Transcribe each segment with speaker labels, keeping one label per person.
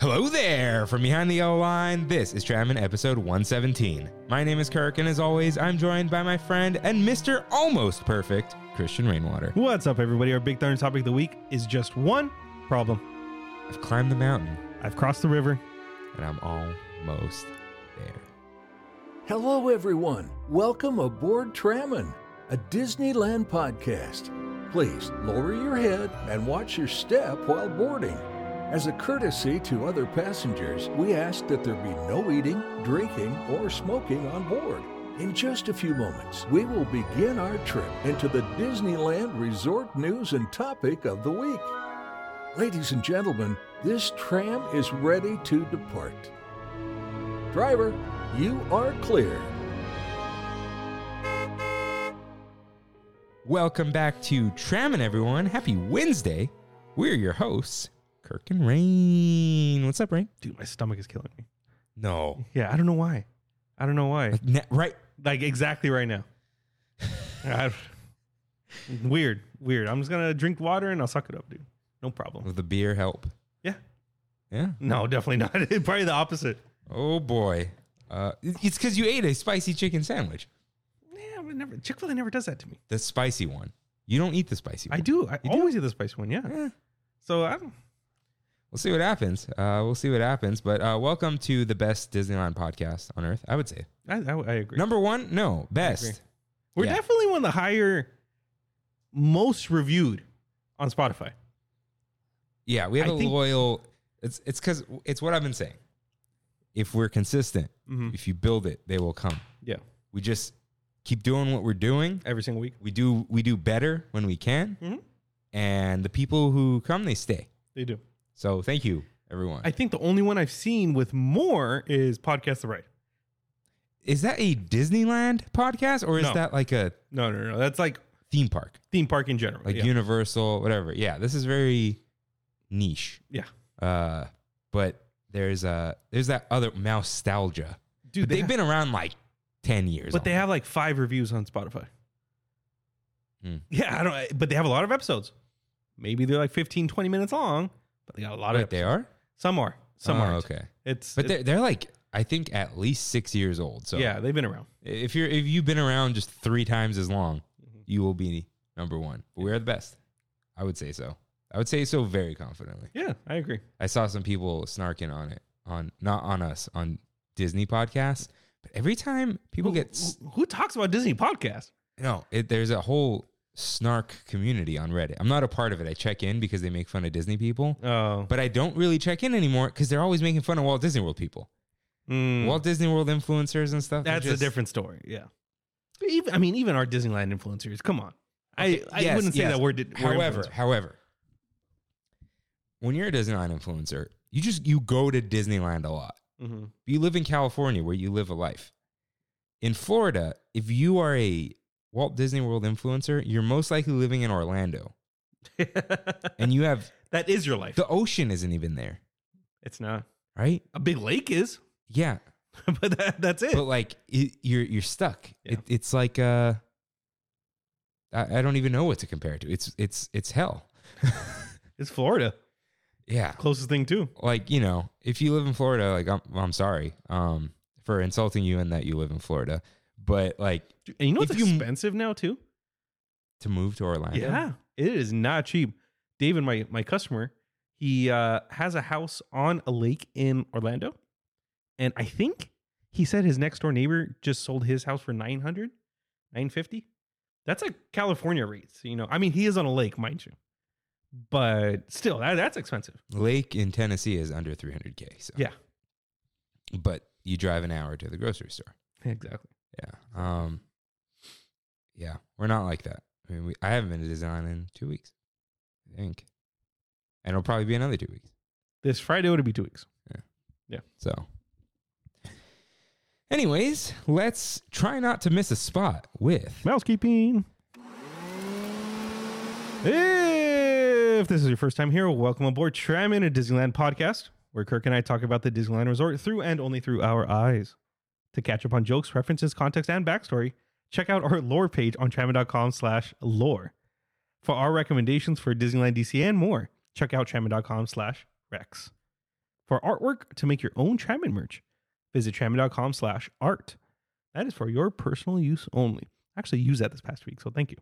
Speaker 1: Hello there! From behind the yellow line, this is Tramon episode 117. My name is Kirk, and as always, I'm joined by my friend and Mr. Almost Perfect, Christian Rainwater.
Speaker 2: What's up, everybody? Our big thunder topic of the week is just one problem.
Speaker 1: I've climbed the mountain,
Speaker 2: I've crossed the river.
Speaker 1: and I'm almost there.
Speaker 3: Hello, everyone. Welcome aboard Tramon, a Disneyland podcast. Please lower your head and watch your step while boarding. As a courtesy to other passengers, we ask that there be no eating, drinking, or smoking on board. In just a few moments, we will begin our trip into the Disneyland Resort News and Topic of the Week. Ladies and gentlemen, this tram is ready to depart. Driver, you are clear.
Speaker 1: Welcome back to Trammin', everyone. Happy Wednesday. We're your hosts, Kirk and Rain. What's up, Rain?
Speaker 2: Dude, my stomach is killing me.
Speaker 1: No.
Speaker 2: Yeah, I don't know why. I don't know why.
Speaker 1: Like, na- right?
Speaker 2: Like exactly right now. I- weird, weird. I'm just gonna drink water and I'll suck it up, dude. No problem.
Speaker 1: Will the beer help?
Speaker 2: Yeah.
Speaker 1: Yeah.
Speaker 2: No, definitely not. Probably the opposite.
Speaker 1: Oh, boy. Uh, it- it's because you ate a spicy chicken sandwich.
Speaker 2: Yeah, but never. Chick Fil A never does that to me.
Speaker 1: The spicy one. You don't eat the spicy one.
Speaker 2: I do. I
Speaker 1: You do?
Speaker 2: always eat the spicy one. Yeah.
Speaker 1: Yeah.
Speaker 2: So I'm.
Speaker 1: We'll see what happens. Uh, we'll see what happens. But uh, welcome to the best Disneyland podcast on earth, I would say.
Speaker 2: I, I, I agree.
Speaker 1: Number one, no, best.
Speaker 2: We're
Speaker 1: yeah.
Speaker 2: definitely one of the higher, most reviewed on Spotify.
Speaker 1: Yeah, we have
Speaker 2: I
Speaker 1: a
Speaker 2: think-
Speaker 1: loyal. It's it's because it's what I've been saying. If we're consistent,
Speaker 2: Mhm.
Speaker 1: if you build it, they will come.
Speaker 2: Yeah.
Speaker 1: We just keep doing what we're doing.
Speaker 2: Every single week.
Speaker 1: We do we do better when we can,
Speaker 2: Mhm.
Speaker 1: and the people who come, they stay.
Speaker 2: They do.
Speaker 1: So thank you, everyone.
Speaker 2: I think the only one I've seen with more is Podcast the Right.
Speaker 1: is that a Disneyland podcast or is
Speaker 2: No.
Speaker 1: that like a
Speaker 2: No, no, no. That's like
Speaker 1: theme park?
Speaker 2: theme park in general.
Speaker 1: like
Speaker 2: yeah.
Speaker 1: Universal, whatever. Yeah, this is very niche.
Speaker 2: Yeah.
Speaker 1: Uh, but there's uh there's that other nostalgia.
Speaker 2: Dude,
Speaker 1: But
Speaker 2: they
Speaker 1: they've
Speaker 2: have,
Speaker 1: been around like ten years.
Speaker 2: but they
Speaker 1: almost.
Speaker 2: have like five reviews on Spotify.
Speaker 1: Hmm.
Speaker 2: Yeah, I don't. I- But they have a lot of episodes. Maybe they're like 15, 20 minutes long, but they got a lot of.
Speaker 1: Wait, they are.
Speaker 2: Some are. Some
Speaker 1: Oh,
Speaker 2: are.
Speaker 1: okay.
Speaker 2: It's.
Speaker 1: But
Speaker 2: it's-
Speaker 1: they're they're like I think at least six years old. So
Speaker 2: yeah, they've been around.
Speaker 1: if you're if you've been around just three times as long,
Speaker 2: Mm-hmm.
Speaker 1: you will be number one. But we are the best. I would say so. I would say so very confidently.
Speaker 2: Yeah, I agree.
Speaker 1: I saw some people snarking on it on not on us on Disney podcasts. But every time people
Speaker 2: who,
Speaker 1: get s-
Speaker 2: who- who talks about Disney podcast?
Speaker 1: No, it, there's a whole snark community on Reddit. I'm not a part of it. I check in because they make fun of Disney people,
Speaker 2: Oh,
Speaker 1: but I don't really check in anymore because they're always making fun of Walt Disney World people,
Speaker 2: mm,
Speaker 1: Walt Disney World influencers and stuff.
Speaker 2: that's
Speaker 1: They're
Speaker 2: a
Speaker 1: just-
Speaker 2: different story. Yeah. Even, I mean, even our Disneyland influencers. Come on.
Speaker 1: Okay,
Speaker 2: I, I
Speaker 1: yes,
Speaker 2: wouldn't say
Speaker 1: yes.
Speaker 2: that we're, di- we're
Speaker 1: However,
Speaker 2: influencers.
Speaker 1: however, when you're a Disneyland influencer, you just you go to Disneyland a lot.
Speaker 2: Mhm.
Speaker 1: you live in California where you live a life. In Florida, if you are a Walt Disney World influencer, you're most likely living in Orlando, and you have
Speaker 2: Mm-hmm. that is your life.
Speaker 1: the ocean isn't even there,
Speaker 2: It's not
Speaker 1: right?
Speaker 2: a big lake is,
Speaker 1: Yeah,
Speaker 2: but that, that's it.
Speaker 1: but like it, you're you're stuck.
Speaker 2: Yeah.
Speaker 1: It, it's like uh, I, I don't even know what to compare it to. It's it's it's hell.
Speaker 2: It's Florida,
Speaker 1: Yeah,
Speaker 2: closest thing too.
Speaker 1: like you know, if you live in Florida, like I'm I'm sorry um for insulting you and that you live in Florida, but like
Speaker 2: Dude, And you know
Speaker 1: If
Speaker 2: what's
Speaker 1: you-
Speaker 2: expensive now too?
Speaker 1: to move to Orlando,
Speaker 2: Yeah, it is not cheap. David, my my customer, he uh, has a house on a lake in Orlando, and I think he said his next door neighbor just sold his house for 900 950 That's like California rates, you know. I mean, he is on a lake, mind you, but still, that, that's expensive.
Speaker 1: Lake in Tennessee is under 300k. So
Speaker 2: Yeah.
Speaker 1: but you drive an hour to the grocery store.
Speaker 2: Exactly.
Speaker 1: Yeah. Um. Yeah, we're not like that. I mean, we, I haven't been to design in two weeks, I think, and it'll probably be another two weeks.
Speaker 2: This Friday would be two weeks.
Speaker 1: So, anyways, let's try not to miss a spot with
Speaker 2: Mousekeeping. If this is your first time here, welcome aboard Trammin, a Disneyland podcast, where Kirk and I talk about the Disneyland Resort through and only through our eyes. To catch up on jokes, references, context, and backstory, check out our lore page on trammin.com slash lore. For our recommendations for Disneyland DC and more, check out trammin.com slash rex. For artwork to make your own Tramon merch, visit tramon.com slash art. That is for your personal use only. I actually used that this past week, so thank you.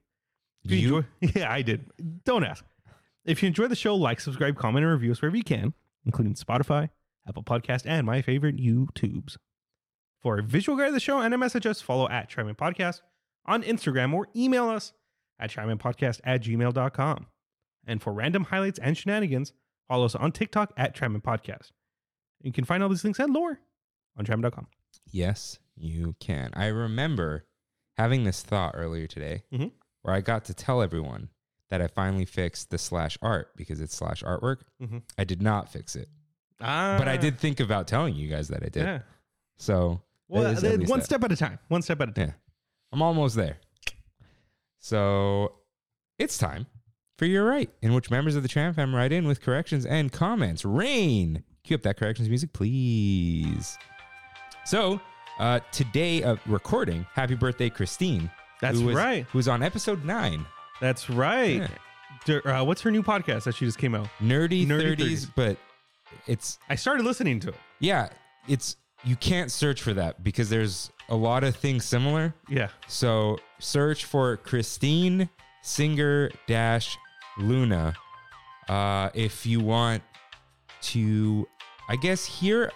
Speaker 2: If
Speaker 1: You-
Speaker 2: enjoy- yeah, I did. Don't ask. If you enjoy the show, like, subscribe, comment, and review us wherever you can, including Spotify, Apple Podcast, and my favorite YouTubes. For a visual guide of the show and a message us, follow at Tryman Podcast on Instagram or email us at Podcast at gmail.com. And for random highlights and shenanigans, follow us on TikTok at Tryman Podcast. You can find all these links and lore on Tryman.com.
Speaker 1: Yes, you can. I remember having this thought earlier today
Speaker 2: Mhm.
Speaker 1: where I got to tell everyone that I finally fixed the slash art because it's slash artwork.
Speaker 2: Mhm.
Speaker 1: I did not fix it,
Speaker 2: Ah,
Speaker 1: but I did think about telling you guys that I did.
Speaker 2: Yeah.
Speaker 1: So
Speaker 2: Well,
Speaker 1: That is at
Speaker 2: uh,
Speaker 1: least
Speaker 2: one
Speaker 1: that.
Speaker 2: step at a time. One step at a time.
Speaker 1: yeah, I'm almost there. So it's time for your right, in which members of the Tram Fam write in with corrections and comments. Rain, cue up that corrections music, please. So uh, today, uh, recording. Happy birthday, Christine.
Speaker 2: That's
Speaker 1: who was-
Speaker 2: right.
Speaker 1: Who's on episode nine?
Speaker 2: That's right. Der- uh, what's her new podcast that she just came out?
Speaker 1: Nerdy, 30s,
Speaker 2: Nerdy 30s.
Speaker 1: but it's
Speaker 2: I started listening to it.
Speaker 1: yeah, it's you can't search for that because there's a lot of things similar.
Speaker 2: Yeah.
Speaker 1: So search for Christine Singer Dash Luna uh, if you want to, I guess, here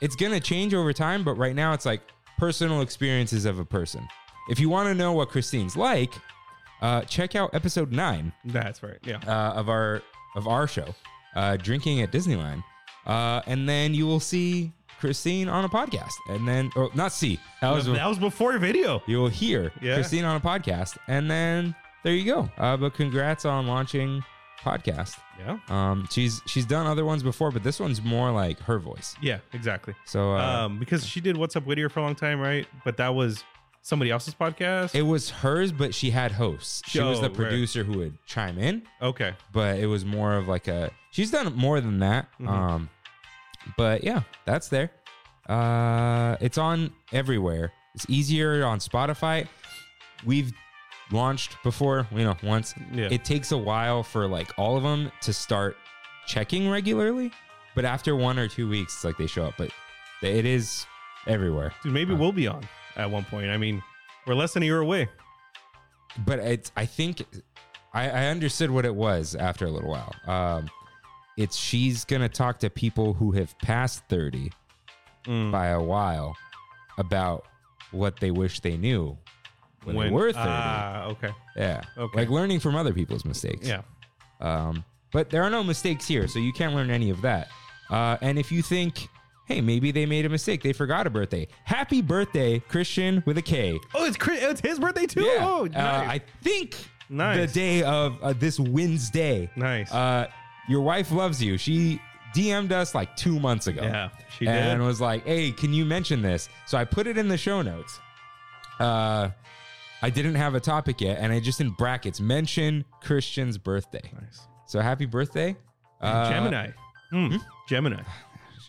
Speaker 1: it's going to change over time, but right now it's like personal experiences of a person. If you want to know what Christine's like, uh, check out episode nine
Speaker 2: That's right. Yeah.
Speaker 1: uh, of our of our show, uh, drinking at Disneyland, uh, and then you will see Christine on a podcast, and then or not see that was
Speaker 2: that was before video.
Speaker 1: you will hear
Speaker 2: Yeah.
Speaker 1: Christine on a podcast, and then there you go. Uh, but congrats on launching podcast.
Speaker 2: Yeah.
Speaker 1: Um, she's she's done other ones before, but this one's more like her voice.
Speaker 2: Yeah, exactly.
Speaker 1: So uh,
Speaker 2: um, because she did What's Up Whittier for a long time, right? But that was somebody else's podcast.
Speaker 1: it was hers, but she had hosts. She was
Speaker 2: Oh,
Speaker 1: the
Speaker 2: right.
Speaker 1: producer who would chime in.
Speaker 2: okay.
Speaker 1: but it was more of like a she's done more than that
Speaker 2: Mhm.
Speaker 1: um but yeah that's there uh it's on everywhere it's easier on spotify we've launched before you know once
Speaker 2: Yeah.
Speaker 1: it takes a while for like all of them to start checking regularly but after one or two weeks it's like they show up but it is everywhere
Speaker 2: Dude, maybe
Speaker 1: Uh,
Speaker 2: we'll be on at one point. I mean, we're less than a year away.
Speaker 1: but it's i think I, I understood what it was after a little while um it's she's gonna talk to people who have passed 30
Speaker 2: Mm.
Speaker 1: by a while about what they wish they knew when, they were 30
Speaker 2: Ah, okay.
Speaker 1: yeah
Speaker 2: okay.
Speaker 1: like learning from other people's mistakes
Speaker 2: Yeah.
Speaker 1: um, but there are no mistakes here, so you can't learn any of that. Uh, and if you think, hey, maybe they made a mistake, they forgot a birthday. Happy birthday, Christian with a K.
Speaker 2: Oh, it's Chris, it's his birthday too.
Speaker 1: Yeah.
Speaker 2: Oh,
Speaker 1: Uh,
Speaker 2: nice.
Speaker 1: I think the
Speaker 2: Nice.
Speaker 1: day of uh, this Wednesday.
Speaker 2: Nice.
Speaker 1: Uh, your wife loves you. She DM'd us like two months ago.
Speaker 2: yeah, she did.
Speaker 1: and was like, hey, can you mention this? So I put it in the show notes. Uh, I didn't have a topic yet, and I just in brackets mention Christian's birthday.
Speaker 2: nice.
Speaker 1: So happy birthday, uh, Hmm?
Speaker 2: Gemini. Mm. Gemini.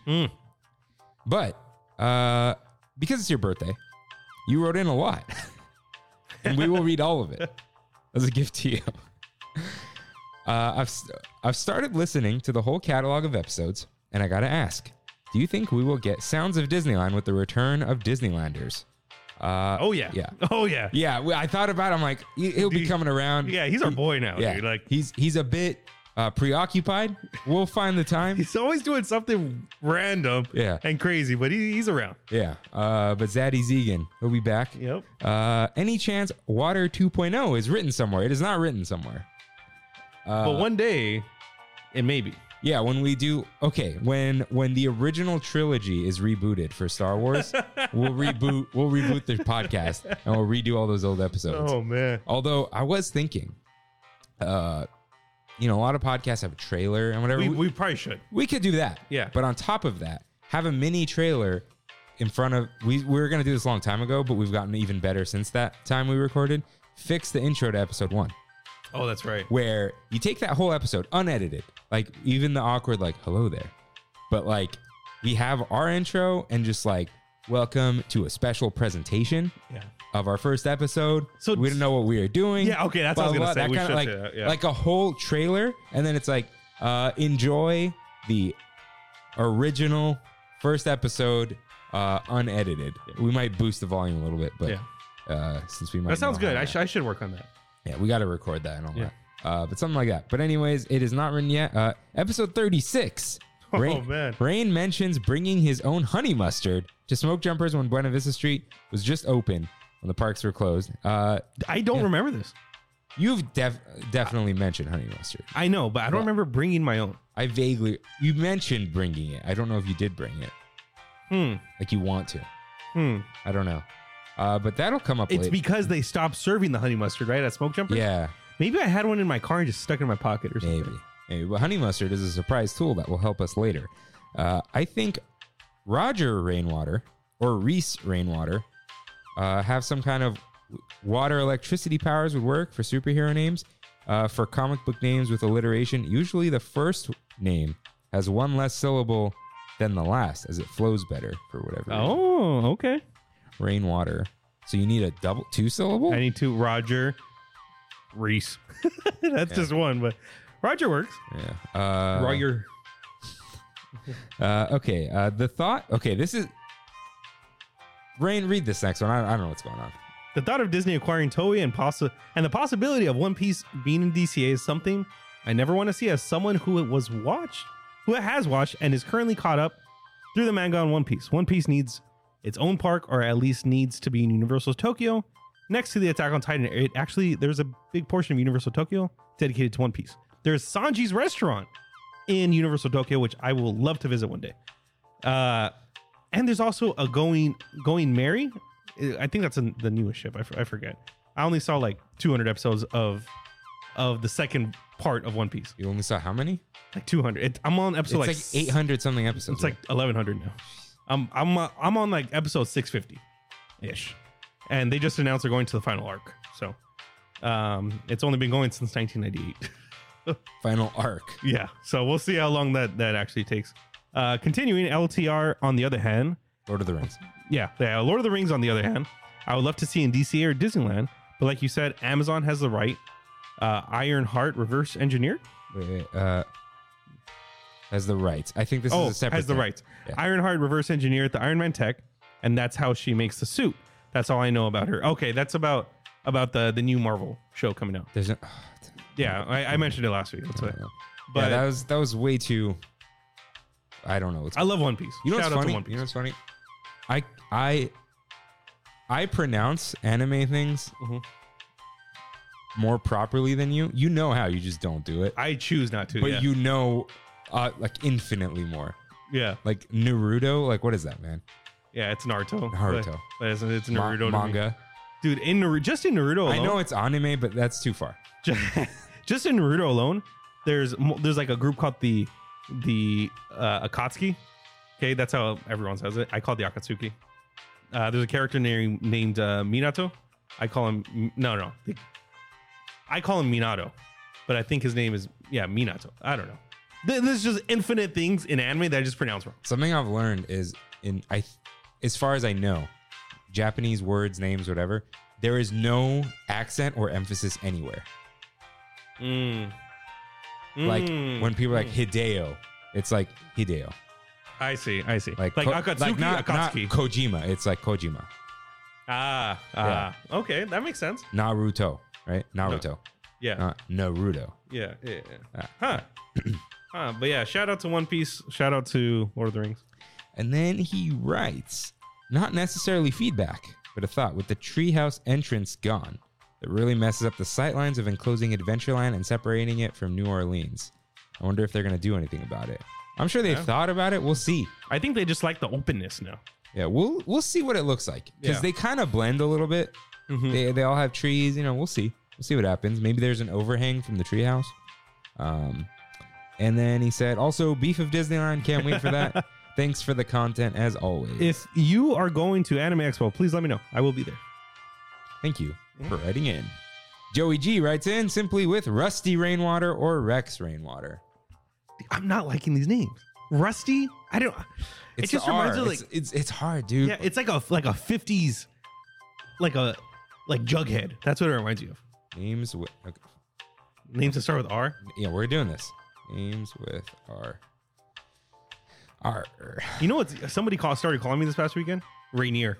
Speaker 2: Mm.
Speaker 1: But uh, because it's your birthday, you wrote in a lot, and we will read all of it as a gift to you. Uh, I've st- I've started listening to the whole catalog of episodes, and I gotta ask: Do you think we will get Sounds of Disneyland with the return of Disneylanders? Uh,
Speaker 2: Oh yeah.
Speaker 1: yeah,
Speaker 2: Oh yeah.
Speaker 1: yeah. we- I thought about. It, I'm like, he- he'll be
Speaker 2: Dude.
Speaker 1: coming around.
Speaker 2: Yeah, he's our boy now,
Speaker 1: yeah.
Speaker 2: dude. Like
Speaker 1: he's he's a bit uh, preoccupied. We'll find the time.
Speaker 2: he's always doing something random
Speaker 1: Yeah.
Speaker 2: and crazy, but he, he's around.
Speaker 1: Yeah. Uh, but Zaddy Zegan, he'll be back.
Speaker 2: Yep.
Speaker 1: Uh, any chance Water 2.0 is written somewhere? It is not written somewhere. Uh,
Speaker 2: but one day, it may be.
Speaker 1: yeah, when we do, okay, when when the original trilogy is rebooted for Star Wars, we'll reboot we'll reboot the podcast and we'll redo all those old episodes.
Speaker 2: Oh man.
Speaker 1: Although I was thinking, uh, you know, a lot of podcasts have a trailer and whatever.
Speaker 2: We, we probably should.
Speaker 1: We could do that.
Speaker 2: Yeah.
Speaker 1: But on top of that, have a mini trailer in front of we, we were gonna do this a long time ago, but we've gotten even better since that time we recorded. Fix the intro to episode one,
Speaker 2: Oh, that's right.
Speaker 1: where you take that whole episode unedited, like even the awkward like hello there. But like we have our intro and just like welcome to a special presentation
Speaker 2: Yeah.
Speaker 1: of our first episode.
Speaker 2: So-
Speaker 1: we didn't know what we were doing.
Speaker 2: Yeah, okay, that's what I was gonna say. We
Speaker 1: That
Speaker 2: should
Speaker 1: kind
Speaker 2: do
Speaker 1: of like
Speaker 2: that, yeah.
Speaker 1: like a whole trailer, and then it's like uh, enjoy the original first episode, uh, unedited. We might boost the volume a little bit, but uh, since we might
Speaker 2: that sounds
Speaker 1: know how
Speaker 2: good. I,
Speaker 1: to-
Speaker 2: sh- I should work on that.
Speaker 1: yeah, we got to record that and all
Speaker 2: Yeah.
Speaker 1: that. Uh, but something like that. But anyways, it is not written yet. Uh, episode thirty six.
Speaker 2: Oh,
Speaker 1: Rain,
Speaker 2: man.
Speaker 1: Rain mentions bringing his own honey mustard to smoke jumpers when Buena Vista Street was just open when the parks were closed. Uh,
Speaker 2: I don't
Speaker 1: Yeah.
Speaker 2: remember this.
Speaker 1: you've def- definitely mentioned honey mustard.
Speaker 2: I know, but I don't
Speaker 1: Well-
Speaker 2: remember bringing my own.
Speaker 1: I vaguely you mentioned bringing it. I don't know if you did bring it.
Speaker 2: Hmm.
Speaker 1: Like you want to.
Speaker 2: Hmm.
Speaker 1: I don't know. Uh, but that'll come up
Speaker 2: It's
Speaker 1: later.
Speaker 2: because they stopped serving the honey mustard, right? At Smoke Jumper?
Speaker 1: yeah,
Speaker 2: Maybe I had one in my car and just stuck it in my pocket or something.
Speaker 1: maybe. Maybe. But honey mustard is a surprise tool that will help us later. Uh, I think Roger Rainwater or Reese Rainwater uh, have some kind of water electricity powers would work for superhero names. Uh, for comic book names with alliteration, usually the first name has one less syllable than the last as it flows better for whatever. reason.
Speaker 2: Oh, okay.
Speaker 1: rainwater. So you need a double two syllable?
Speaker 2: I need to Roger Reese. That's just one, but Roger works.
Speaker 1: yeah. Uh,
Speaker 2: Roger.
Speaker 1: Uh, okay. Uh, the thought. Okay. This is. Rain, read this next one. I, I don't know what's going on.
Speaker 2: The thought of Disney acquiring Toei and possi- and the possibility of One Piece being in DCA is something I never want to see as someone who it was watched, who it has watched and is currently caught up through the manga on One Piece. One Piece needs its own park or at least needs to be in Universal's Tokyo. Next to the Attack on Titan, it actually there's a big portion of Universal Tokyo dedicated to One Piece. There's Sanji's restaurant in Universal Tokyo, which I will love to visit one day. Uh, and there's also a going going Mary. I think that's in the newest ship. I, f- I forget. I only saw like 200 episodes of of the second part of One Piece.
Speaker 1: You only saw how many?
Speaker 2: Like 200. It, I'm on episode
Speaker 1: it's like,
Speaker 2: s-
Speaker 1: 800 something episodes.
Speaker 2: It's like 1100 now. I'm I'm uh, I'm on like episode 650 ish. And they just announced they're going to the final arc. So um it's only been going since 1998.
Speaker 1: final arc.
Speaker 2: yeah. So we'll see how long that that actually takes. Uh continuing LTR on the other hand,
Speaker 1: Lord of the Rings.
Speaker 2: yeah, the Lord of the Rings, on the other hand, I would love to see in DCA or Disneyland, but like you said, Amazon has the right. Uh, Iron Heart reverse engineered.
Speaker 1: Wait, wait, uh, has the rights. I think this
Speaker 2: oh,
Speaker 1: is a separate.
Speaker 2: has the
Speaker 1: thing.
Speaker 2: rights.
Speaker 1: Yeah.
Speaker 2: Iron Heart reverse engineered the Iron Man tech, and that's how she makes the suit. That's all I know about her. Okay, that's about about the the new Marvel show coming out.
Speaker 1: There's no,
Speaker 2: Yeah, I, I mentioned it last week. That's
Speaker 1: I
Speaker 2: why.
Speaker 1: don't know.
Speaker 2: But
Speaker 1: yeah, that was that was way too. I don't know what's
Speaker 2: I love One Piece.
Speaker 1: You know
Speaker 2: Shout out
Speaker 1: what's funny?
Speaker 2: to One Piece.
Speaker 1: You know what's funny? I I I pronounce anime things
Speaker 2: Mhm. Mm-hmm.
Speaker 1: more properly than you. You know how you just don't do it,
Speaker 2: I choose not to.
Speaker 1: but
Speaker 2: yeah.
Speaker 1: you know uh, like infinitely more.
Speaker 2: yeah,
Speaker 1: Like Naruto, like what is that man?
Speaker 2: yeah, it's Naruto.
Speaker 1: Naruto.
Speaker 2: but, but it's, it's
Speaker 1: Ma-
Speaker 2: Naruto to me. Oh,
Speaker 1: manga.
Speaker 2: dude. In Naruto, just in Naruto. Alone,
Speaker 1: I know it's anime, but that's too far.
Speaker 2: just, just in Naruto alone, there's mo- there's like a group called the the uh, Akatsuki. Okay, that's how everyone says it. I call it the Akatsuki. Uh, there's a character named named uh, Minato. I call him no no. the- I call him Minato, but I think his name is yeah Minato. I don't know. Th- There's just infinite things in anime that I just pronounce wrong.
Speaker 1: Something I've learned is in I, as far as I know, Japanese words, names, whatever. There is no accent or emphasis anywhere. Like
Speaker 2: Mm.
Speaker 1: when people are like Hideo, it's like Hideo.
Speaker 2: I see, I see. Like,
Speaker 1: like
Speaker 2: like
Speaker 1: Ko-
Speaker 2: Akatsuki,
Speaker 1: like not, not
Speaker 2: Akatsuki.
Speaker 1: Kojima. It's like Kojima,
Speaker 2: ah, ah. Okay, that makes sense.
Speaker 1: Naruto, right? Naruto,
Speaker 2: Yeah.
Speaker 1: not Naruto.
Speaker 2: Yeah, yeah, yeah. Huh. huh. But yeah, shout out to One Piece. Shout out to Lord of the Rings.
Speaker 1: And then he writes, not necessarily feedback, but a thought. With the treehouse entrance gone, that really messes up the sightlines of enclosing Adventureland and separating it from New Orleans. I wonder if they're gonna do anything about it. I'm sure they've
Speaker 2: Yeah.
Speaker 1: thought about it. We'll see.
Speaker 2: I think they just like the openness now.
Speaker 1: Yeah, we'll we'll see what it looks like because
Speaker 2: Yeah. Mm-hmm.
Speaker 1: they kind of blend a little bit. They, they all have trees. You know, we'll see. We'll see what happens. Maybe there's an overhang from the treehouse. Um, and then he said, also beef of Disneyland. Can't wait for that. Thanks for the content as always.
Speaker 2: If you are going to Anime Expo, please let me know. I will be there.
Speaker 1: Thank you for writing in. Joey G writes in simply with Rusty Rainwater or Rex Rainwater.
Speaker 2: I'm not liking these names. Rusty, I don't.
Speaker 1: It's
Speaker 2: it just
Speaker 1: the R.
Speaker 2: reminds me of like
Speaker 1: it's, it's it's hard, dude.
Speaker 2: yeah, it's like a like a 50s, like a like Jughead. That's what it reminds you of.
Speaker 1: Names with okay.
Speaker 2: Names that start with R.
Speaker 1: yeah, we're doing this. Names with R. Arr.
Speaker 2: You know what? Somebody called, started calling me this past weekend. Rainier,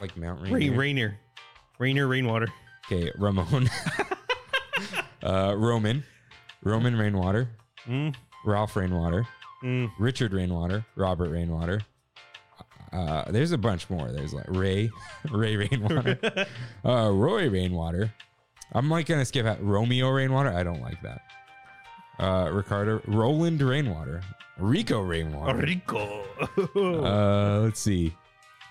Speaker 1: Like Mount
Speaker 2: Rain,
Speaker 1: Rainier.
Speaker 2: Rainier, Rainier, rainwater.
Speaker 1: Okay, Ramon. uh, Roman. Roman Rainwater.
Speaker 2: Mm,
Speaker 1: Ralph Rainwater.
Speaker 2: mm.
Speaker 1: Richard Rainwater. Robert Rainwater. Uh, there's a bunch more. There's like Ray, Ray Rainwater, uh, Roy Rainwater. I'm like gonna skip out Romeo Rainwater. I don't like that. Uh, Ricardo, Roland Rainwater, Rico Rainwater.
Speaker 2: Oh, Rico.
Speaker 1: Uh, let's see,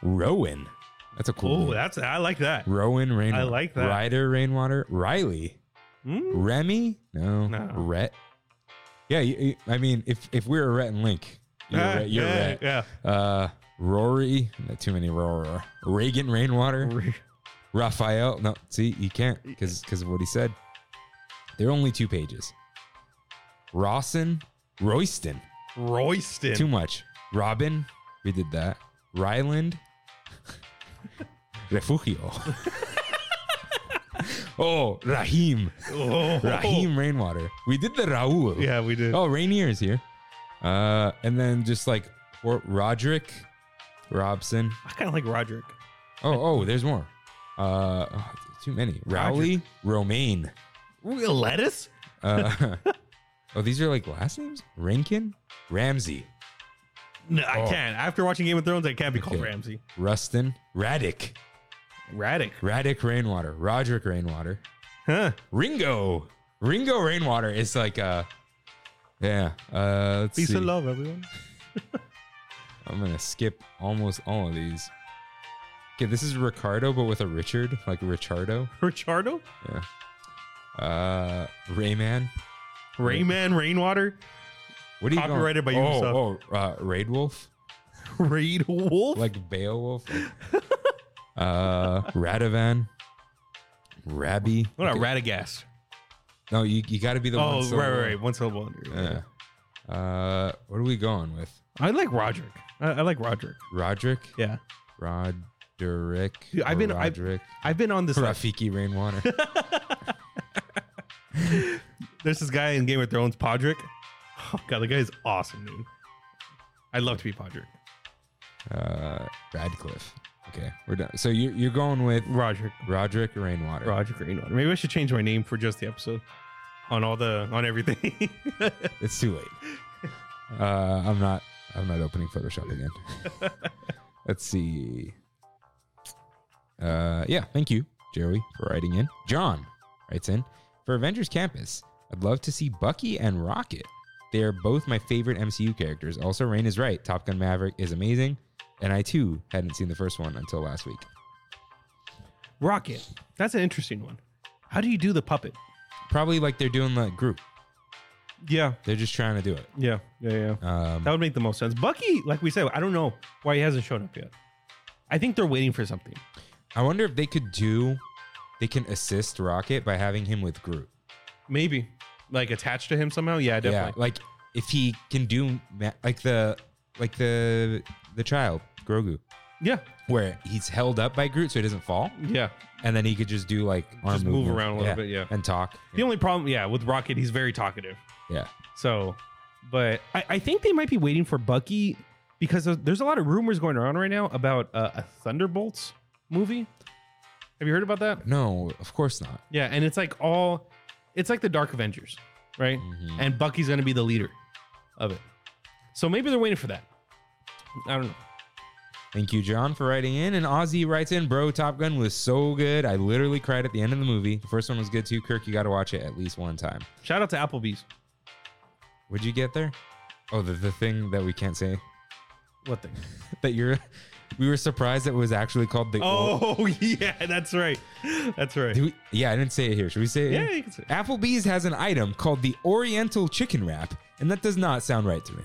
Speaker 1: Rowan. That's a cool.
Speaker 2: oh,
Speaker 1: name.
Speaker 2: that's I like that.
Speaker 1: Rowan Rainwater.
Speaker 2: like that.
Speaker 1: Ryder Rainwater. Riley.
Speaker 2: Mm.
Speaker 1: Remy? No.
Speaker 2: No.
Speaker 1: Rhett. Yeah, you, you- I mean, if if we're a Rhett and Link, you're
Speaker 2: Ah,
Speaker 1: Rhett. You're
Speaker 2: yeah,
Speaker 1: Rhett.
Speaker 2: yeah.
Speaker 1: Uh, Rory. Not too many Roar. Reagan Rainwater.
Speaker 2: Re-
Speaker 1: Raphael. No, see, you can't because because of what he said. They're only two pages. Rawson. Royston.
Speaker 2: Royston.
Speaker 1: Too much. Robin. We did that. Ryland. Refugio. oh, Rahim.
Speaker 2: Oh.
Speaker 1: Raheem Rainwater. We did the Raul.
Speaker 2: Yeah, we did.
Speaker 1: Oh, Rainier is here. Uh, and then just like Port Roderick Robson.
Speaker 2: I kind of like Roderick.
Speaker 1: Oh, oh, there's more. Uh, oh, too many. Rowley Romaine.
Speaker 2: Lettuce?
Speaker 1: Uh, oh, these are like last names. Rankin Ramsey
Speaker 2: No, I
Speaker 1: Oh.
Speaker 2: can't. After watching Game of Thrones, I can't be called
Speaker 1: Okay.
Speaker 2: Ramsey.
Speaker 1: Rustin Raddick
Speaker 2: Raddick.
Speaker 1: Raddick Rainwater Roderick Rainwater
Speaker 2: Huh.
Speaker 1: Ringo Ringo Rainwater is like uh yeah uh let's
Speaker 2: Peace
Speaker 1: see.
Speaker 2: and love, everyone.
Speaker 1: I'm gonna skip almost all of these. Okay, this is Ricardo, but with a Richard, like Richardo.
Speaker 2: Richardo?
Speaker 1: Yeah. Uh, Rayman.
Speaker 2: Rayman Rainwater?
Speaker 1: What do you
Speaker 2: Copyrighted by
Speaker 1: going? Oh,
Speaker 2: Ubisoft.
Speaker 1: oh uh, Raid Wolf,
Speaker 2: Raid Wolf?
Speaker 1: like Beowulf. like- uh, Radovan. Rabbi.
Speaker 2: what about
Speaker 1: Okay,
Speaker 2: Radagast?
Speaker 1: No, you, you got to be the one.
Speaker 2: Oh, right,
Speaker 1: syllable.
Speaker 2: right, right. One syllable under.
Speaker 1: Yeah. Uh, what are we going with?
Speaker 2: I like Roderick. I, I like Roderick.
Speaker 1: Roderick.
Speaker 2: Yeah.
Speaker 1: Roderick.
Speaker 2: Dude, I've been- I've-
Speaker 1: Roderick.
Speaker 2: I've been on this. like,
Speaker 1: Rafiki Rainwater.
Speaker 2: there's this guy in Game of Thrones, Podrick. Oh, God, the guy is awesome, dude. I'd love to be Podrick.
Speaker 1: Uh, Radcliffe. Okay, we're done. So you're, you're going with
Speaker 2: Roderick.
Speaker 1: Roderick Rainwater.
Speaker 2: Roger Greenwater. Maybe I should change my name for just the episode. On all the on everything.
Speaker 1: It's too late. Uh, I'm not. I'm not opening Photoshop again. Let's see. Uh, yeah, thank you, Joey, for writing in. John writes in for Avengers Campus. I'd love to see Bucky and Rocket. They are both my favorite MCU characters. Also, Rain is right. Top Gun Maverick is amazing, and I too hadn't seen the first one until last week.
Speaker 2: Rocket. That's an interesting one. How do you do the puppet?
Speaker 1: Probably like they're doing the group.
Speaker 2: Yeah.
Speaker 1: They're just trying to do it.
Speaker 2: Yeah. Yeah. Yeah.
Speaker 1: Um,
Speaker 2: That would make the most sense. Bucky, like we said, I don't know why he hasn't shown up yet. I think they're waiting for something.
Speaker 1: I wonder if they could do, they can assist Rocket by having him with Groot.
Speaker 2: Maybe. Like attached to him somehow. Yeah,
Speaker 1: Yeah,
Speaker 2: definitely.
Speaker 1: like if he can do ma- like the like the the child Grogu,
Speaker 2: Yeah.
Speaker 1: where he's held up by Groot so he doesn't fall,
Speaker 2: Yeah.
Speaker 1: and then he could just do like arm
Speaker 2: Just move
Speaker 1: movements.
Speaker 2: around a little bit, yeah.
Speaker 1: and talk.
Speaker 2: The only problem, yeah, with Rocket, he's very talkative.
Speaker 1: Yeah,
Speaker 2: So, but I, I think they might be waiting for Bucky because there's- there's a lot of rumors going around right now about uh, a Thunderbolts movie. Have you heard about that?
Speaker 1: no, of course not.
Speaker 2: Yeah, and it's like all, it's like the Dark Avengers, right? And Bucky's going to be the leader of it. So maybe they're waiting for that. I don't know.
Speaker 1: Thank you, John, for writing in. And Ozzy writes in, bro, Top Gun was so good. I literally cried at the end of the movie. The first one was good too. Kirk, you got to watch it at least one time.
Speaker 2: Shout out to Applebee's.
Speaker 1: Would you get there? Oh, the, the thing that we can't say.
Speaker 2: What thing?
Speaker 1: that you're we were surprised that it was actually called the Old-
Speaker 2: Oh yeah, that's right. That's right.
Speaker 1: Do we- yeah i didn't say it here should we say it
Speaker 2: Yeah,
Speaker 1: here?
Speaker 2: you can say. it.
Speaker 1: applebee's has an item called the oriental chicken wrap and that does not sound right to me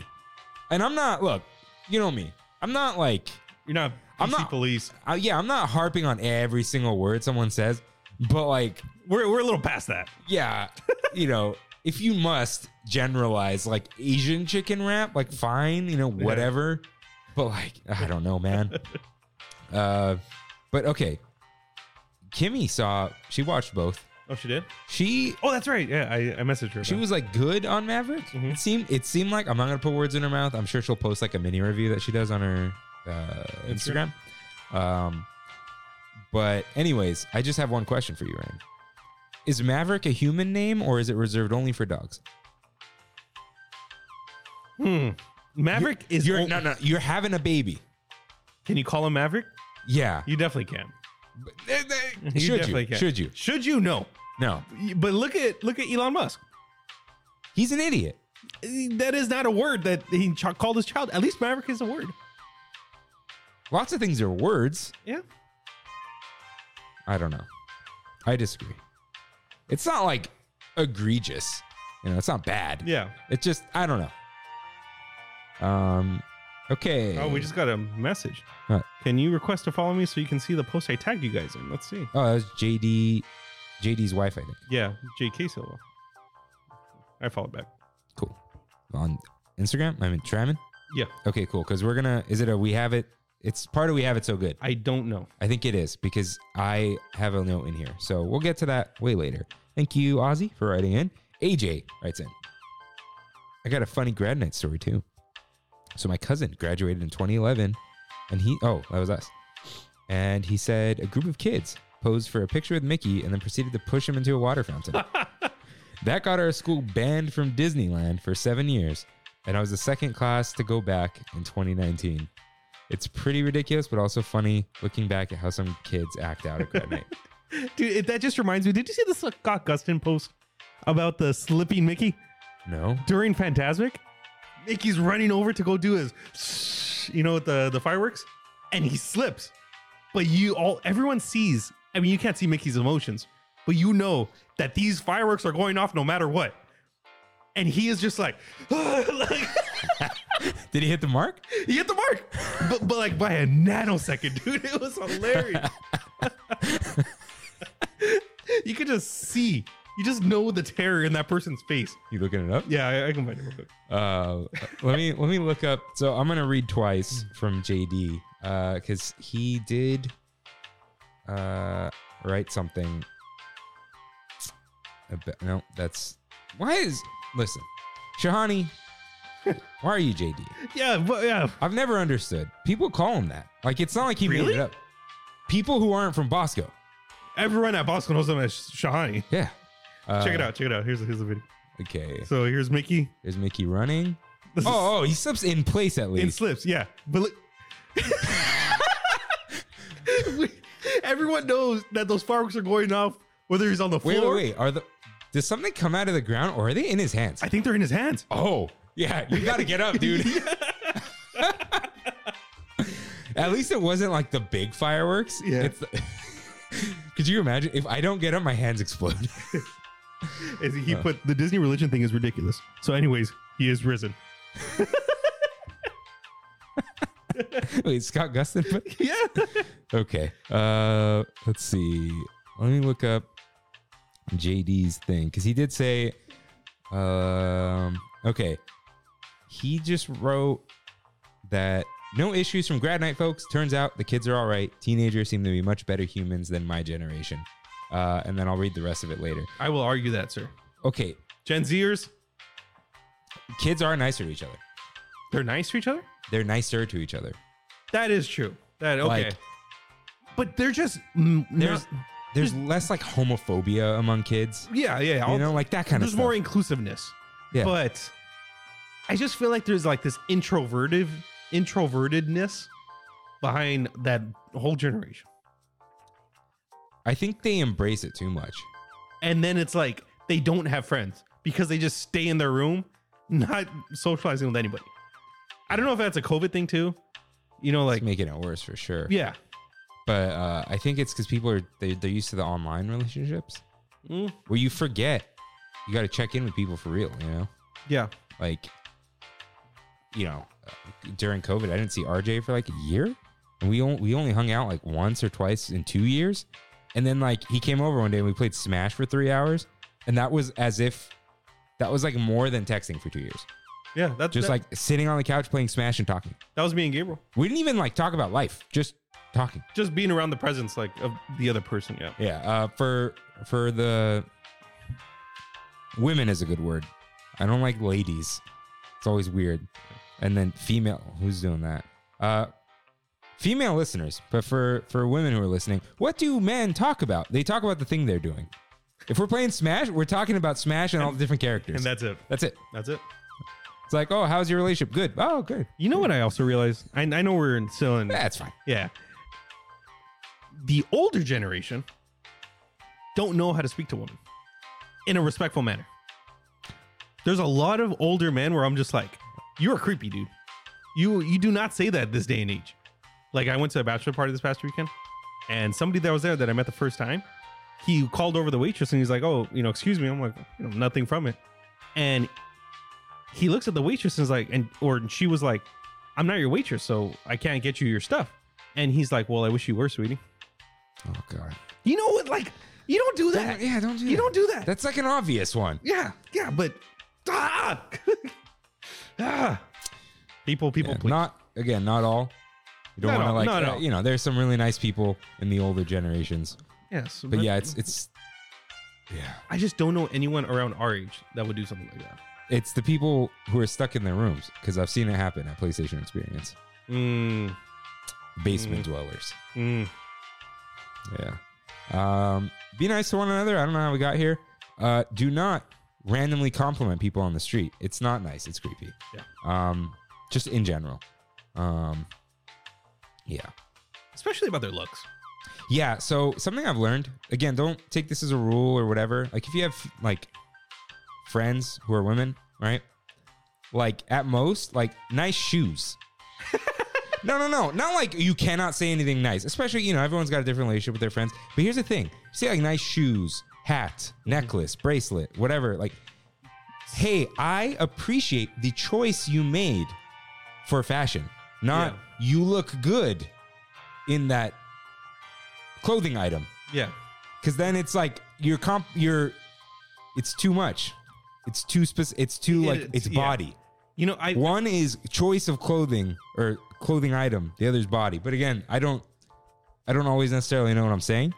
Speaker 1: and i'm not look you know me i'm not like
Speaker 2: You're not.
Speaker 1: I'm
Speaker 2: PC
Speaker 1: not-
Speaker 2: police.
Speaker 1: uh, yeah i'm not harping on every single word someone says but like
Speaker 2: We're we're a little past that.
Speaker 1: yeah you know if you must generalize like asian chicken wrap like fine you know whatever but like i don't know man uh but okay kimmy saw she watched both
Speaker 2: Oh, she did.
Speaker 1: She
Speaker 2: Oh, that's right. Yeah, I, I messaged her.
Speaker 1: she
Speaker 2: about
Speaker 1: was like good on Maverick.
Speaker 2: Mhm.
Speaker 1: It seemed it seemed like I'm not gonna put words in her mouth. I'm sure she'll post like a mini review that she does on her uh, Instagram.
Speaker 2: Instagram.
Speaker 1: Um, but anyways, I just have one question for you, Ryan. Is Maverick a human name or is it reserved only for dogs?
Speaker 2: it. Hmm. Maverick is.
Speaker 1: You're
Speaker 2: ol-
Speaker 1: no no. You're having a baby.
Speaker 2: Can you call him Maverick?
Speaker 1: Yeah.
Speaker 2: You definitely can.
Speaker 1: But- eh, eh,
Speaker 2: You
Speaker 1: should you?
Speaker 2: definitely can.
Speaker 1: Should you?
Speaker 2: Should you? No.
Speaker 1: No.
Speaker 2: But look at look at Elon Musk.
Speaker 1: He's an idiot.
Speaker 2: That is not a word that he ch- called his child. At least Maverick is a word.
Speaker 1: Lots of things are words.
Speaker 2: Yeah.
Speaker 1: I don't know. I disagree. It's not like egregious. You know, it's not bad.
Speaker 2: Yeah.
Speaker 1: It's just I don't know. Um. Okay.
Speaker 2: Oh, we just got a message.
Speaker 1: What?
Speaker 2: Can you request to follow me so you can see the post I tagged you guys in? Let's see.
Speaker 1: Oh, that's JD. JD's wife, I think.
Speaker 2: Yeah, J.K. Silva. I followed back.
Speaker 1: Cool. On Instagram, I mean Trammon.
Speaker 2: Yeah,
Speaker 1: Okay, cool. Because we're gonna. Is it a we have it? It's part of we have it so good.
Speaker 2: I don't know.
Speaker 1: I think it is because I have a note in here. So we'll get to that way later. Thank you, Ozzy, for writing in. AJ writes in. I got a funny grad night story too. So my cousin graduated in 2011, and he oh that was us, and he said a group of kids posed for a picture with Mickey and then proceeded to push him into a water fountain. that got our school banned from Disneyland for seven years, and I was the second class to go back in 2019. It's pretty ridiculous, but also funny looking back at how some kids act out at grad night.
Speaker 2: Dude, it- that just reminds me. Did you see the Scott Gustin post about the slipping Mickey
Speaker 1: No,
Speaker 2: during Fantasmic? Mickey's running over to go do his, you know, with the the fireworks, and he slips. But you all, everyone sees. I mean, you can't see Mickey's emotions, but you know that these fireworks are going off no matter what. And he is just like, like
Speaker 1: did he hit the mark?
Speaker 2: he hit the mark, but, but like by a nanosecond, dude. It was hilarious. you could just see, you just know the terror in that person's face.
Speaker 1: You looking it up?
Speaker 2: Yeah, I, I can find it real quick.
Speaker 1: Uh, let me let me look up. So I'm gonna read twice from JD because he did uh, write something. About, no, that's why is listen, Shahani. Why are you JD?
Speaker 2: Yeah, but yeah,
Speaker 1: I've never understood. People call him that. Like it's not like he made
Speaker 2: Really?
Speaker 1: it up. People who aren't from Bosco.
Speaker 2: everyone at Bosco knows him as Shahani.
Speaker 1: Yeah. Uh,
Speaker 2: Check it out. Check it out. Here's here's the video.
Speaker 1: Okay.
Speaker 2: So here's Mickey.
Speaker 1: There's Mickey running.
Speaker 2: This is-
Speaker 1: Oh, oh, he slips in place at
Speaker 2: in
Speaker 1: least.
Speaker 2: slips. Yeah, but look. We- everyone knows that those fireworks are going off, whether he's on the
Speaker 1: wait,
Speaker 2: floor.
Speaker 1: wait, wait. Are the does something come out of the ground or are they in his hands?
Speaker 2: I think they're in his hands.
Speaker 1: oh, yeah. You gotta get up, dude. at least it wasn't like the big fireworks.
Speaker 2: Yeah.
Speaker 1: could you imagine if I don't get up, my hands explode?
Speaker 2: Is
Speaker 1: Uh.
Speaker 2: he put the Disney religion thing is ridiculous. So, anyways, he is risen.
Speaker 1: wait, Scott Gustin. put-
Speaker 2: Yeah.
Speaker 1: Okay. Uh let's see. Let me look up JD's thing cuz he did say um okay. He just wrote that no issues from grad night folks. Turns out the kids are all right. Teenagers seem to be much better humans than my generation. Uh, and then I'll read the rest of it later.
Speaker 2: I will argue that, sir.
Speaker 1: Okay,
Speaker 2: Gen Zers,
Speaker 1: kids are nicer to each other.
Speaker 2: they're nice to each other.
Speaker 1: They're nicer to each other.
Speaker 2: That is true. That okay.
Speaker 1: Like-
Speaker 2: but they're just mm,
Speaker 1: There's
Speaker 2: not-
Speaker 1: there's less like homophobia among kids.
Speaker 2: yeah, yeah.
Speaker 1: You
Speaker 2: I'll-
Speaker 1: know, like that kind
Speaker 2: there's
Speaker 1: of stuff.
Speaker 2: more inclusiveness.
Speaker 1: Yeah.
Speaker 2: But I just feel like there's like this introverted introvertedness behind that whole generation.
Speaker 1: I think they embrace it too much.
Speaker 2: And then it's like they don't have friends because they just stay in their room, not socializing with anybody. I don't know if that's a COVID thing too. You know,
Speaker 1: Like
Speaker 2: like
Speaker 1: making it worse for sure.
Speaker 2: yeah.
Speaker 1: but uh, I think it's because people are they, they're used to the online relationships
Speaker 2: Mm,
Speaker 1: where you forget you got to check in with people for real. You know,
Speaker 2: yeah.
Speaker 1: like you know, uh, during COVID, I didn't see RJ for like a year, and we only we only hung out like once or twice in two years, and then like he came over one day and we played Smash for three hours, and that was as if that was like more than texting for two years,
Speaker 2: Yeah. That's
Speaker 1: just like sitting on the couch playing Smash and talking.
Speaker 2: that was me and Gabriel.
Speaker 1: We didn't even like talk about life, just talking.
Speaker 2: Just being around the presence like of the other person. Yeah.
Speaker 1: Yeah, uh, for for the women is a good word. I don't like ladies. It's always weird. And then female, who's doing that? Uh, female listeners, but for for women who are listening, what do men talk about? They talk about the thing they're doing. If we're playing Smash, we're talking about Smash and, all the different characters.
Speaker 2: and that's it.
Speaker 1: that's it.
Speaker 2: That's it.
Speaker 1: It's like, oh, how's your relationship? Good. Oh, good.
Speaker 2: You know what I also realized? I, I know we're in still in
Speaker 1: That's fine.
Speaker 2: yeah. The older generation don't know how to speak to women in a respectful manner. There's a lot of older men where I'm just like, you're a creepy dude. You you do not say that this day and age. Like I went to a bachelor party this past weekend, and somebody that was there that I met the first time, he called over the waitress and he's like, "Oh, you know, excuse me." I'm like, you know, nothing from it. And he looks at the waitress and is like, and or she was like, "I'm not your waitress, so I can't get you your stuff." And he's like, "Well, I wish you were, sweetie."
Speaker 1: Oh god.
Speaker 2: You know what? Like, you don't do that.
Speaker 1: Don't- yeah, don't do
Speaker 2: You
Speaker 1: that.
Speaker 2: don't do that.
Speaker 1: That's like an obvious one.
Speaker 2: yeah, yeah, but ah, ah. people, people,
Speaker 1: Yeah,
Speaker 2: please.
Speaker 1: Not again, not all. You don't
Speaker 2: Not
Speaker 1: want to
Speaker 2: all,
Speaker 1: like
Speaker 2: not
Speaker 1: uh,
Speaker 2: all.
Speaker 1: you know, there's some really nice people in the older generations.
Speaker 2: yes,
Speaker 1: But yeah, it's it's yeah.
Speaker 2: I just don't know anyone around our age that would do something like that.
Speaker 1: It's the people who are stuck in their rooms cuz I've seen it happen at PlayStation Experience.
Speaker 2: Mm,
Speaker 1: Basement dwellers.
Speaker 2: mm.
Speaker 1: Yeah. Um be nice to one another. I don't know how we got here. Uh do not randomly compliment people on the street. It's not nice. It's creepy.
Speaker 2: Yeah.
Speaker 1: Um just in general. Um yeah.
Speaker 2: Especially about their looks.
Speaker 1: Yeah. So something I've learned again, don't take this as a rule or whatever. Like if you have like friends who are women, right? Like at most, like nice shoes. no, no, no. Not like you cannot say anything nice. Especially, you know, everyone's got a different relationship with their friends. But here's the thing: say like nice shoes, hat, necklace, bracelet, whatever. Like, hey, I appreciate the choice you made for fashion. Not
Speaker 2: Yeah.
Speaker 1: you look good in that clothing item
Speaker 2: Yeah.
Speaker 1: because then it's like your comp your it's too much it's too specific it's too
Speaker 2: It-
Speaker 1: like
Speaker 2: it's-
Speaker 1: it's
Speaker 2: yeah.
Speaker 1: body
Speaker 2: You know, I
Speaker 1: one is choice of clothing or clothing item the other's body but again i don't i don't always necessarily know what i'm saying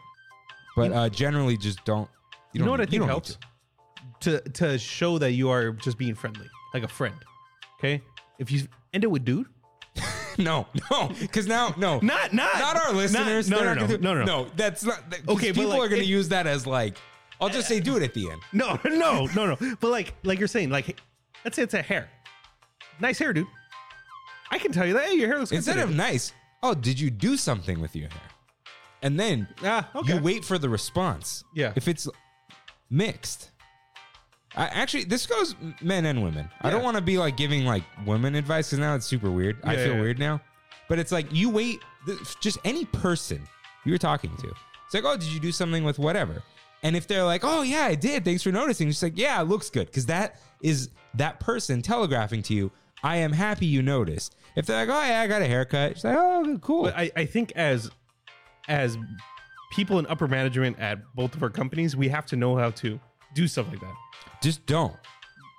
Speaker 1: but uh generally just don't
Speaker 2: you know what I
Speaker 1: need-
Speaker 2: think
Speaker 1: don't need
Speaker 2: helps
Speaker 1: to.
Speaker 2: to to show that you are just being friendly, like a friend. Okay, if you end it with dude,
Speaker 1: no no because now no
Speaker 2: not not
Speaker 1: not our listeners
Speaker 2: no,
Speaker 1: they're
Speaker 2: no,
Speaker 1: not
Speaker 2: no,
Speaker 1: gonna do-
Speaker 2: no, no, no,
Speaker 1: no that's not that, 'cause
Speaker 2: Okay, but
Speaker 1: people
Speaker 2: like,
Speaker 1: are gonna
Speaker 2: it- Eh,
Speaker 1: use that as like i'll just say do it at the end
Speaker 2: no, no, no, no. But like like you're saying, like let's say it's a hair, nice hair, dude. I can tell you that hey, your hair looks good
Speaker 1: Instead
Speaker 2: today.
Speaker 1: of nice, oh, did you do something with your hair? And then
Speaker 2: Ah, okay.
Speaker 1: you wait for the response.
Speaker 2: Yeah.
Speaker 1: If it's mixed. I actually this goes men and women. I don't
Speaker 2: Yeah.
Speaker 1: want to be like giving like women advice because now it's super weird. I
Speaker 2: Yeah,
Speaker 1: feel
Speaker 2: yeah.
Speaker 1: weird now. But it's like you wait th- just any person you were talking to. It's like, oh, did you do something with whatever? And if they're like, oh yeah, I did. Thanks for noticing. Just like, yeah, it looks good because that is that person telegraphing to you. I am happy you noticed. If they're like, oh yeah, I got a haircut. She's like, oh, cool.
Speaker 2: But I, I think as as people in upper management at both of our companies, we have to know how to do stuff like that.
Speaker 1: just don't.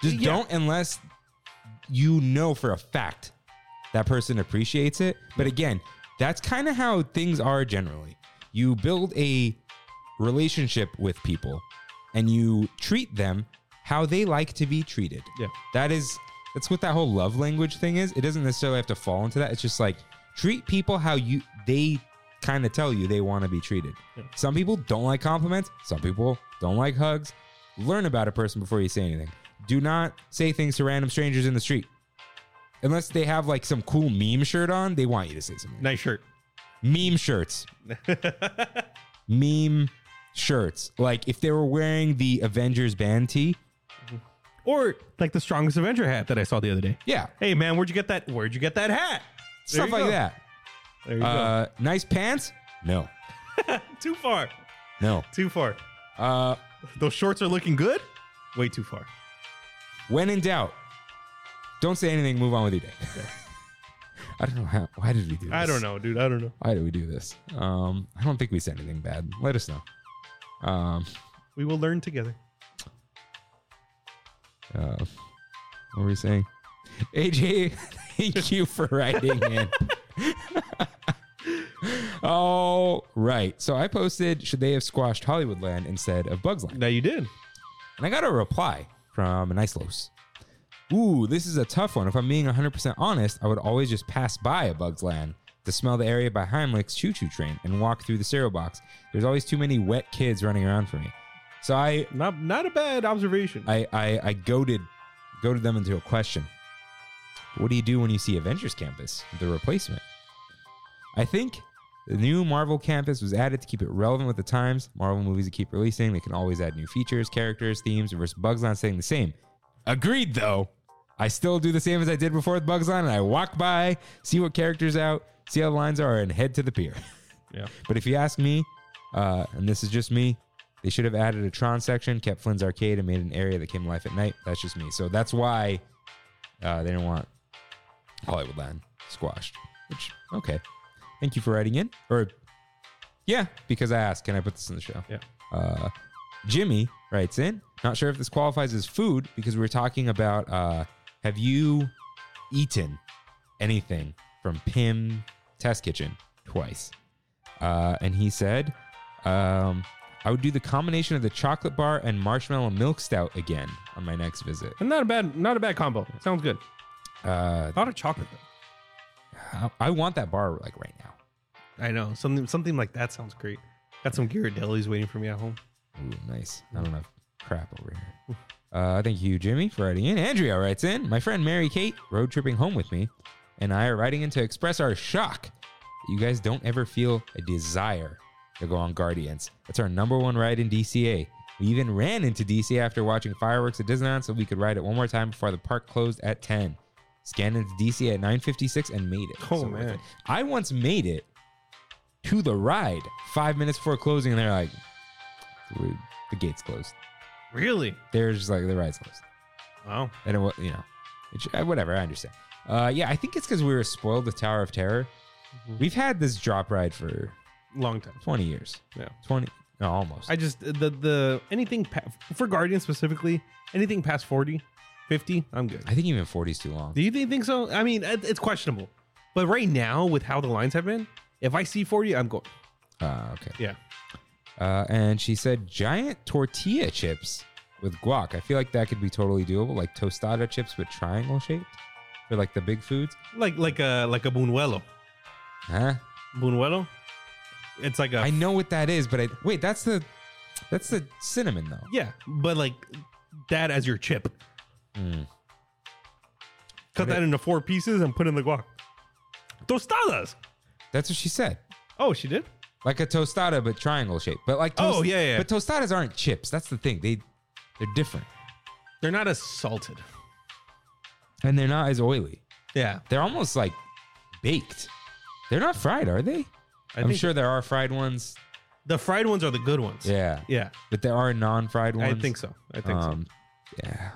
Speaker 1: Just
Speaker 2: Yeah.
Speaker 1: don't unless you know for a fact that person appreciates it. But again, that's kind of how things are generally. You build a relationship with people and you treat them how they like to be treated.
Speaker 2: Yeah.
Speaker 1: That is that's what that whole love language thing is. It doesn't necessarily have to fall into that. It's just like treat people how you they kind of tell you they want to be treated. Some people don't like compliments, some people don't like hugs. Learn about a person before you say anything. Do not say things to random strangers in the street. Unless they have like some cool meme shirt on, they want you to say something.
Speaker 2: Nice shirt.
Speaker 1: Meme shirts. meme shirts. Like if they were wearing the Avengers band tee,
Speaker 2: Or like the strongest Avenger hat that I saw the other day.
Speaker 1: yeah,
Speaker 2: Hey man, where'd you get that? Where'd you get that hat?
Speaker 1: stuff
Speaker 2: There you
Speaker 1: like
Speaker 2: go.
Speaker 1: that.
Speaker 2: There you
Speaker 1: Uh, nice pants? No,
Speaker 2: go. Too far.
Speaker 1: no.
Speaker 2: Too far.
Speaker 1: Uh,
Speaker 2: Those shorts are looking good. Way too far.
Speaker 1: when in doubt, don't say anything. Move on with your day. I don't know how. Why did we do? this?
Speaker 2: I don't know, dude. I don't know.
Speaker 1: Why did we do this? Um, I don't think we said anything bad. Let us know. Um,
Speaker 2: We will learn together.
Speaker 1: uh, what were we saying? AJ, thank you for writing in. All right. So I posted, should they have squashed Hollywoodland instead of Bugs Land?
Speaker 2: Now you did.
Speaker 1: And I got a reply from Nicelos. Ooh, this is a tough one. If I'm being 100% honest, I would always just pass by a Bugs Land to smell the area by Heimlich's choo choo train and walk through the cereal box. There's always too many wet kids running around for me. So I
Speaker 2: Not not a bad observation.
Speaker 1: I, I, I goaded, goaded them into a question. What do you do when you see Avengers Campus, the replacement? I think the new Marvel Campus was added to keep it relevant with the times. Marvel movies that keep releasing, they can always add new features, characters, themes, versus Bugs Line saying the same. Agreed, though. I still do the same as I did before with Bugs Line, and I walk by, see what characters out, see how the lines are, and head to the pier.
Speaker 2: yeah.
Speaker 1: But if you ask me, uh, and this is just me, they should have added a Tron section, kept Flynn's arcade, and made an area that came to life at night. That's just me. So that's why uh, they didn't want Hollywoodland squashed. Which okay, thank you for writing in. Or yeah, because I asked, can I put this in the show?
Speaker 2: Yeah.
Speaker 1: Uh, Jimmy writes in. Not sure if this qualifies as food because we were talking about uh, have you eaten anything from Pim Test Kitchen twice? Uh, and he said, um, I would do the combination of the chocolate bar and marshmallow milk stout again on my next visit.
Speaker 2: And not a bad not a bad combo. Sounds good.
Speaker 1: Uh,
Speaker 2: Not a chocolate though.
Speaker 1: I- I want that bar like right now.
Speaker 2: I know. Something something like that sounds great. Got some Ghirardellis waiting for me at home.
Speaker 1: Ooh, nice. I don't have crap over here. Uh, thank you, Jimmy, for writing in. Andrea writes in. My friend Mary Kate road tripping home with me, and I are writing in to express our shock that you guys don't ever feel a desire to go on Guardians. That's our number one ride in DCA. We even ran into DC after watching fireworks at Disneyland so we could ride it one more time before the park closed at 10. Scanned into DC at 9:56 and made it.
Speaker 2: Oh,
Speaker 1: worth
Speaker 2: man.
Speaker 1: it. I once made it to the ride five minutes before closing, and they're like, we- the gates closed.
Speaker 2: Really?
Speaker 1: They're just like the ride's closed,
Speaker 2: Wow.
Speaker 1: and it was you know, it, uh, whatever. I understand. Uh, yeah, I think it's because we were spoiled with Tower of Terror.
Speaker 2: Mm-hmm.
Speaker 1: We've had this drop ride for
Speaker 2: Long time.
Speaker 1: twenty years.
Speaker 2: Yeah.
Speaker 1: twenty, no, almost.
Speaker 2: I just the the anything pa- for Guardian specifically, anything past 40, 50, I'm good.
Speaker 1: I think even forty is too long.
Speaker 2: Do you thi- think so? I mean, it- it's questionable. But right now with how the lines have been, if I see 40, I'm going.
Speaker 1: Uh, okay.
Speaker 2: Yeah.
Speaker 1: Uh, and she said giant tortilla chips with guac. I feel like that could be totally doable, like tostada chips but triangle shaped for like the big foods.
Speaker 2: Like like a like a bunuelo.
Speaker 1: Huh?
Speaker 2: Bunuelo? It's like a
Speaker 1: I know what that is, but I wait. That's the that's the cinnamon though.
Speaker 2: Yeah, but like that as your chip.
Speaker 1: Hmm.
Speaker 2: Cut that into four pieces and put in the guac. Tostadas.
Speaker 1: That's what she said.
Speaker 2: Oh, she did.
Speaker 1: like a tostada but triangle shape. But like
Speaker 2: Oh, yeah, yeah.
Speaker 1: But tostadas aren't chips. That's the thing. They they're different
Speaker 2: They're not as salted.
Speaker 1: and they're not as oily.
Speaker 2: Yeah,
Speaker 1: They're almost like baked. They're not fried, are they?
Speaker 2: I
Speaker 1: I am
Speaker 2: think
Speaker 1: sure there are fried ones.
Speaker 2: the fried ones are the good ones.
Speaker 1: Yeah,
Speaker 2: yeah,
Speaker 1: but there are non-fried ones.
Speaker 2: I think so. I think so.
Speaker 1: Um, yeah.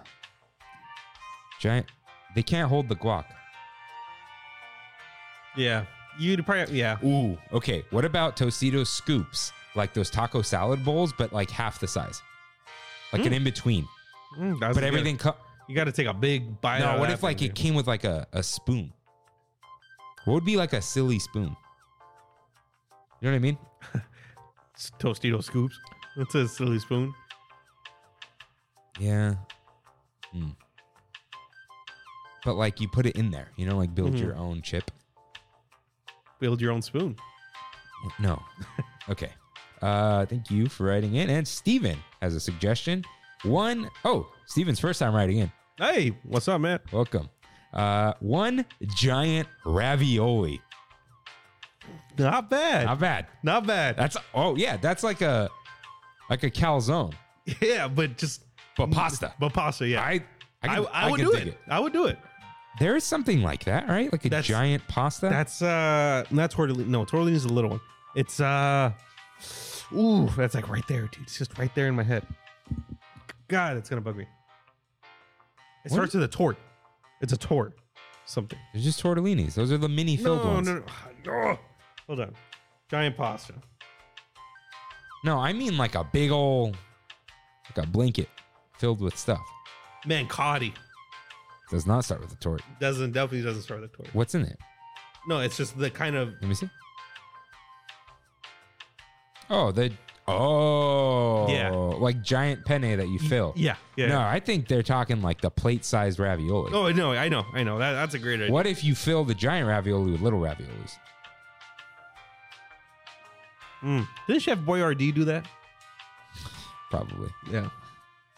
Speaker 1: Giant. They can't hold the guac.
Speaker 2: Yeah, you'd probably yeah.
Speaker 1: Ooh. Okay. What about Tostitos scoops, like those taco salad bowls, but like half the size, like an in between,
Speaker 2: Mm, Hmm. that's
Speaker 1: but
Speaker 2: good.
Speaker 1: everything. Co-
Speaker 2: you got to take a big bite. out
Speaker 1: No,
Speaker 2: of
Speaker 1: what
Speaker 2: that
Speaker 1: if like
Speaker 2: thing,
Speaker 1: it
Speaker 2: dude.
Speaker 1: came with like a, a spoon? What would be like a silly spoon? You know what I mean?
Speaker 2: It's Tostito scoops? That's a silly spoon.
Speaker 1: Yeah. Hmm. But like you put it in there, you know, like build your own chip.
Speaker 2: Build your own spoon.
Speaker 1: No. okay. Uh, thank you for writing in. And Steven has a suggestion. One, oh, Steven's first time writing in.
Speaker 2: Hey, what's up, man?
Speaker 1: Welcome. Uh, one giant ravioli.
Speaker 2: Not bad.
Speaker 1: Not bad.
Speaker 2: Not bad.
Speaker 1: That's oh yeah, that's like a like a calzone,
Speaker 2: Yeah, but just
Speaker 1: but pasta.
Speaker 2: but pasta. Yeah,
Speaker 1: I I,
Speaker 2: I,
Speaker 1: can,
Speaker 2: I, would
Speaker 1: can
Speaker 2: do
Speaker 1: dig
Speaker 2: it. I would do it.
Speaker 1: There is something like that, right? Like a
Speaker 2: That's-
Speaker 1: giant pasta.
Speaker 2: That's uh, not tortellini. No, tortellini is a little one. It's uh, ooh, that's like right there, dude. It's just right there in my head. God, it's gonna bug me. It
Speaker 1: What
Speaker 2: starts with a tort. It's a tort. Something.
Speaker 1: They're just tortellinis. Those are the mini filled
Speaker 2: No,
Speaker 1: ones.
Speaker 2: no, no, no. Hold on. Giant pasta.
Speaker 1: No, I mean like a big old like a blanket filled with stuff.
Speaker 2: Mancotti
Speaker 1: Does not start with a tort.
Speaker 2: doesn't definitely doesn't start with a tort.
Speaker 1: What's in it?
Speaker 2: No, it's just the kind of
Speaker 1: Let me see. Oh, they. Oh,
Speaker 2: Yeah.
Speaker 1: Like giant penne that you fill.
Speaker 2: Yeah, yeah.
Speaker 1: No, I think they're talking like the plate-sized ravioli.
Speaker 2: Oh no, I know, I know. That, that's a great idea.
Speaker 1: What if you fill the giant ravioli with little raviolis?
Speaker 2: Mm. Didn't Chef Boyardee do that?
Speaker 1: Probably.
Speaker 2: Yeah.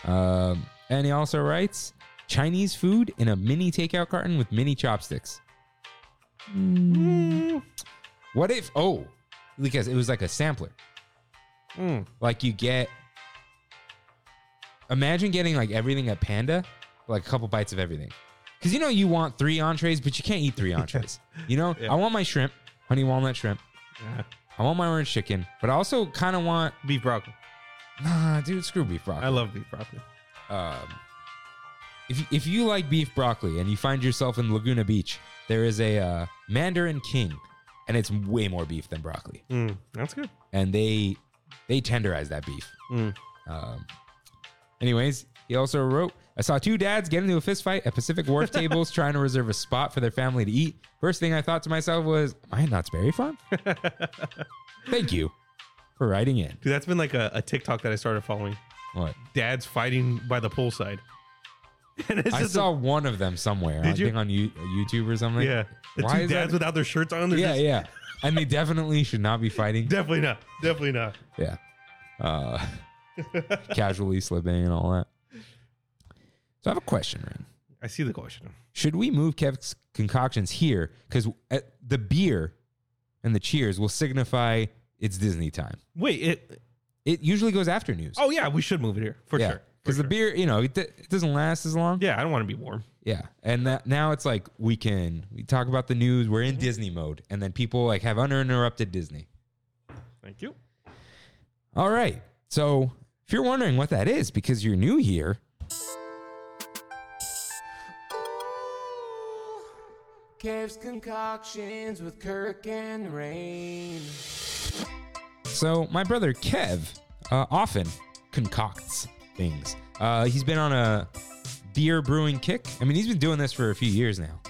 Speaker 1: Um, and he also writes Chinese food in a mini takeout carton with mini chopsticks.
Speaker 2: Hmm.
Speaker 1: Hmm. What if? Oh, because it was like a sampler.
Speaker 2: Mm.
Speaker 1: Like you get. Imagine getting like everything at Panda, like a couple bites of everything. Because you know you want three entrees, but you can't eat three entrees. You know,
Speaker 2: Yeah.
Speaker 1: I want my shrimp, honey walnut shrimp.
Speaker 2: Yeah.
Speaker 1: I want my orange chicken, but I also kind of want
Speaker 2: Beef broccoli.
Speaker 1: nah, dude, screw beef broccoli.
Speaker 2: I love beef broccoli.
Speaker 1: um, if, if you like beef broccoli and you find yourself in Laguna Beach, there is a uh, Mandarin King, and it's way more beef than broccoli,
Speaker 2: Mm. That's good.
Speaker 1: and they they tenderize that beef.
Speaker 2: Mm.
Speaker 1: Um, anyways, he also wrote, "I saw two dads get into a fist fight at Pacific Wharf tables trying to reserve a spot for their family to eat. First thing I thought to myself was, am I at Knott's Berry Farm? Thank you for writing in.
Speaker 2: Dude, that's been like a, a TikTok that I started following.
Speaker 1: What
Speaker 2: Dad's fighting by the poolside. And it's
Speaker 1: I
Speaker 2: just
Speaker 1: saw one of them somewhere.
Speaker 2: Did
Speaker 1: I
Speaker 2: you-
Speaker 1: think on you, YouTube or
Speaker 2: a,
Speaker 1: something.
Speaker 2: yeah. The
Speaker 1: Why
Speaker 2: two
Speaker 1: is that
Speaker 2: dads without their shirts on. They're
Speaker 1: yeah,
Speaker 2: just,
Speaker 1: yeah. And they definitely should not be fighting.
Speaker 2: Definitely not. Definitely not.
Speaker 1: Yeah. Uh, casually slipping and all that. So I have a question, Ren.
Speaker 2: I see the question.
Speaker 1: Should we move Kev's concoctions here? Because the beer and the cheers will signify it's Disney time.
Speaker 2: Wait. It,
Speaker 1: It usually goes after news.
Speaker 2: oh yeah, we should move it here for
Speaker 1: yeah.
Speaker 2: sure. For
Speaker 1: Because
Speaker 2: sure.
Speaker 1: the beer, you know, it, d- it doesn't last as long.
Speaker 2: Yeah, I don't want to be warm.
Speaker 1: Yeah, and that now it's like we can we talk about the news. We're in
Speaker 2: Mm-hmm.
Speaker 1: Disney mode, and then people like have uninterrupted Disney.
Speaker 2: Thank you.
Speaker 1: All right, so if you're wondering what that is because you're new here,
Speaker 4: Caves concoctions with Kirk and Rain.
Speaker 1: so my brother Kev uh, often concocts things. Uh, he's been on a beer brewing kick. I mean, he's been doing this for a few years now,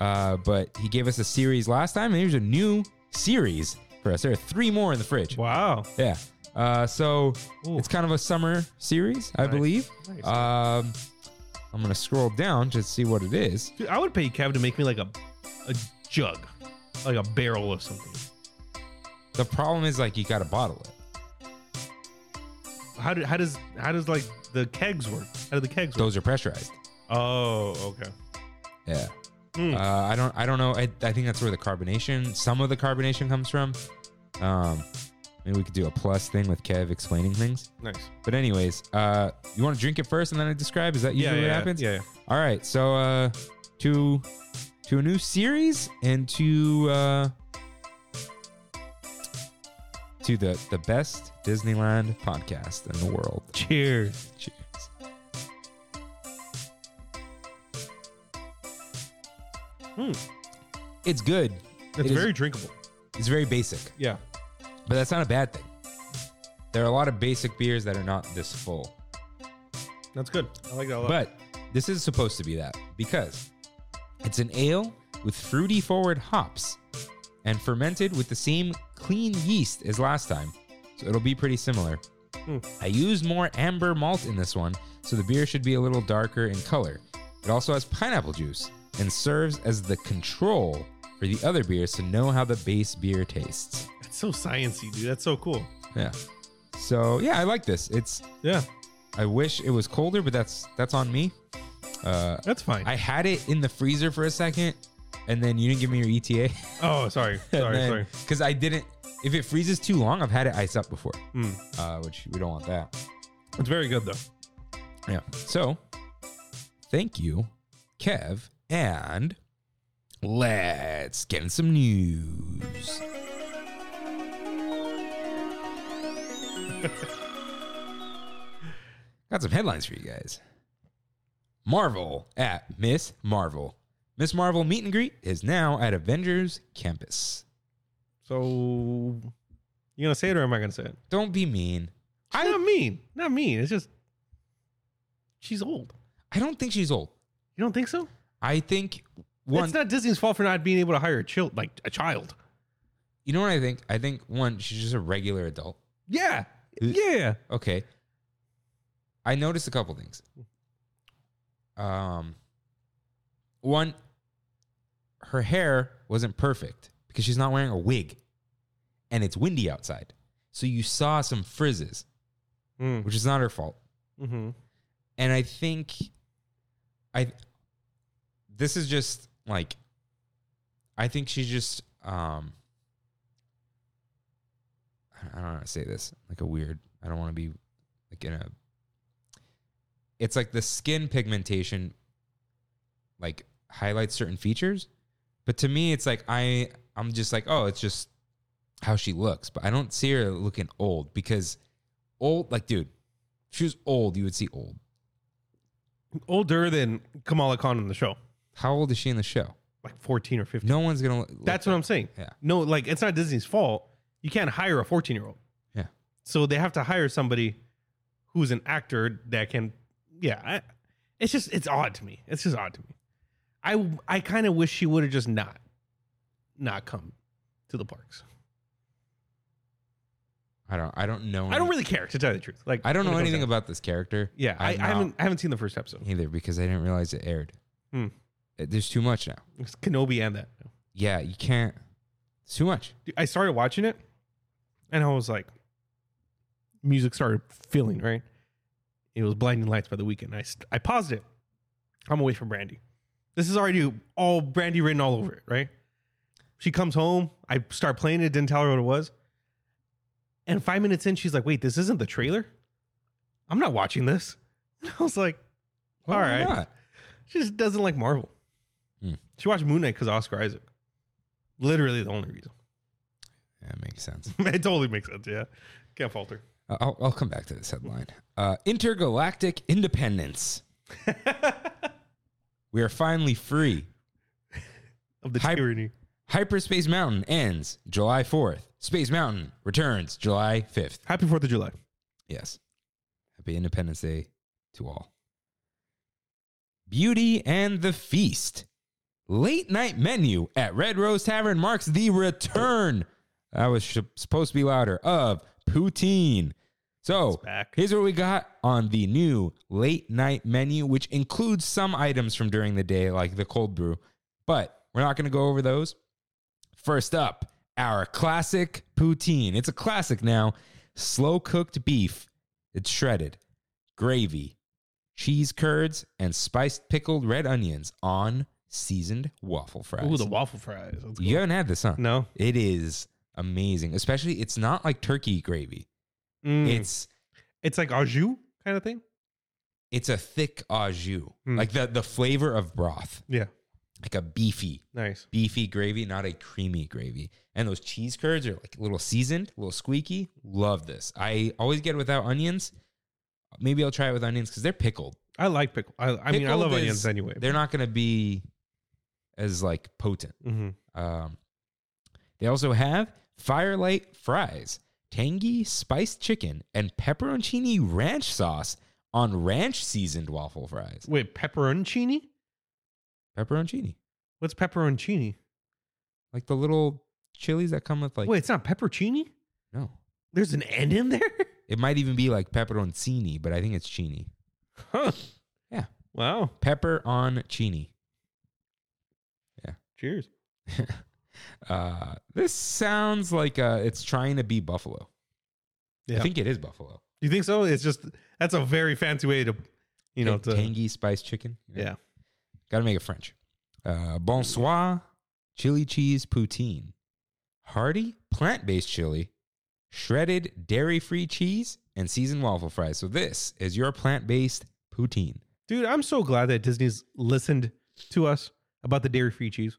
Speaker 1: uh, but he gave us a series last time, and here's a new series for us. There are three more in the fridge.
Speaker 2: Wow.
Speaker 1: Yeah. Uh, so
Speaker 2: Ooh.
Speaker 1: it's kind of a summer series, I
Speaker 2: Nice.
Speaker 1: believe.
Speaker 2: Nice.
Speaker 1: Um, I'm gonna scroll down to see what it is.
Speaker 2: Dude, I would pay Kev to make me like a a jug, like a barrel of something.
Speaker 1: The problem is like you gotta bottle it.
Speaker 2: How do, how does how does like the kegs work? How do the kegs work?
Speaker 1: Those are pressurized.
Speaker 2: Oh, okay.
Speaker 1: Yeah.
Speaker 2: Hmm.
Speaker 1: Uh, I don't. I don't know. I, I think that's where the carbonation, some of the carbonation comes from. Um, maybe we could do a plus thing with Kev explaining things.
Speaker 2: Nice.
Speaker 1: But anyways, uh, you want to drink it first and then I describe. Is that usually
Speaker 2: Yeah,
Speaker 1: what
Speaker 2: yeah,
Speaker 1: happens?
Speaker 2: yeah.
Speaker 1: All right. So uh, to to a new series and to uh, to the the best Disneyland podcast in the world.
Speaker 2: Cheers.
Speaker 1: Cheers.
Speaker 2: Hmm.
Speaker 1: It's good.
Speaker 2: It's
Speaker 1: It is-
Speaker 2: very drinkable.
Speaker 1: it's very basic,
Speaker 2: Yeah.
Speaker 1: but that's not a bad thing. There are a lot of basic beers that are not this full.
Speaker 2: That's good. I like that a lot.
Speaker 1: But this is supposed to be that because it's an ale with fruity forward hops and fermented with the same clean yeast as last time. So it'll be pretty similar.
Speaker 2: Hmm.
Speaker 1: I used more amber malt in this one, so the beer should be a little darker in color. It also has pineapple juice and serves as the control for the other beers to know how the base beer tastes.
Speaker 2: That's so sciency, dude. That's so cool.
Speaker 1: Yeah. So yeah, I like this. It's
Speaker 2: Yeah.
Speaker 1: I wish it was colder, but that's that's on me. Uh
Speaker 2: That's fine.
Speaker 1: I had it in the freezer for a second, and then you didn't give me your E ETA.
Speaker 2: oh, sorry. Sorry, sorry.
Speaker 1: Because I didn't. If it freezes too long, I've had it ice up before,
Speaker 2: Mm.
Speaker 1: uh, which we don't want that.
Speaker 2: It's very good though.
Speaker 1: Yeah. So, thank you, Kev, and let's get in some news. Got some headlines for you guys. Marvel at Miss Marvel. Miss Marvel meet and greet is now at Avengers Campus.
Speaker 2: So you gonna say it or am I gonna say it?
Speaker 1: Don't be mean.
Speaker 2: I not mean. Not mean. It's just she's old.
Speaker 1: I don't think she's old.
Speaker 2: You don't think so?
Speaker 1: I think one.
Speaker 2: It's not Disney's fault for not being able to hire a child, like a child.
Speaker 1: you know what I think? I think one, she's just a regular adult.
Speaker 2: Yeah. Yeah.
Speaker 1: Okay. I noticed a couple things. Um, one, her hair wasn't perfect because she's not wearing a wig, and it's windy outside, so you saw some frizzes,
Speaker 2: Mm.
Speaker 1: which is not her fault.
Speaker 2: hmm
Speaker 1: And I think, I, this is just like, I think she's just um. I don't know how to say this. Like a weird. I don't want to be like in a. It's like the skin pigmentation, like highlights certain features, but to me, it's like I I'm just like oh, it's just how she looks, but I don't see her looking old because old like dude, if she was old, you would see old.
Speaker 2: Older than Kamala Khan on the show,
Speaker 1: How old is she in the show?
Speaker 2: like 14 or 15.
Speaker 1: No one's gonna. look-
Speaker 2: That's what I'm saying.
Speaker 1: Yeah.
Speaker 2: No, like it's not Disney's fault. You can't hire a 14 year old.
Speaker 1: Yeah.
Speaker 2: So they have to hire somebody who's an actor that can. Yeah. I, it's just it's odd to me. It's just odd to me. I I kind of wish she would have just not, not come to the parks.
Speaker 1: I don't. I don't know.
Speaker 2: I don't
Speaker 1: any-
Speaker 2: really care to tell you the truth. Like
Speaker 1: I don't know
Speaker 2: when it comes
Speaker 1: anything
Speaker 2: down-
Speaker 1: about this character.
Speaker 2: Yeah, I, I
Speaker 1: I'm not-
Speaker 2: haven't I haven't seen the first episode.
Speaker 1: either because I didn't realize it aired.
Speaker 2: Hmm.
Speaker 1: Uh, There's too much now.
Speaker 2: It's Kenobi and that.
Speaker 1: Yeah, you can't. It's too much.
Speaker 2: Dude, I started watching it, and I was like, music started filling right. It was blinding lights by the weekend. I st- I paused it. I'm away from Brandy. This is already all Brandy written all over it, right? She comes home. I start playing it. Didn't tell her what it was. And five minutes in, she's like, "Wait, this isn't the trailer. I'm not watching this." I was like, "All
Speaker 1: Why
Speaker 2: right."
Speaker 1: not?
Speaker 2: She just doesn't like Marvel.
Speaker 1: Hmm.
Speaker 2: She watched Moon Knight because Oscar Isaac. Literally the only reason.
Speaker 1: That makes sense.
Speaker 2: it totally makes sense. Yeah. Can't falter.
Speaker 1: Uh, I'll, I'll come back to this headline. Uh, intergalactic independence. we are finally free.
Speaker 2: Of the
Speaker 1: Hy-
Speaker 2: tyranny.
Speaker 1: Hyperspace Mountain ends July 4th. Space Mountain returns July 5th.
Speaker 2: Happy 4th of July.
Speaker 1: Yes. Happy Independence Day to all. Beauty and the Feast. Late night menu at Red Rose Tavern marks the return. That was sh- supposed to be louder of poutine. So
Speaker 2: It's back.
Speaker 1: here's what we got on the new late night menu, which includes some items from during the day, like the cold brew, but we're not going to go over those. First up, our classic poutine. It's a classic now. Slow cooked beef. It's shredded, gravy, cheese curds, and spiced pickled red onions on seasoned waffle fries.
Speaker 2: Ooh, the waffle fries. Let's go.
Speaker 1: you haven't had this, huh?
Speaker 2: No.
Speaker 1: It is amazing. Especially, it's not like turkey gravy.
Speaker 2: Mm. It's
Speaker 1: It's
Speaker 2: it's like au jus kind of thing.
Speaker 1: it's a thick au jus,
Speaker 2: Mm.
Speaker 1: like the the flavor of broth,
Speaker 2: Yeah.
Speaker 1: like a beefy
Speaker 2: Nice.
Speaker 1: beefy gravy, not a creamy gravy. And those cheese curds are like a little seasoned, a little squeaky. Love this. I always get it without onions. Maybe I'll try it with onions because they're pickled.
Speaker 2: I like pickle. I, I mean, I
Speaker 1: Pickled
Speaker 2: love
Speaker 1: is-
Speaker 2: onions anyway.
Speaker 1: They're not going to be as like potent.
Speaker 2: hmm
Speaker 1: Um, they also have firelight fries, tangy spiced chicken, and pepperoncini ranch sauce on ranch seasoned waffle fries.
Speaker 2: Wait, pepperoncini?
Speaker 1: Pepperoncini,
Speaker 2: What's pepperoncini?
Speaker 1: like the little chilies that come with like
Speaker 2: Wait, it's not pepperoncini?
Speaker 1: no.
Speaker 2: There's an N in there?
Speaker 1: It might even be like pepperoncini, but I think it's chini.
Speaker 2: huh.
Speaker 1: Yeah.
Speaker 2: Wow.
Speaker 1: Pepper on chini.
Speaker 2: Cheers.
Speaker 1: Uh, this sounds like uh, it's trying to be buffalo.
Speaker 2: Yeah.
Speaker 1: I think it is buffalo.
Speaker 2: You think so? It's just that's a very fancy way to, you know,
Speaker 1: Tang-
Speaker 2: to,
Speaker 1: tangy spiced chicken.
Speaker 2: yeah.
Speaker 1: Got to make it French. Uh, bonsoir, chili cheese poutine. Hearty plant based chili, shredded dairy free cheese, and seasoned waffle fries. So, this is your plant based poutine.
Speaker 2: Dude, I'm so glad that Disney's listened to us about the dairy free cheese.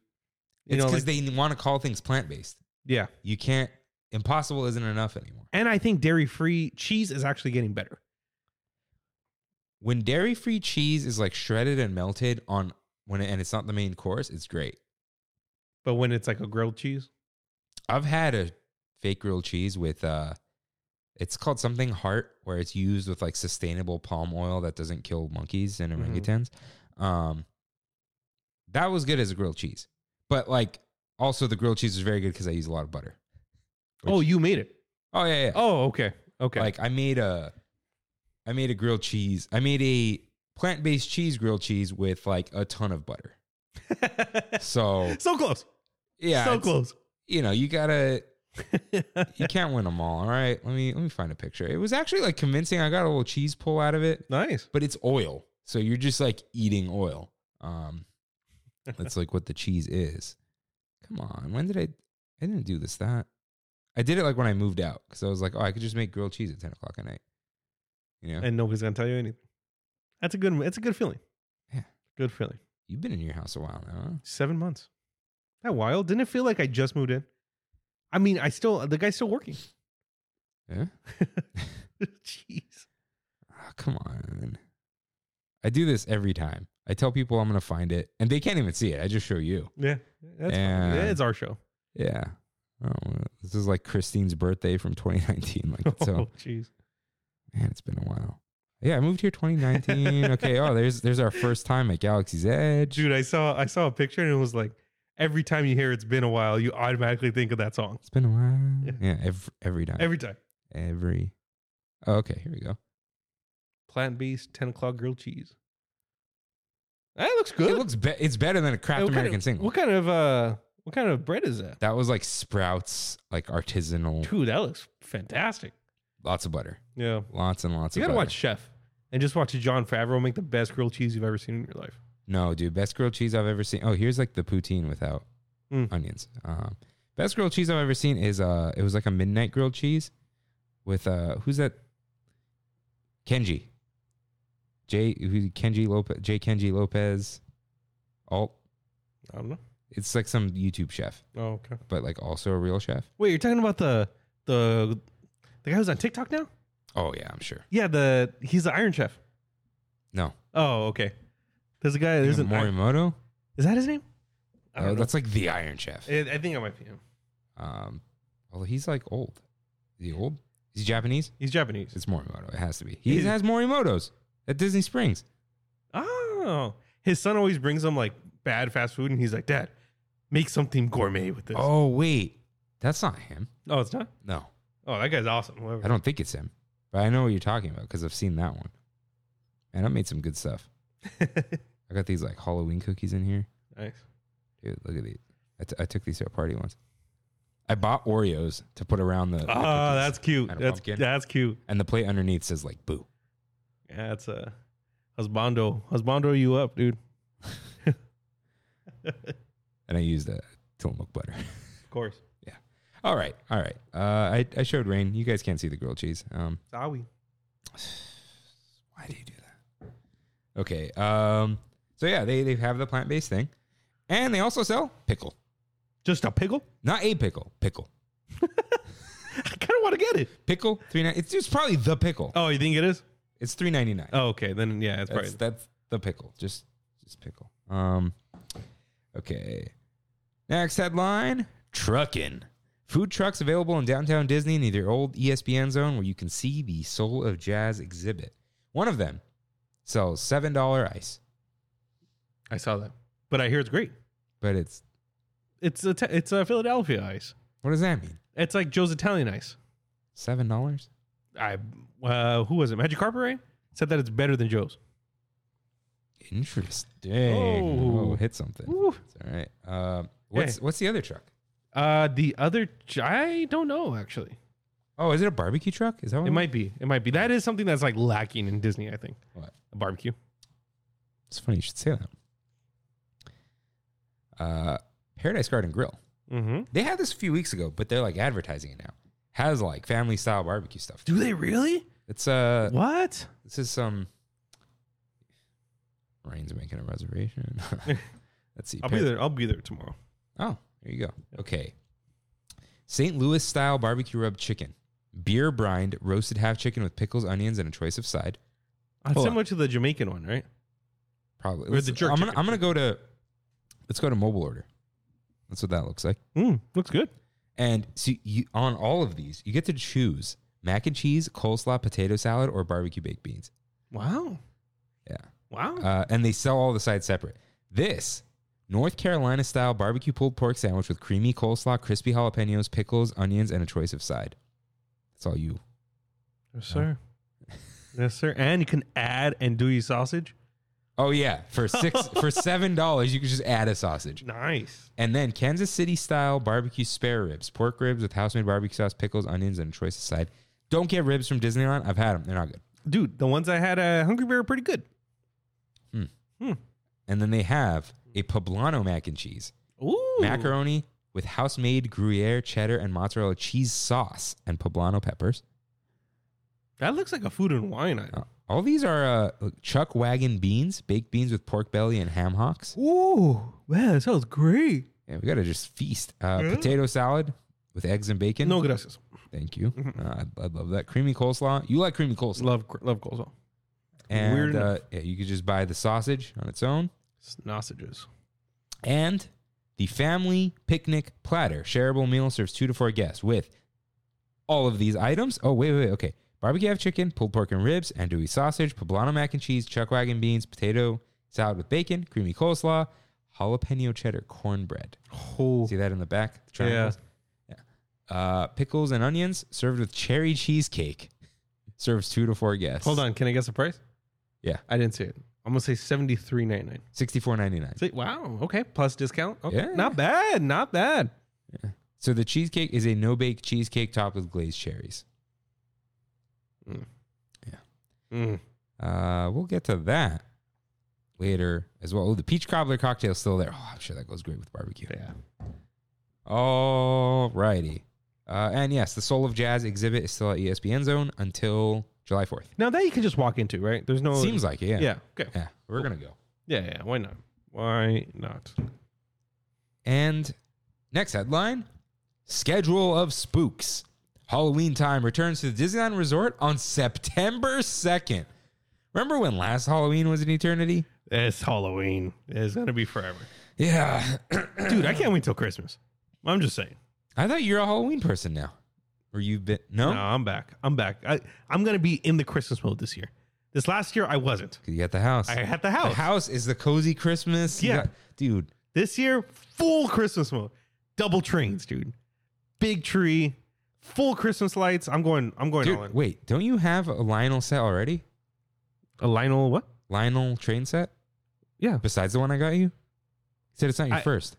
Speaker 2: You
Speaker 1: It's
Speaker 2: know,
Speaker 1: because
Speaker 2: like-
Speaker 1: they want to call things plant based.
Speaker 2: yeah.
Speaker 1: You can't, impossible isn't enough anymore.
Speaker 2: And I think dairy free cheese is actually getting better.
Speaker 1: When dairy free cheese is like shredded and melted on when it, and it's not the main course, it's great.
Speaker 2: But when it's like a grilled cheese,
Speaker 1: I've had a fake grilled cheese with uh it's called something heart where it's used with like sustainable palm oil that doesn't kill monkeys and
Speaker 2: Mhm.
Speaker 1: orangutans. Um that was good as a grilled cheese. But like also the grilled cheese is very good because I use a lot of butter.
Speaker 2: oh, you made it.
Speaker 1: Oh yeah, yeah.
Speaker 2: Oh, okay. Okay.
Speaker 1: Like I made a, I made a grilled cheese. I made a plant-based cheese grilled cheese with like a ton of butter. So
Speaker 2: so close.
Speaker 1: yeah,
Speaker 2: so
Speaker 1: it's-
Speaker 2: close.
Speaker 1: You know, you gotta, you can't win them all. All right, let me let me find a picture. It was actually like convincing. I got a little cheese pull out of it.
Speaker 2: nice.
Speaker 1: but it's oil. So you're just like eating oil. Um, that's like what the cheese is. Come on, when did I? I didn't do this that. I did it like when I moved out because I was like, oh, I could just make grilled cheese at ten o'clock at night. You know,
Speaker 2: And nobody's gonna tell you anything. That's a good. That's a good feeling.
Speaker 1: Yeah.
Speaker 2: Good feeling.
Speaker 1: you've been in your house a while now. Huh?
Speaker 2: Seven months. That wild. Didn't it feel like I just moved in? I mean, I still the guy's still working.
Speaker 1: Yeah.
Speaker 2: Jeez.
Speaker 1: Ah, come on. I do this every time. I tell people I'm gonna find it, and they can't even see it. I just show you.
Speaker 2: Yeah. That's fine.
Speaker 1: And-
Speaker 2: It's our show.
Speaker 1: Yeah. Oh, well, this is like Christine's birthday from 2019. Like it's so.
Speaker 2: Oh, jeez.
Speaker 1: Man, it's been a while. Yeah, I moved here 2019. okay, oh, there's there's our first time at Galaxy's Edge.
Speaker 2: Dude, I saw I saw a picture and it was like every time you hear it's been a while, you automatically think of that song.
Speaker 1: It's been a while.
Speaker 2: Yeah.
Speaker 1: Yeah, every every time. Every.
Speaker 2: Every time.
Speaker 1: Oh, okay, here we go.
Speaker 2: Plant based ten o'clock grilled cheese. That looks good.
Speaker 1: It looks be- it's better than a
Speaker 2: Hey,
Speaker 1: Kraft
Speaker 2: what
Speaker 1: American
Speaker 2: kind of,
Speaker 1: single.
Speaker 2: What kind of uh what kind of bread is that?
Speaker 1: that was like Sprouts, like artisanal.
Speaker 2: Dude, that looks fantastic.
Speaker 1: Lots of butter.
Speaker 2: Yeah.
Speaker 1: Lots and lots
Speaker 2: you
Speaker 1: of
Speaker 2: gotta
Speaker 1: butter.
Speaker 2: watch Chef and just watch John Favreau make the best grilled cheese you've ever seen in your life.
Speaker 1: No, dude, best grilled cheese I've ever seen. Oh, here's like the poutine without
Speaker 2: Mm.
Speaker 1: onions. Um, best grilled cheese I've ever seen is uh, it was like a midnight grilled cheese with uh, who's that? Kenji. J who Kenji Lopez J Kenji Lopez, alt.
Speaker 2: I don't know.
Speaker 1: It's like some YouTube chef,
Speaker 2: Oh, okay.
Speaker 1: but like also a real chef.
Speaker 2: Wait, you're talking about the the the guy who's on TikTok now?
Speaker 1: Oh yeah, I'm sure.
Speaker 2: Yeah, the he's the Iron Chef.
Speaker 1: No,
Speaker 2: Oh, okay. There's a guy. There's an Iron,
Speaker 1: Morimoto.
Speaker 2: is that his name? I
Speaker 1: Oh,
Speaker 2: don't know.
Speaker 1: that's like the Iron Chef.
Speaker 2: I, I think I might be him.
Speaker 1: Um, although he's like old. Is he old? Is he Japanese?
Speaker 2: He's Japanese.
Speaker 1: It's Morimoto. It has to be. He
Speaker 2: Is-
Speaker 1: has Morimoto's at Disney Springs.
Speaker 2: Oh, his son always brings him like bad fast food, and he's like, "Dad, make something gourmet with this."
Speaker 1: Oh wait, that's not him.
Speaker 2: oh it's not.
Speaker 1: No,
Speaker 2: Oh, that guy's awesome.
Speaker 1: I
Speaker 2: Whoever.
Speaker 1: don't think it's him. But I know what you're talking about because I've seen that one. And I made some good stuff. I got these like Halloween cookies in here.
Speaker 2: nice.
Speaker 1: Dude, look at these. I, t- I took these to a party once. I bought Oreos to put around the. the
Speaker 2: Oh,
Speaker 1: cookies.
Speaker 2: that's cute.
Speaker 1: And a
Speaker 2: That's
Speaker 1: pumpkin.
Speaker 2: that's cute.
Speaker 1: And the plate underneath says like "boo."
Speaker 2: Yeah, that's a husbando. Husbando, you up, dude?
Speaker 1: And I used a Tillamook butter.
Speaker 2: Of course.
Speaker 1: all right, all right. Uh, I I showed Rain. You guys can't see the grilled cheese. Um,
Speaker 2: Sawi.
Speaker 1: Why do you do that? Okay. Um. So yeah, they they have the plant based thing, and they also sell pickle,
Speaker 2: Just a pickle?
Speaker 1: not a pickle, pickle,
Speaker 2: I kind of want to get it.
Speaker 1: pickle. Three nine. It's it's probably the pickle.
Speaker 2: Oh, you think it is?
Speaker 1: It's three ninety nine.
Speaker 2: Oh, okay. Then yeah,
Speaker 1: That's
Speaker 2: it's probably
Speaker 1: that's the pickle. Just just pickle. Um. Okay. Next headline: Truckin'. Food trucks available in downtown Disney near the old E ESPN zone, where you can see the Soul of Jazz exhibit. One of them sells seven dollar ice,
Speaker 2: I saw that. But I hear it's great.
Speaker 1: but it's
Speaker 2: It's a t- it's a Philadelphia ice.
Speaker 1: what does that mean?
Speaker 2: It's like Joe's Italian ice.
Speaker 1: Seven dollars?
Speaker 2: I uh, who was it? Magic Carpet Ray said that it's better than Joe's.
Speaker 1: Interesting.
Speaker 2: Oh.
Speaker 1: Oh, hit something.
Speaker 2: Woo.
Speaker 1: It's all right. Um, what's
Speaker 2: Hey.
Speaker 1: what's the other truck?
Speaker 2: Uh, the other ch- I don't know actually.
Speaker 1: Oh, is it a barbecue truck? Is that what
Speaker 2: It might be. It might be. That is something that's like lacking in Disney. I think
Speaker 1: What?
Speaker 2: a barbecue.
Speaker 1: It's funny you should say that. Uh, Paradise Garden Grill.
Speaker 2: Mm-hmm.
Speaker 1: They had this a few weeks ago, but they're like advertising it now. Has like family style barbecue stuff.
Speaker 2: Do they really?
Speaker 1: It's uh,
Speaker 2: What?
Speaker 1: this is some. Rain's making a reservation. Let's see.
Speaker 2: I'll be there. I'll be there tomorrow.
Speaker 1: Oh, there you go. Okay. St. Louis style barbecue rub chicken. Beer brined, roasted half chicken with pickles, onions, and a choice of side.
Speaker 2: It's
Speaker 1: Hold
Speaker 2: similar to the Jamaican one, right?
Speaker 1: Probably.
Speaker 2: Or
Speaker 1: Let's-
Speaker 2: the jerk
Speaker 1: I'm gonna,
Speaker 2: chicken.
Speaker 1: I'm gonna go to. Let's go to mobile order. That's what that looks like.
Speaker 2: Mm, looks good.
Speaker 1: And so you, on all of these, you get to choose mac and cheese, coleslaw, potato salad, or barbecue baked beans.
Speaker 2: Wow.
Speaker 1: Yeah.
Speaker 2: Wow.
Speaker 1: Uh, and they sell all the sides separate. This North Carolina style barbecue pulled pork sandwich with creamy coleslaw, crispy jalapenos, pickles, onions, and a choice of side. It's all you.
Speaker 2: Yes, sir. yes, sir. And you can add andouille sausage.
Speaker 1: Oh yeah, for six for seven dollars you can just add a sausage.
Speaker 2: Nice.
Speaker 1: And then Kansas City style barbecue spare ribs, pork ribs with house made barbecue sauce, pickles, onions, and a choice of side. Don't get ribs from Disneyland. I've had them; they're not good.
Speaker 2: Dude, the ones I had at Hungry Bear are pretty good.
Speaker 1: And then they have a poblano mac and cheese,
Speaker 2: Ooh.
Speaker 1: macaroni with house made Gruyere, cheddar, and mozzarella cheese sauce, and poblano peppers.
Speaker 2: That looks like a food and wine item.
Speaker 1: Uh, all these are uh, chuck wagon beans, baked beans with pork belly and ham hocks.
Speaker 2: Ooh. Wow, that sounds great.
Speaker 1: Yeah, we gotta just feast. Uh, Potato salad with eggs and bacon.
Speaker 2: Hmm? No gracias.
Speaker 1: Thank you. Uh, I'd, I'd love that. Creamy coleslaw. You like creamy coleslaw.
Speaker 2: Mm-hmm. Love love coleslaw.
Speaker 1: And
Speaker 2: Weird
Speaker 1: uh,
Speaker 2: enough.
Speaker 1: yeah, you could just buy the sausage on its own
Speaker 2: Sausages.
Speaker 1: and the family picnic platter. Shareable meal serves two to four guests with all of these items. Oh, wait, wait, wait. Okay. Barbecue have chicken, pulled pork and ribs, andouille sausage, poblano mac and cheese, chuck wagon beans, potato salad with bacon, creamy coleslaw, jalapeno cheddar cornbread.
Speaker 2: Oh.
Speaker 1: See that in the back? The triangles? Yeah. Uh, pickles and onions served with cherry cheesecake. Serves two to four guests.
Speaker 2: Hold on. Can I guess the price?
Speaker 1: Yeah.
Speaker 2: I didn't see it. I'm gonna say seventy three ninety nine.
Speaker 1: Sixty four ninety nine.
Speaker 2: See, wow. Okay. Plus discount. Okay.
Speaker 1: Yeah.
Speaker 2: Not bad. Not bad.
Speaker 1: So the cheesecake is a no bake cheesecake topped with glazed cherries.
Speaker 2: Mm.
Speaker 1: Uh, we'll get to that later as well. Oh, the peach cobbler cocktail's still there. Oh, I'm sure that goes great with barbecue.
Speaker 2: Yeah.
Speaker 1: All righty. Uh, and yes, the Soul of Jazz exhibit is still at E ESPN Zone until July 4th.
Speaker 2: Now that you can just walk into, right? There's no
Speaker 1: Seems like it, yeah.
Speaker 2: Oh, Yeah. Okay.
Speaker 1: Yeah, we're going to go.
Speaker 2: Yeah, yeah. Why not? Why not?
Speaker 1: And next headline Schedule of Spooks. Halloween time returns to the Disneyland Resort on September 2nd. Remember when last Halloween was an eternity?
Speaker 2: It's Halloween. It's gonna be forever.
Speaker 1: Yeah.
Speaker 2: Dude, I can't wait till Christmas. I'm just saying.
Speaker 1: I thought you're a Halloween person now. Or you've been no?
Speaker 2: No, I'm back. I'm back. I, I'm gonna be in the Christmas mode this year. This last year I wasn't.
Speaker 1: 'Cause You got the house.
Speaker 2: I had the house.
Speaker 1: The house is the cozy Christmas. You
Speaker 2: Yeah.
Speaker 1: got- dude.
Speaker 2: This year, full Christmas mode. Double trains, dude. Big tree, full Christmas lights. I'm going. I'm going all
Speaker 1: Dude,
Speaker 2: in.
Speaker 1: wait, don't you have a Lionel set already?
Speaker 2: A Lionel what?
Speaker 1: Lionel train set?
Speaker 2: Yeah.
Speaker 1: Besides the one I got you? You said it's not your
Speaker 2: I-
Speaker 1: first.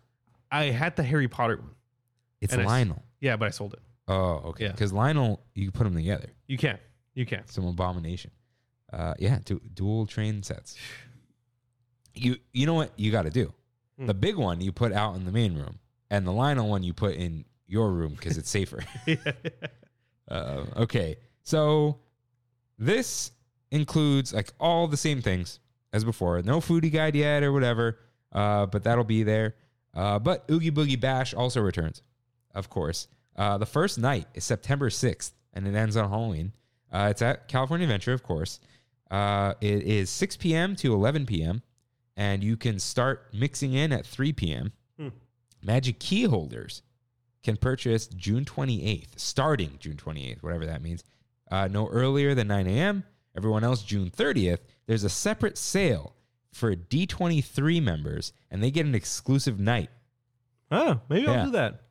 Speaker 2: I had the Harry Potter one.
Speaker 1: It's
Speaker 2: and I s-
Speaker 1: Lionel.
Speaker 2: Yeah, but I sold it.
Speaker 1: oh, okay.
Speaker 2: Yeah.
Speaker 1: Because Lionel, you put them together.
Speaker 2: You can. You can.
Speaker 1: It's an abomination. Uh, yeah, du- dual train sets. You you know what you got to do? The big one you put out in the main room, and the Lionel one you put in your room because it's safer. uh, okay, so this includes like all the same things as before. No foodie guide yet or whatever, uh, but that'll be there. Uh, but Oogie Boogie Bash also returns, of course. Uh, the first night is September 6th, and it ends on Halloween. Uh, it's at California Adventure, of course. Uh, it is 6 p.m. to 11 p.m., and you can start mixing in at 3 p.m. Magic key holders can purchase June 28th, starting June 28th, whatever that means, uh, no earlier than 9 a.m. Everyone else, June 30th, there's a separate sale for D23 members, and they get an exclusive night.
Speaker 2: Oh, maybe
Speaker 1: Yeah.
Speaker 2: I'll do that.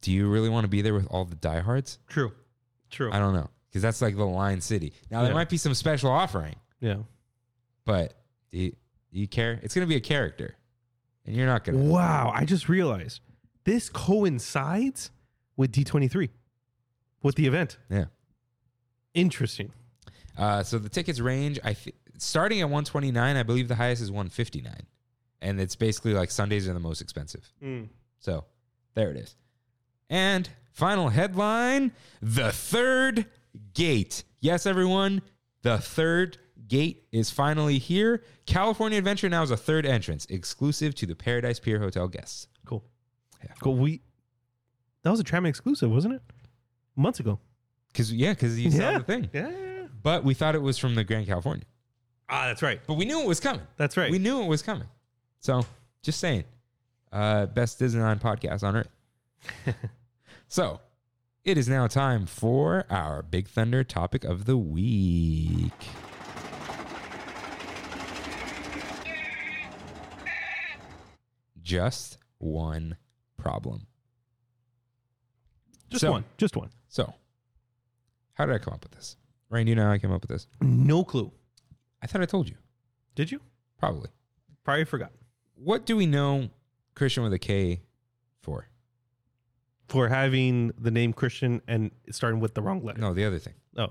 Speaker 1: Do you really want to be there with all the diehards?
Speaker 2: True. True.
Speaker 1: I don't know, because that's like the line city. Now, there
Speaker 2: Yeah.
Speaker 1: might be some special offering,
Speaker 2: Yeah.
Speaker 1: but do you, do you care? It's going to be a character, and you're not going to.
Speaker 2: Wow. I just realized this coincides with D23, with the event.
Speaker 1: Yeah.
Speaker 2: Interesting.
Speaker 1: Uh, so the tickets range, I th- starting at 129, I believe the highest is 159, and it's basically like Sundays are the most expensive.
Speaker 2: Mm,
Speaker 1: So there it is. And final headline: the third gate. Yes, everyone, the third gate is finally here. California Adventure now is a third entrance, exclusive to the Paradise Pier Hotel guests.
Speaker 2: Cool.
Speaker 1: Yeah.
Speaker 2: Cool. We that was a Tram exclusive, wasn't it? Months ago.
Speaker 1: Because yeah, because you saw
Speaker 2: Yeah.
Speaker 1: the thing.
Speaker 2: Yeah.
Speaker 1: But we thought it was from the Grand California.
Speaker 2: Ah, that's right.
Speaker 1: But we knew it was coming.
Speaker 2: That's right.
Speaker 1: We knew it was coming. So just saying, uh, best Disneyland podcast on earth. so it is now time for our Big Thunder topic of the week. Just one problem.
Speaker 2: just
Speaker 1: So-
Speaker 2: one. Just one.
Speaker 1: So How did I come up with this? Ryan, you know how I came up with this.
Speaker 2: No clue.
Speaker 1: I thought I told you.
Speaker 2: Did you?
Speaker 1: Probably.
Speaker 2: Probably forgot.
Speaker 1: What do we know Christian with a K for?
Speaker 2: For having the name Christian and starting with the wrong letter.
Speaker 1: No, the other thing.
Speaker 2: Oh.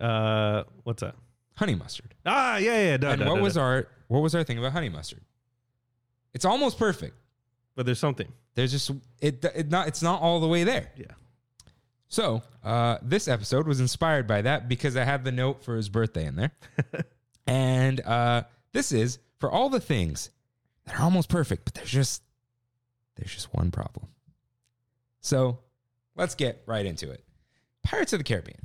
Speaker 2: Uh, what's that?
Speaker 1: Honey mustard.
Speaker 2: Ah, yeah, yeah. Duh,
Speaker 1: and
Speaker 2: duh,
Speaker 1: what
Speaker 2: duh,
Speaker 1: was
Speaker 2: duh.
Speaker 1: our what was our thing about honey mustard? It's almost perfect.
Speaker 2: But there's something.
Speaker 1: There's just it, it not it's not all the way there.
Speaker 2: Yeah.
Speaker 1: So uh, this episode was inspired by that because I have the note for his birthday in there, and uh, this is for all the things that are almost perfect, but there's just there's just one problem. So let's get right into it. Pirates of the Caribbean.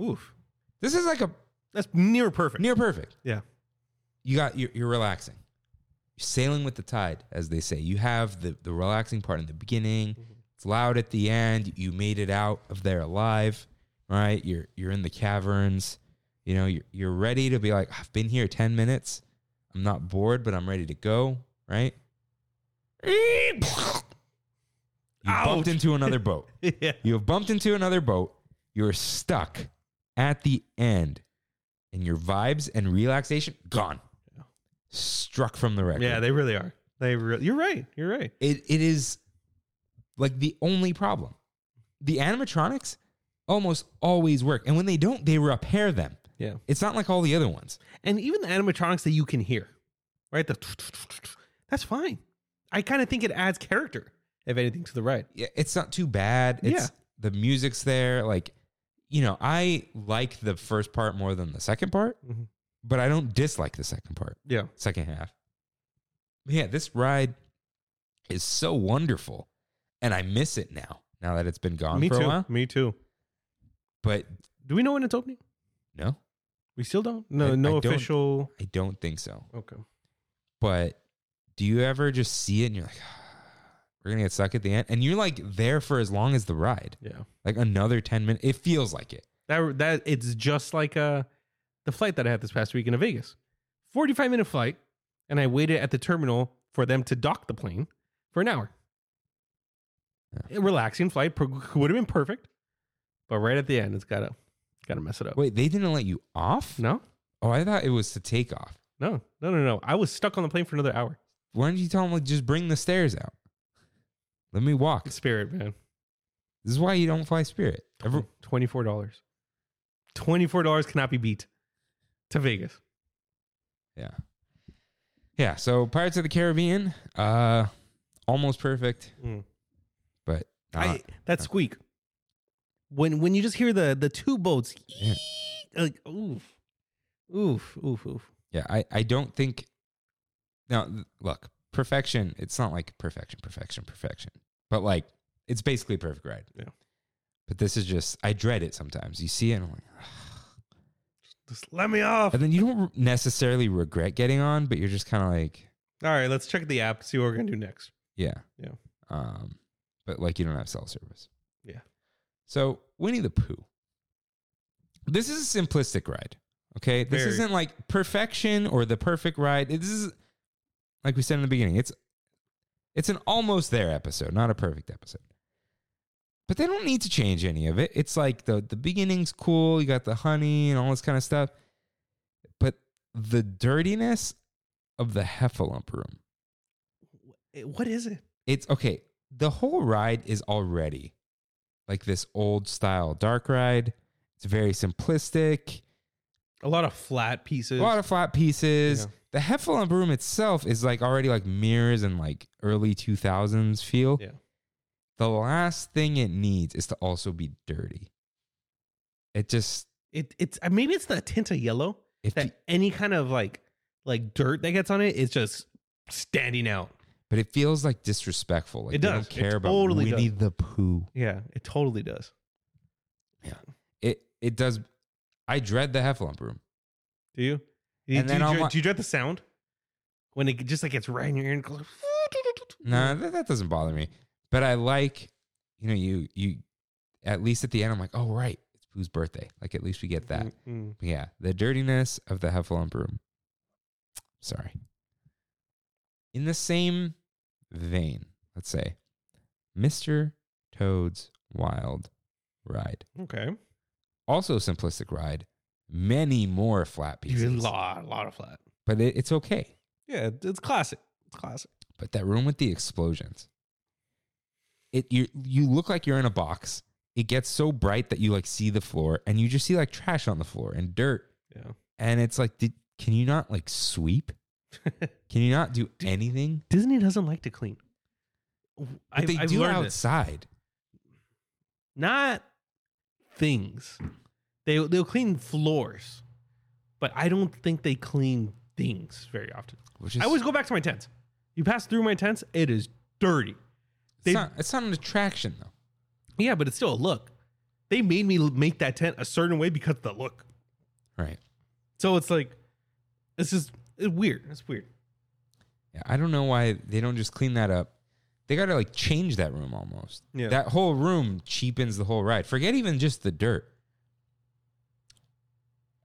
Speaker 2: Oof.
Speaker 1: This is like a
Speaker 2: That's near perfect.
Speaker 1: near perfect.
Speaker 2: yeah.
Speaker 1: you got you're, you're relaxing you're sailing with the tide as they say you have the the relaxing part in the beginning it's loud at the end you made it out of there alive right you're you're in the caverns you know you're, you're ready to be like i've been here 10 minutes i'm not bored but i'm ready to go right you
Speaker 2: Ouch.
Speaker 1: bumped into another boat
Speaker 2: yeah.
Speaker 1: you have bumped into another boat. You're stuck at the end, and your vibes and relaxation gone. Struck from the record.
Speaker 2: Yeah, they really are. They really, you're right. You're right.
Speaker 1: it, it is like the only problem. The animatronics almost always work, and when they don't, they repair them.
Speaker 2: Yeah.
Speaker 1: It's not like all the other ones.
Speaker 2: And even the animatronics that you can hear, right? The that's fine. I kind of think it adds character, if anything, to the ride.
Speaker 1: Yeah, It's not too bad. It's
Speaker 2: Yeah.
Speaker 1: the music's there. Like, you know, I like the first part more than the second part,
Speaker 2: Mhm.
Speaker 1: but I don't dislike the second part.
Speaker 2: Yeah.
Speaker 1: second half. Yeah, this ride is so wonderful, and I miss it now. Now that it's been gone
Speaker 2: Me
Speaker 1: for
Speaker 2: too.
Speaker 1: a while,
Speaker 2: Me too.
Speaker 1: but
Speaker 2: Do we know when it's opening?
Speaker 1: no,
Speaker 2: We still don't. No,
Speaker 1: I-
Speaker 2: no
Speaker 1: I don't-
Speaker 2: official.
Speaker 1: I don't think so.
Speaker 2: Okay.
Speaker 1: But do you ever just see it and you're like, "Ah, we're gonna get stuck at the end, and you're like there for as long as the ride,
Speaker 2: Yeah.
Speaker 1: like another ten minutes. It feels like it.
Speaker 2: That that it's just like uh the flight that I had this past weekend to Vegas. 45 minute flight and I waited at the terminal for them to dock the plane for an hour. A relaxing flight would have been perfect. But right at the end it's got to got to mess it up.
Speaker 1: Wait, they didn't let you off?
Speaker 2: No?
Speaker 1: Oh, I thought it was to take off.
Speaker 2: No. No, no, no. I was stuck on the plane for another hour.
Speaker 1: Why didn't you tell them like just bring the stairs out? Let me walk. This
Speaker 2: Spirit, man.
Speaker 1: is why you don't fly Spirit. Every,
Speaker 2: $24. $24 cannot be beat to Vegas.
Speaker 1: Yeah. Yeah. So Pirates of the Caribbean, uh, almost perfect,
Speaker 2: Mm.
Speaker 1: but not.
Speaker 2: I, that squeak. When when you just hear the the two boats,
Speaker 1: Yeah.
Speaker 2: like oof, oof, oof, oof.
Speaker 1: yeah. I, I don't think. Now, th- look, perfection, it's not like perfection, perfection, perfection, but like it's basically a perfect ride.
Speaker 2: Yeah.
Speaker 1: But this is just, I dread it sometimes. You see it and I'm like,
Speaker 2: Just let me off.
Speaker 1: and then you don't necessarily regret getting on, but you're just kind of like,
Speaker 2: All right, let's check the app. See what we're gonna do next.
Speaker 1: Yeah.
Speaker 2: Yeah.
Speaker 1: Um, but like you don't have cell service.
Speaker 2: Yeah.
Speaker 1: So Winnie the Pooh. This is a simplistic ride. Okay. This
Speaker 2: Very.
Speaker 1: isn't like perfection or the perfect ride. This is like we said in the beginning, it's it's an almost there episode, not a perfect episode. But they don't need to change any of it. It's like the the beginning's cool, you got the honey and all this kind of stuff. But the dirtiness of the Heffalump room
Speaker 2: Eh, What is it?
Speaker 1: it's okay. The whole ride is already like this old style dark ride. It's very simplistic.
Speaker 2: A lot of flat pieces.
Speaker 1: A lot of flat pieces.
Speaker 2: Yeah.
Speaker 1: The Heffalump room itself is like already like mirrors and like early 2000s feel.
Speaker 2: Yeah.
Speaker 1: The last thing it needs is to also be dirty. It just
Speaker 2: it it's uh, maybe it's the tint of yellow
Speaker 1: if
Speaker 2: that any kind of like like dirt that gets on it is just standing out.
Speaker 1: but it feels like disrespectful. Like
Speaker 2: It
Speaker 1: they
Speaker 2: does.
Speaker 1: don't
Speaker 2: It
Speaker 1: care about
Speaker 2: totally
Speaker 1: Winnie
Speaker 2: does.
Speaker 1: the Pooh.
Speaker 2: Yeah, it totally does.
Speaker 1: It it does. I dread the Heffalump room.
Speaker 2: Do you? Do, you-
Speaker 1: And
Speaker 2: do,
Speaker 1: then
Speaker 2: you,
Speaker 1: I'm
Speaker 2: dread-
Speaker 1: like-
Speaker 2: do you dread the sound when it just like gets right in your ear and goes?
Speaker 1: No, that, that doesn't bother me. But I like, you know, you you at least at the end, I'm like, oh right, it's Pooh's birthday. Like at least we get that.
Speaker 2: Mm-mm.
Speaker 1: Yeah, the dirtiness of the Heffalump room. Sorry. In the same vein, let's say, Mister Toad's Wild Ride.
Speaker 2: Okay.
Speaker 1: also a simplistic ride, many more flat
Speaker 2: Dude, a
Speaker 1: pieces.
Speaker 2: lot, a lot of flat.
Speaker 1: But it, it's okay.
Speaker 2: Yeah, it's classic. It's classic.
Speaker 1: But that room with the explosions, it you you look like you're in a box. It gets so bright that you like see the floor, and you just see like trash on the floor and dirt,
Speaker 2: Yeah.
Speaker 1: and it's like, did, can you not like sweep? Can you not do anything?
Speaker 2: Disney doesn't like to clean.
Speaker 1: But
Speaker 2: I,
Speaker 1: they
Speaker 2: I've
Speaker 1: do
Speaker 2: learned this.
Speaker 1: outside.
Speaker 2: not things. They they'll clean floors, but I don't think they clean things very often.
Speaker 1: Which is
Speaker 2: I always go back to my tents. You pass through my tents, it is dirty.
Speaker 1: it's,
Speaker 2: they-
Speaker 1: not, it's not an attraction though.
Speaker 2: Yeah, but it's still a look. They made me l- make that tent a certain way because of the look.
Speaker 1: Right.
Speaker 2: So it's like, it's just it's weird. It's weird.
Speaker 1: Yeah, I don't know why they don't just clean that up. They got to like change that room almost.
Speaker 2: Yeah.
Speaker 1: That whole room cheapens the whole ride. Forget even just the dirt.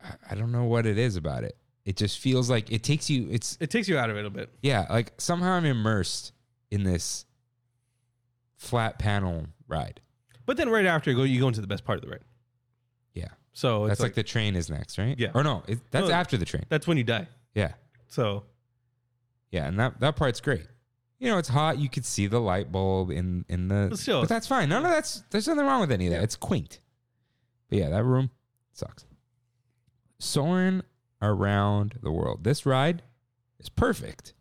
Speaker 1: I, I don't know what it is about it. It just feels like it takes you it's
Speaker 2: It takes you out of it a bit.
Speaker 1: yeah, like somehow I'm immersed in this flat panel ride.
Speaker 2: But then right after you go, you go into the best part of the ride.
Speaker 1: Yeah.
Speaker 2: So it's
Speaker 1: that's like,
Speaker 2: like,
Speaker 1: the train is next, right?
Speaker 2: Yeah.
Speaker 1: Or no, it, that's
Speaker 2: No.
Speaker 1: after the train.
Speaker 2: that's when you die.
Speaker 1: Yeah.
Speaker 2: So
Speaker 1: Yeah, and that that part's great. You know, it's hot. You could see the light bulb in in the.
Speaker 2: But still-
Speaker 1: but that's fine. None of that's there's nothing wrong with any of that. It's quaint. But yeah, that room sucks. Soaring around the world. This ride is perfect.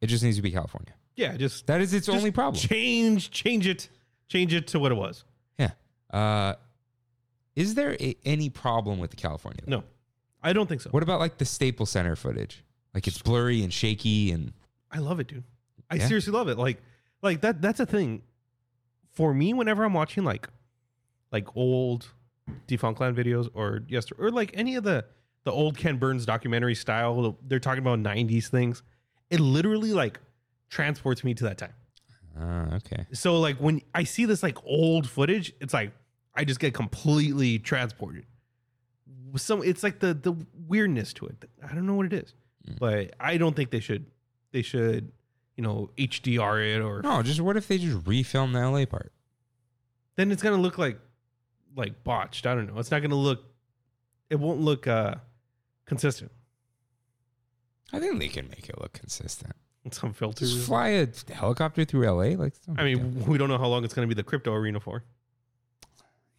Speaker 1: It just needs to be California.
Speaker 2: yeah, just
Speaker 1: That is its
Speaker 2: Just
Speaker 1: only problem.
Speaker 2: Change, change it, change it to what it was.
Speaker 1: yeah. Uh, is there a, any problem with the California?
Speaker 2: No, I don't think so.
Speaker 1: What about like the Staples Center footage? Like it's blurry and shaky and
Speaker 2: I love it, dude. I
Speaker 1: Yeah.
Speaker 2: seriously love it. Like, like that. That's a thing for me. Whenever I'm watching like, like old Defunctland videos or yes, or like any of the the old Ken Burns documentary style, they're talking about '90s things. It literally like transports me to that time.
Speaker 1: uh, okay.
Speaker 2: So like when I see this like old footage, it's like I just get completely transported. So it's like the the weirdness to it. I don't know what it is, but I don't think they should they should you know HDR it or
Speaker 1: No, just what if they just refilm the LA part?
Speaker 2: then it's gonna look like like botched. I don't know. It's not gonna look. It won't look uh consistent.
Speaker 1: I think they can make it look consistent.
Speaker 2: Some
Speaker 1: Just
Speaker 2: filters.
Speaker 1: fly a helicopter through LA, like it's no
Speaker 2: I
Speaker 1: big
Speaker 2: mean,
Speaker 1: deal.
Speaker 2: we don't know how long it's gonna be the crypto arena for.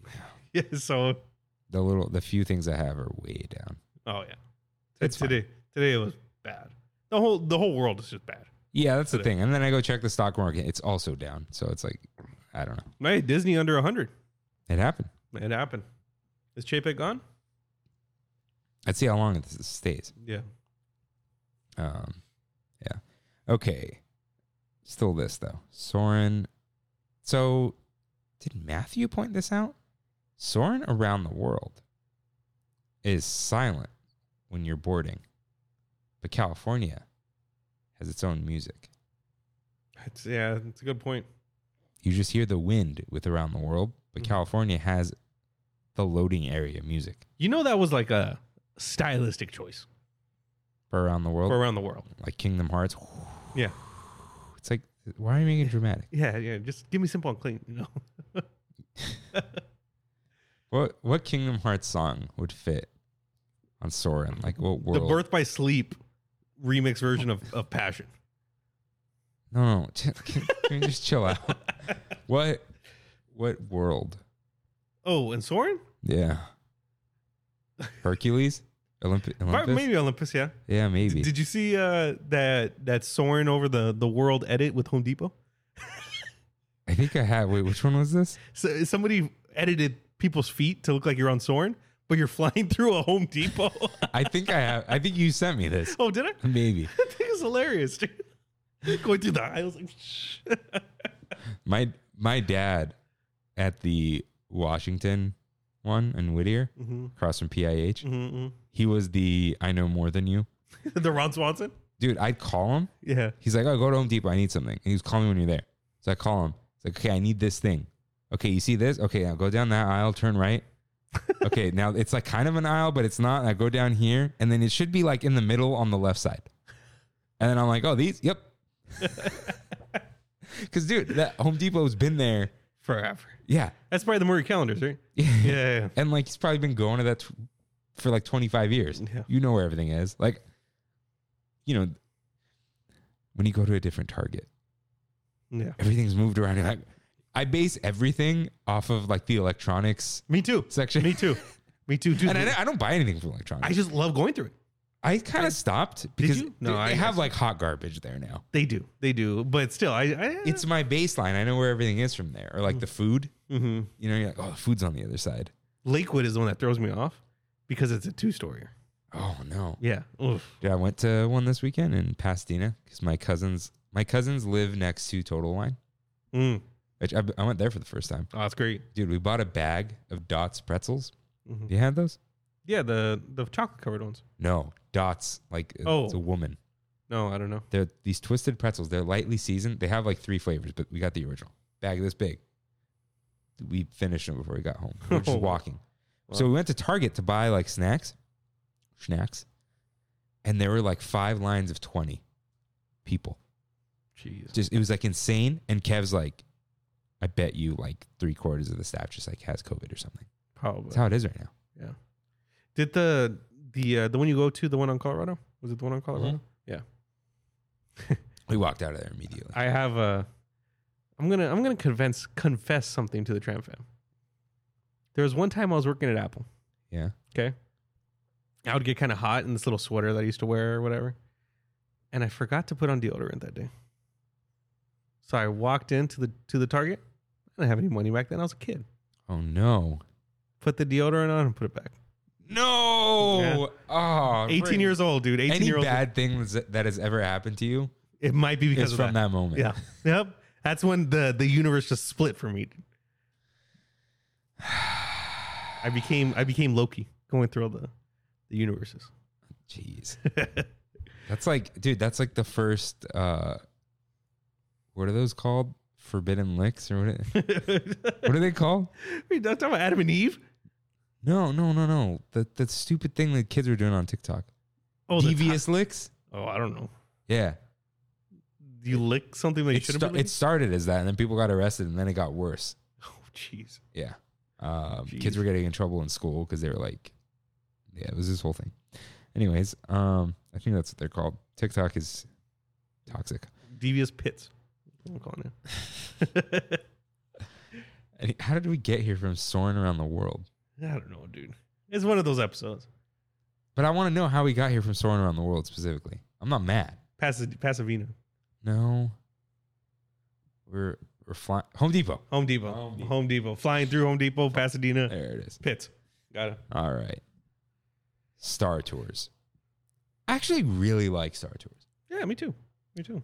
Speaker 2: Yeah. So
Speaker 1: the little the few things I have are way down.
Speaker 2: oh yeah.
Speaker 1: It's fine.
Speaker 2: today today it was bad. The whole the whole world is just bad.
Speaker 1: Yeah, that's the
Speaker 2: Today.
Speaker 1: thing. And then I go check the stock market; it's also down. So it's like, I don't know.
Speaker 2: Hey, Disney under hundred.
Speaker 1: It happened.
Speaker 2: It happened. Is Chapek gone?
Speaker 1: Let's see how long this stays.
Speaker 2: Yeah.
Speaker 1: Um, yeah. Okay. Still this though, Soren. So, did Matthew point this out? Soren around the world is silent when you're boarding, but California has its own music.
Speaker 2: It's, yeah, it's a good point.
Speaker 1: You just hear the wind with around the world, but
Speaker 2: Mhm.
Speaker 1: California has the loading area music
Speaker 2: You know that was like a stylistic choice
Speaker 1: for around the world,
Speaker 2: for around the world.
Speaker 1: like Kingdom Hearts.
Speaker 2: Yeah.
Speaker 1: It's like, why are you making it dramatic?
Speaker 2: Yeah, yeah. Just give me simple and clean, you know.
Speaker 1: What what Kingdom Hearts song would fit on Soren? Like what world?
Speaker 2: The Birth by Sleep remix version of, of Passion.
Speaker 1: No, no. Can, can we just chill out? What what world?
Speaker 2: Oh, and Soren?
Speaker 1: Yeah. Hercules, Olympi-
Speaker 2: Or
Speaker 1: Olympus.
Speaker 2: Maybe Olympus, yeah.
Speaker 1: Yeah, maybe.
Speaker 2: Did you see uh, that that Soren over the, the world edit with Home Depot?
Speaker 1: I think I had. Wait, which one was this?
Speaker 2: So somebody edited people's feet to look like you're on Soren, but you're flying through a Home Depot.
Speaker 1: I think I have. I think you sent me this.
Speaker 2: oh, did I?
Speaker 1: Maybe.
Speaker 2: That thing is hilarious, dude. Going through the aisles like, shh.
Speaker 1: my my dad at the Washington one in Whittier,
Speaker 2: Mm-hmm.
Speaker 1: across from PIH, he was the I know more than you.
Speaker 2: the Ron Swanson.
Speaker 1: Dude, I'd call him.
Speaker 2: Yeah.
Speaker 1: He's like, Oh, go to Home Depot. I need something. And he was calling me when you're there. So I call him. It's like, okay, I need this thing. Okay, you see this? Okay, now go down that aisle, turn right. okay, now it's like kind of an aisle, but it's not. I go down here, and then it should be like in the middle on the left side. And then I'm like, oh, these, yep. Because, dude, that Home Depot's been there
Speaker 2: forever.
Speaker 1: Yeah.
Speaker 2: That's probably the Murray calendars, right?
Speaker 1: Yeah.
Speaker 2: Yeah.
Speaker 1: And like he's probably been going to that tw for like 25 years.
Speaker 2: Yeah.
Speaker 1: You know where everything is. Like, you know, when you go to a different Target,
Speaker 2: Yeah. yeah.
Speaker 1: everything's moved around. You're like, I base everything off of like the electronics
Speaker 2: Me too.
Speaker 1: section.
Speaker 2: Me too. Me too. Dude,
Speaker 1: And I, I don't buy anything from electronics.
Speaker 2: I just love going through it.
Speaker 1: I kind of stopped because
Speaker 2: you? No,
Speaker 1: they,
Speaker 2: I
Speaker 1: they have
Speaker 2: guess.
Speaker 1: like hot garbage there now.
Speaker 2: They do. They do. But still, I. I
Speaker 1: It's my baseline. I know where everything is from there.
Speaker 2: Mm.
Speaker 1: Or like the food.
Speaker 2: Mhm.
Speaker 1: You know, you're like, oh, the food's on the other side.
Speaker 2: Lakewood is the one that throws me off because it's a two story.
Speaker 1: Oh no.
Speaker 2: Yeah. Oof.
Speaker 1: Yeah, I went to one this weekend in Pasadena because my cousins my cousins live next to Total Wine.
Speaker 2: Mm.
Speaker 1: Which I, I went there for the first time.
Speaker 2: Oh, that's great.
Speaker 1: Dude, we bought a bag of Dots pretzels.
Speaker 2: Mhm.
Speaker 1: You had those?
Speaker 2: Yeah. The the chocolate covered ones.
Speaker 1: No, Dots. Like it's
Speaker 2: Oh.
Speaker 1: a woman.
Speaker 2: No, I don't know.
Speaker 1: They're these twisted pretzels. They're lightly seasoned. They have like three flavors, but we got the original bag this big. We finished them before we got home. We were just
Speaker 2: Oh.
Speaker 1: walking. So we went to Target to buy like snacks, snacks, and there were like five lines of twenty people.
Speaker 2: Jeez.
Speaker 1: Just it was like insane. And Kev's like, I bet you like three quarters of the staff just like has COVID or something.
Speaker 2: Probably.
Speaker 1: That's how it is right now.
Speaker 2: Did the the uh, the one you go to the one on Colorado was it the one on Colorado?
Speaker 1: Mm-hmm.
Speaker 2: Yeah.
Speaker 1: We walked out of there immediately.
Speaker 2: I have a. I'm gonna I'm gonna convince confess something to the Tram fam. There was one time I was working at Apple.
Speaker 1: yeah.
Speaker 2: Okay. I would get kind of hot in this little sweater that I used to wear or whatever. And I forgot to put on deodorant that day. So I walked into the to the Target. I didn't have any money back then. I was a kid.
Speaker 1: Oh no.
Speaker 2: Put the deodorant on and put it back.
Speaker 1: No. Oh,
Speaker 2: 18
Speaker 1: Brady.
Speaker 2: years old, dude. 18
Speaker 1: Any
Speaker 2: year old.
Speaker 1: bad thing that's- that has ever happened to you
Speaker 2: It might be because
Speaker 1: is
Speaker 2: of
Speaker 1: from
Speaker 2: that.
Speaker 1: that, moment.
Speaker 2: Yeah. yep. That's when the the universe just split for me. I became I became Loki going through all the the universes.
Speaker 1: Jeez. That's like, dude, that's like the first, uh, what are those called? Forbidden licks or what?
Speaker 2: Wait,
Speaker 1: What are they called?
Speaker 2: that's talking about Adam and Eve.
Speaker 1: No, no, no, no. That that stupid thing that kids were doing on TikTok.
Speaker 2: Oh, the
Speaker 1: Devious licks.
Speaker 2: Oh, I don't know.
Speaker 1: Yeah.
Speaker 2: Do you lick something that you
Speaker 1: It,
Speaker 2: shouldn't?
Speaker 1: sta-
Speaker 2: be
Speaker 1: it started as that, and then people got arrested, and then it got worse.
Speaker 2: licking? oh, jeez.
Speaker 1: Yeah. Um,
Speaker 2: Jeez.
Speaker 1: kids were getting in trouble in school because they were like, yeah, it was this whole thing. Anyways, um, I think that's what they're called. TikTok is toxic.
Speaker 2: Devious pits. I'm calling it.
Speaker 1: And how did we get here from soaring around the world?
Speaker 2: I don't know, dude. It's one of those episodes.
Speaker 1: But I want to know how we got here from soaring around the world specifically. I'm not mad.
Speaker 2: Pas- Pasadena,
Speaker 1: No. We're we're flying Home Depot.
Speaker 2: Home Depot,
Speaker 1: Home
Speaker 2: Home
Speaker 1: Depot.
Speaker 2: Depot, flying through Home Depot, Pasadena,
Speaker 1: There it is.
Speaker 2: pits. Got it.
Speaker 1: All right. Star Tours. I actually really like Star Tours.
Speaker 2: Yeah, me too. Me too.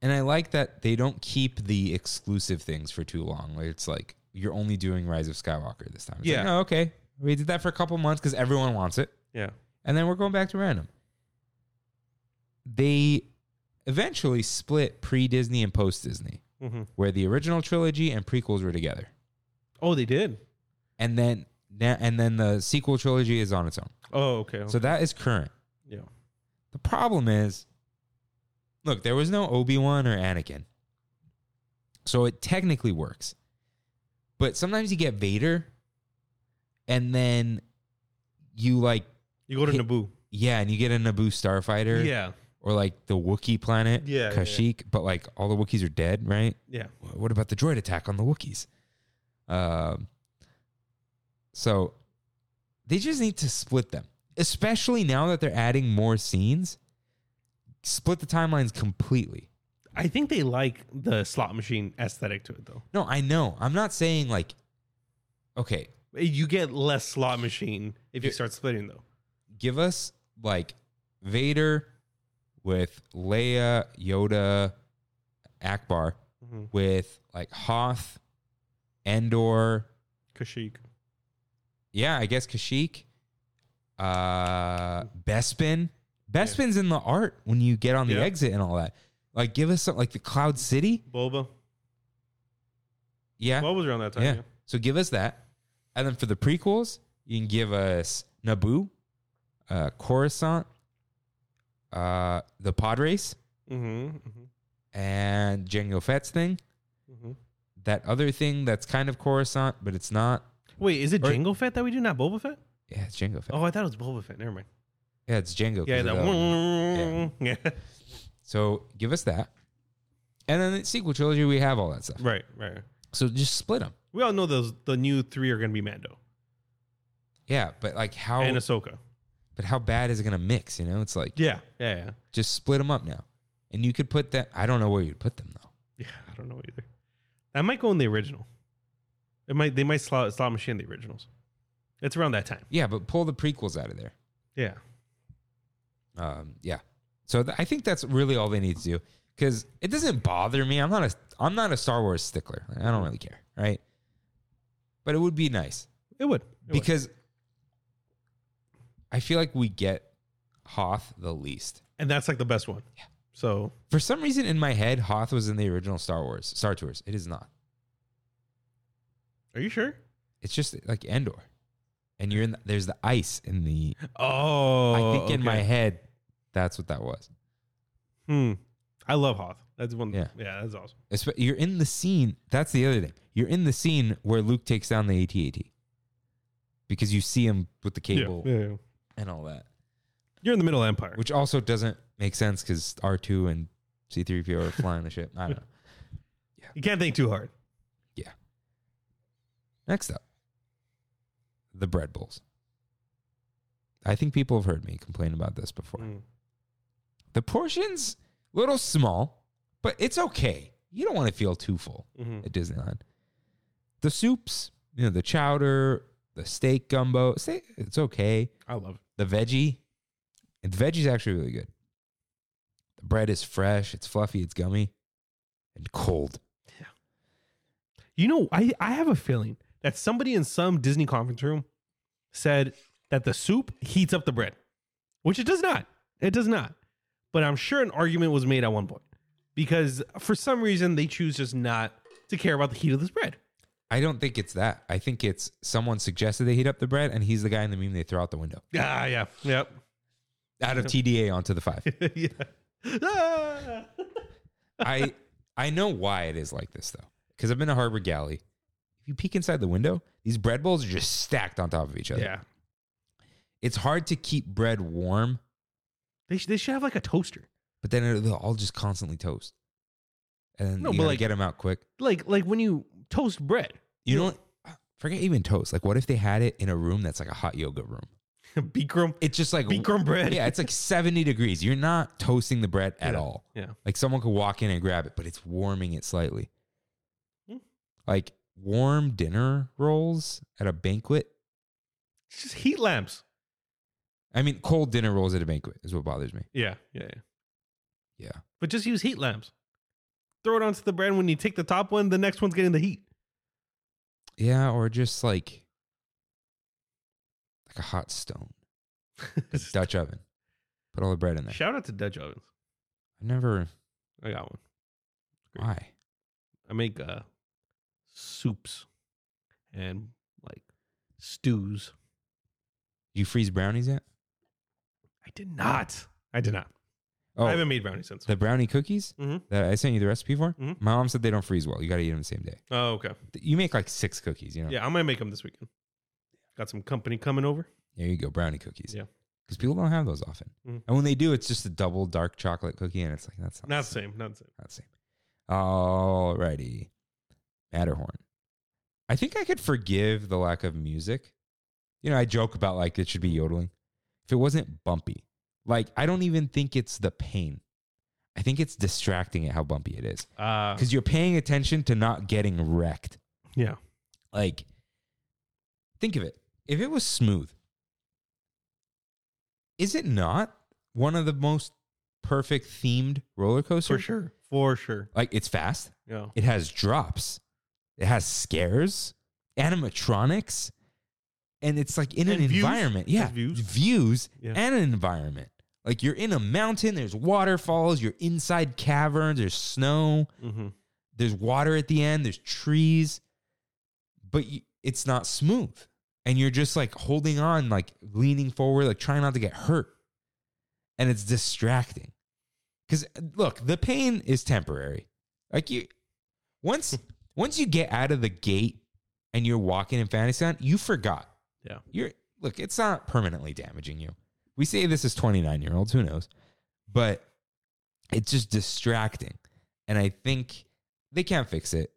Speaker 1: And I like that they don't keep the exclusive things for too long. Where it's like you're only doing Rise of Skywalker this time. It's
Speaker 2: Yeah.
Speaker 1: Like, oh, okay. We did that for a couple months because everyone wants it.
Speaker 2: Yeah.
Speaker 1: and then we're going back to random. They eventually split pre Disney and post Disney,
Speaker 2: Mm-hmm.
Speaker 1: where the original trilogy and prequels were together,
Speaker 2: Oh, they did.
Speaker 1: and then na- and then the sequel trilogy is on its own.
Speaker 2: Oh, okay. okay.
Speaker 1: So that is current.
Speaker 2: yeah.
Speaker 1: The problem is, look, there was no Obi Wan or Anakin, so it technically works. But sometimes you get Vader, and then you like
Speaker 2: You go to
Speaker 1: Hey-
Speaker 2: Naboo.
Speaker 1: yeah, and you get a Naboo starfighter.
Speaker 2: Yeah.
Speaker 1: or like the Wookiee planet,
Speaker 2: Yeah, yeah, yeah.
Speaker 1: Kashyyyk, but like all the Wookiees are dead, right?
Speaker 2: Yeah.
Speaker 1: Wh- What about the droid attack on the Wookiees? Um, so they just need to split them, especially now that they're adding more scenes. Split the timelines completely.
Speaker 2: I think they like the slot machine aesthetic to it, though.
Speaker 1: No, I know. I'm not saying like, okay,
Speaker 2: Eh, You get less slot machine if you start splitting, though.
Speaker 1: give us like Vader with Leia, Yoda, Akbar,
Speaker 2: Mhm.
Speaker 1: with like Hoth, Endor.
Speaker 2: Kashyyyk.
Speaker 1: Yeah, I guess Kashyyyk. Uh, Bespin. Bespin's in the art when you get on the
Speaker 2: Yeah.
Speaker 1: exit and all that. Like, give us some, like the Cloud City.
Speaker 2: Boba.
Speaker 1: Yeah.
Speaker 2: Boba was around that time.
Speaker 1: yeah.
Speaker 2: yeah.
Speaker 1: So give us that. And then for the prequels, you can give us Naboo, uh, Coruscant, uh, the pod race,
Speaker 2: Mm-hmm.
Speaker 1: and Jango Fett's thing.
Speaker 2: Mm-hmm.
Speaker 1: that other thing that's kind of Coruscant, but it's not.
Speaker 2: Wait, is it
Speaker 1: Or-
Speaker 2: Jango Fett that we do, not Boba Fett?
Speaker 1: Yeah, it's Jango Fett.
Speaker 2: Oh, I thought it was Boba Fett. Never mind.
Speaker 1: Yeah, it's Jango.
Speaker 2: Yeah,
Speaker 1: 'cause
Speaker 2: that
Speaker 1: of the- um,
Speaker 2: one. Yeah.
Speaker 1: So give us that, and then the sequel trilogy, we have all that stuff.
Speaker 2: right, right.
Speaker 1: So just split them.
Speaker 2: We all know those the new three are going to be Mando
Speaker 1: Yeah, but like how?
Speaker 2: and Ahsoka.
Speaker 1: but how bad is it gonna mix? You know, it's like
Speaker 2: Yeah, yeah, yeah.
Speaker 1: just split them up now, and you could put that. I don't know where you'd put them though.
Speaker 2: Yeah, I don't know either. I might go in the original. It might they might slot slot machine the originals. It's around that time.
Speaker 1: Yeah, but pull the prequels out of there.
Speaker 2: Yeah,
Speaker 1: Um, yeah. So th- I think that's really all they need to do because it doesn't bother me. I'm not a I'm not a Star Wars stickler. Like, I don't really care, right? But it would be nice
Speaker 2: it would It would.
Speaker 1: because I feel like we get Hoth the least.
Speaker 2: and that's like the best one. Yeah. So
Speaker 1: For some reason in my head, Hoth was in the original Star Wars Star Tours. It is not.
Speaker 2: are you sure?
Speaker 1: It's just like Endor, and you're in. The, there's the ice in the.
Speaker 2: Oh,
Speaker 1: I think in my
Speaker 2: okay.
Speaker 1: head, that's what that was.
Speaker 2: Hmm. I love Hoth. That's one. Yeah,
Speaker 1: Yeah.
Speaker 2: that's awesome.
Speaker 1: Espe- You're in the scene. That's the other thing. You're in the scene where Luke takes down the AT-AT because you see him with the cable
Speaker 2: Yeah, yeah, yeah.
Speaker 1: and all that,
Speaker 2: You're in the Middle Empire.
Speaker 1: which also doesn't make sense because R2 and C-3PO are flying the ship. I don't know.
Speaker 2: you can't think too hard.
Speaker 1: Next up, the bread bowls. I think people have heard me complain about this before.
Speaker 2: Mm.
Speaker 1: The portions little small, but it's okay. You don't want to feel too full.
Speaker 2: Mhm.
Speaker 1: at Disneyland. The soups, you know, the chowder, the steak gumbo, steak, it's okay.
Speaker 2: I love it.
Speaker 1: The veggie, and the veggie's actually really good. The bread is fresh, it's fluffy, it's gummy, and cold.
Speaker 2: You know, I, I have a feeling that somebody in some Disney conference room said that the soup heats up the bread, which it does not. It does not. But I'm sure an argument was made at one point because for some reason they choose just not to care about the heat of this bread.
Speaker 1: I don't think it's that. I think it's someone suggested they heat up the bread, and he's the guy in the meme they throw out the window
Speaker 2: Ah, yeah. Yep.
Speaker 1: out of TDA onto the five.
Speaker 2: yeah. Ah.
Speaker 1: I I know why it is like this though, because I've been to Harbor Galley. If you peek inside the window, these bread bowls are just stacked on top of each other.
Speaker 2: Yeah.
Speaker 1: it's hard to keep bread warm,
Speaker 2: They, sh- they should have like a toaster.
Speaker 1: but then it- they'll all just constantly toast. And then
Speaker 2: No,
Speaker 1: you
Speaker 2: but
Speaker 1: gotta
Speaker 2: like-
Speaker 1: get them out quick.
Speaker 2: Like like when you toast bread,
Speaker 1: You know, what? forget even toast. Like, what if they had it in a room that's like a hot yoga room?
Speaker 2: Bikram,
Speaker 1: It's just like,
Speaker 2: Bikram bread.
Speaker 1: yeah, it's like 70 degrees. You're not toasting the bread at
Speaker 2: Yeah.
Speaker 1: all.
Speaker 2: Yeah.
Speaker 1: Like, someone could walk in and grab it, but it's warming it slightly.
Speaker 2: Hmm.
Speaker 1: Like, warm dinner rolls at a banquet.
Speaker 2: It's just heat lamps.
Speaker 1: I mean, cold dinner rolls at a banquet is what bothers me.
Speaker 2: Yeah. Yeah. yeah.
Speaker 1: Yeah.
Speaker 2: But just use heat lamps. Throw it onto the bread. When you take the top one, the next one's getting the heat.
Speaker 1: Yeah, or just like like a hot stone. The Dutch oven. Put all the bread in there.
Speaker 2: Shout out to Dutch ovens.
Speaker 1: I never
Speaker 2: I got one. Great.
Speaker 1: why.
Speaker 2: I make uh, soups and like stews.
Speaker 1: You freeze brownies yet?
Speaker 2: I did not. I did not. I
Speaker 1: Oh
Speaker 2: haven't made brownies since.
Speaker 1: the brownie cookies
Speaker 2: Mhm.
Speaker 1: that I sent you the recipe for?
Speaker 2: Mhm.
Speaker 1: My mom said they don't freeze well. You gotta eat them the same day.
Speaker 2: Oh, okay.
Speaker 1: You make like six cookies, you know.
Speaker 2: Yeah, I might make them this weekend. Got some company coming over.
Speaker 1: There you go, brownie cookies.
Speaker 2: Yeah.
Speaker 1: Because people don't have those often.
Speaker 2: Mhm.
Speaker 1: And when they do, it's just a double dark chocolate cookie and it's like that's
Speaker 2: Not the same. Not the same.
Speaker 1: Not the same. Alrighty. Matterhorn. I think I could forgive the lack of music. You know, I joke about like it should be yodeling. If it wasn't bumpy, like I don't even think it's the pain. I think it's distracting at how bumpy it is
Speaker 2: Uh,
Speaker 1: because you're paying attention to not getting wrecked.
Speaker 2: yeah.
Speaker 1: Like, think of it. If it was smooth, is it not one of the most perfect themed roller coasters?
Speaker 2: For sure. For sure.
Speaker 1: Like, it's fast.
Speaker 2: Yeah.
Speaker 1: It has drops. It has scares, animatronics, and it's like in
Speaker 2: And
Speaker 1: an
Speaker 2: views.
Speaker 1: environment. Yeah,
Speaker 2: Has views.
Speaker 1: views
Speaker 2: Yeah.
Speaker 1: and an environment. Like you're in a mountain. There's waterfalls. You're inside caverns. There's snow.
Speaker 2: Mm-hmm.
Speaker 1: There's water at the end. There's trees, but you, it's not smooth. And you're just like holding on, like leaning forward, like trying not to get hurt. And it's distracting. uh, Because look, the pain is temporary. Like you, once Once you get out of the gate and you're walking in Fantasyland, you forgot.
Speaker 2: Yeah.
Speaker 1: You're look, it's not permanently damaging you. We say this is 29 year olds, who knows? But it's just distracting. And I think they can't fix it.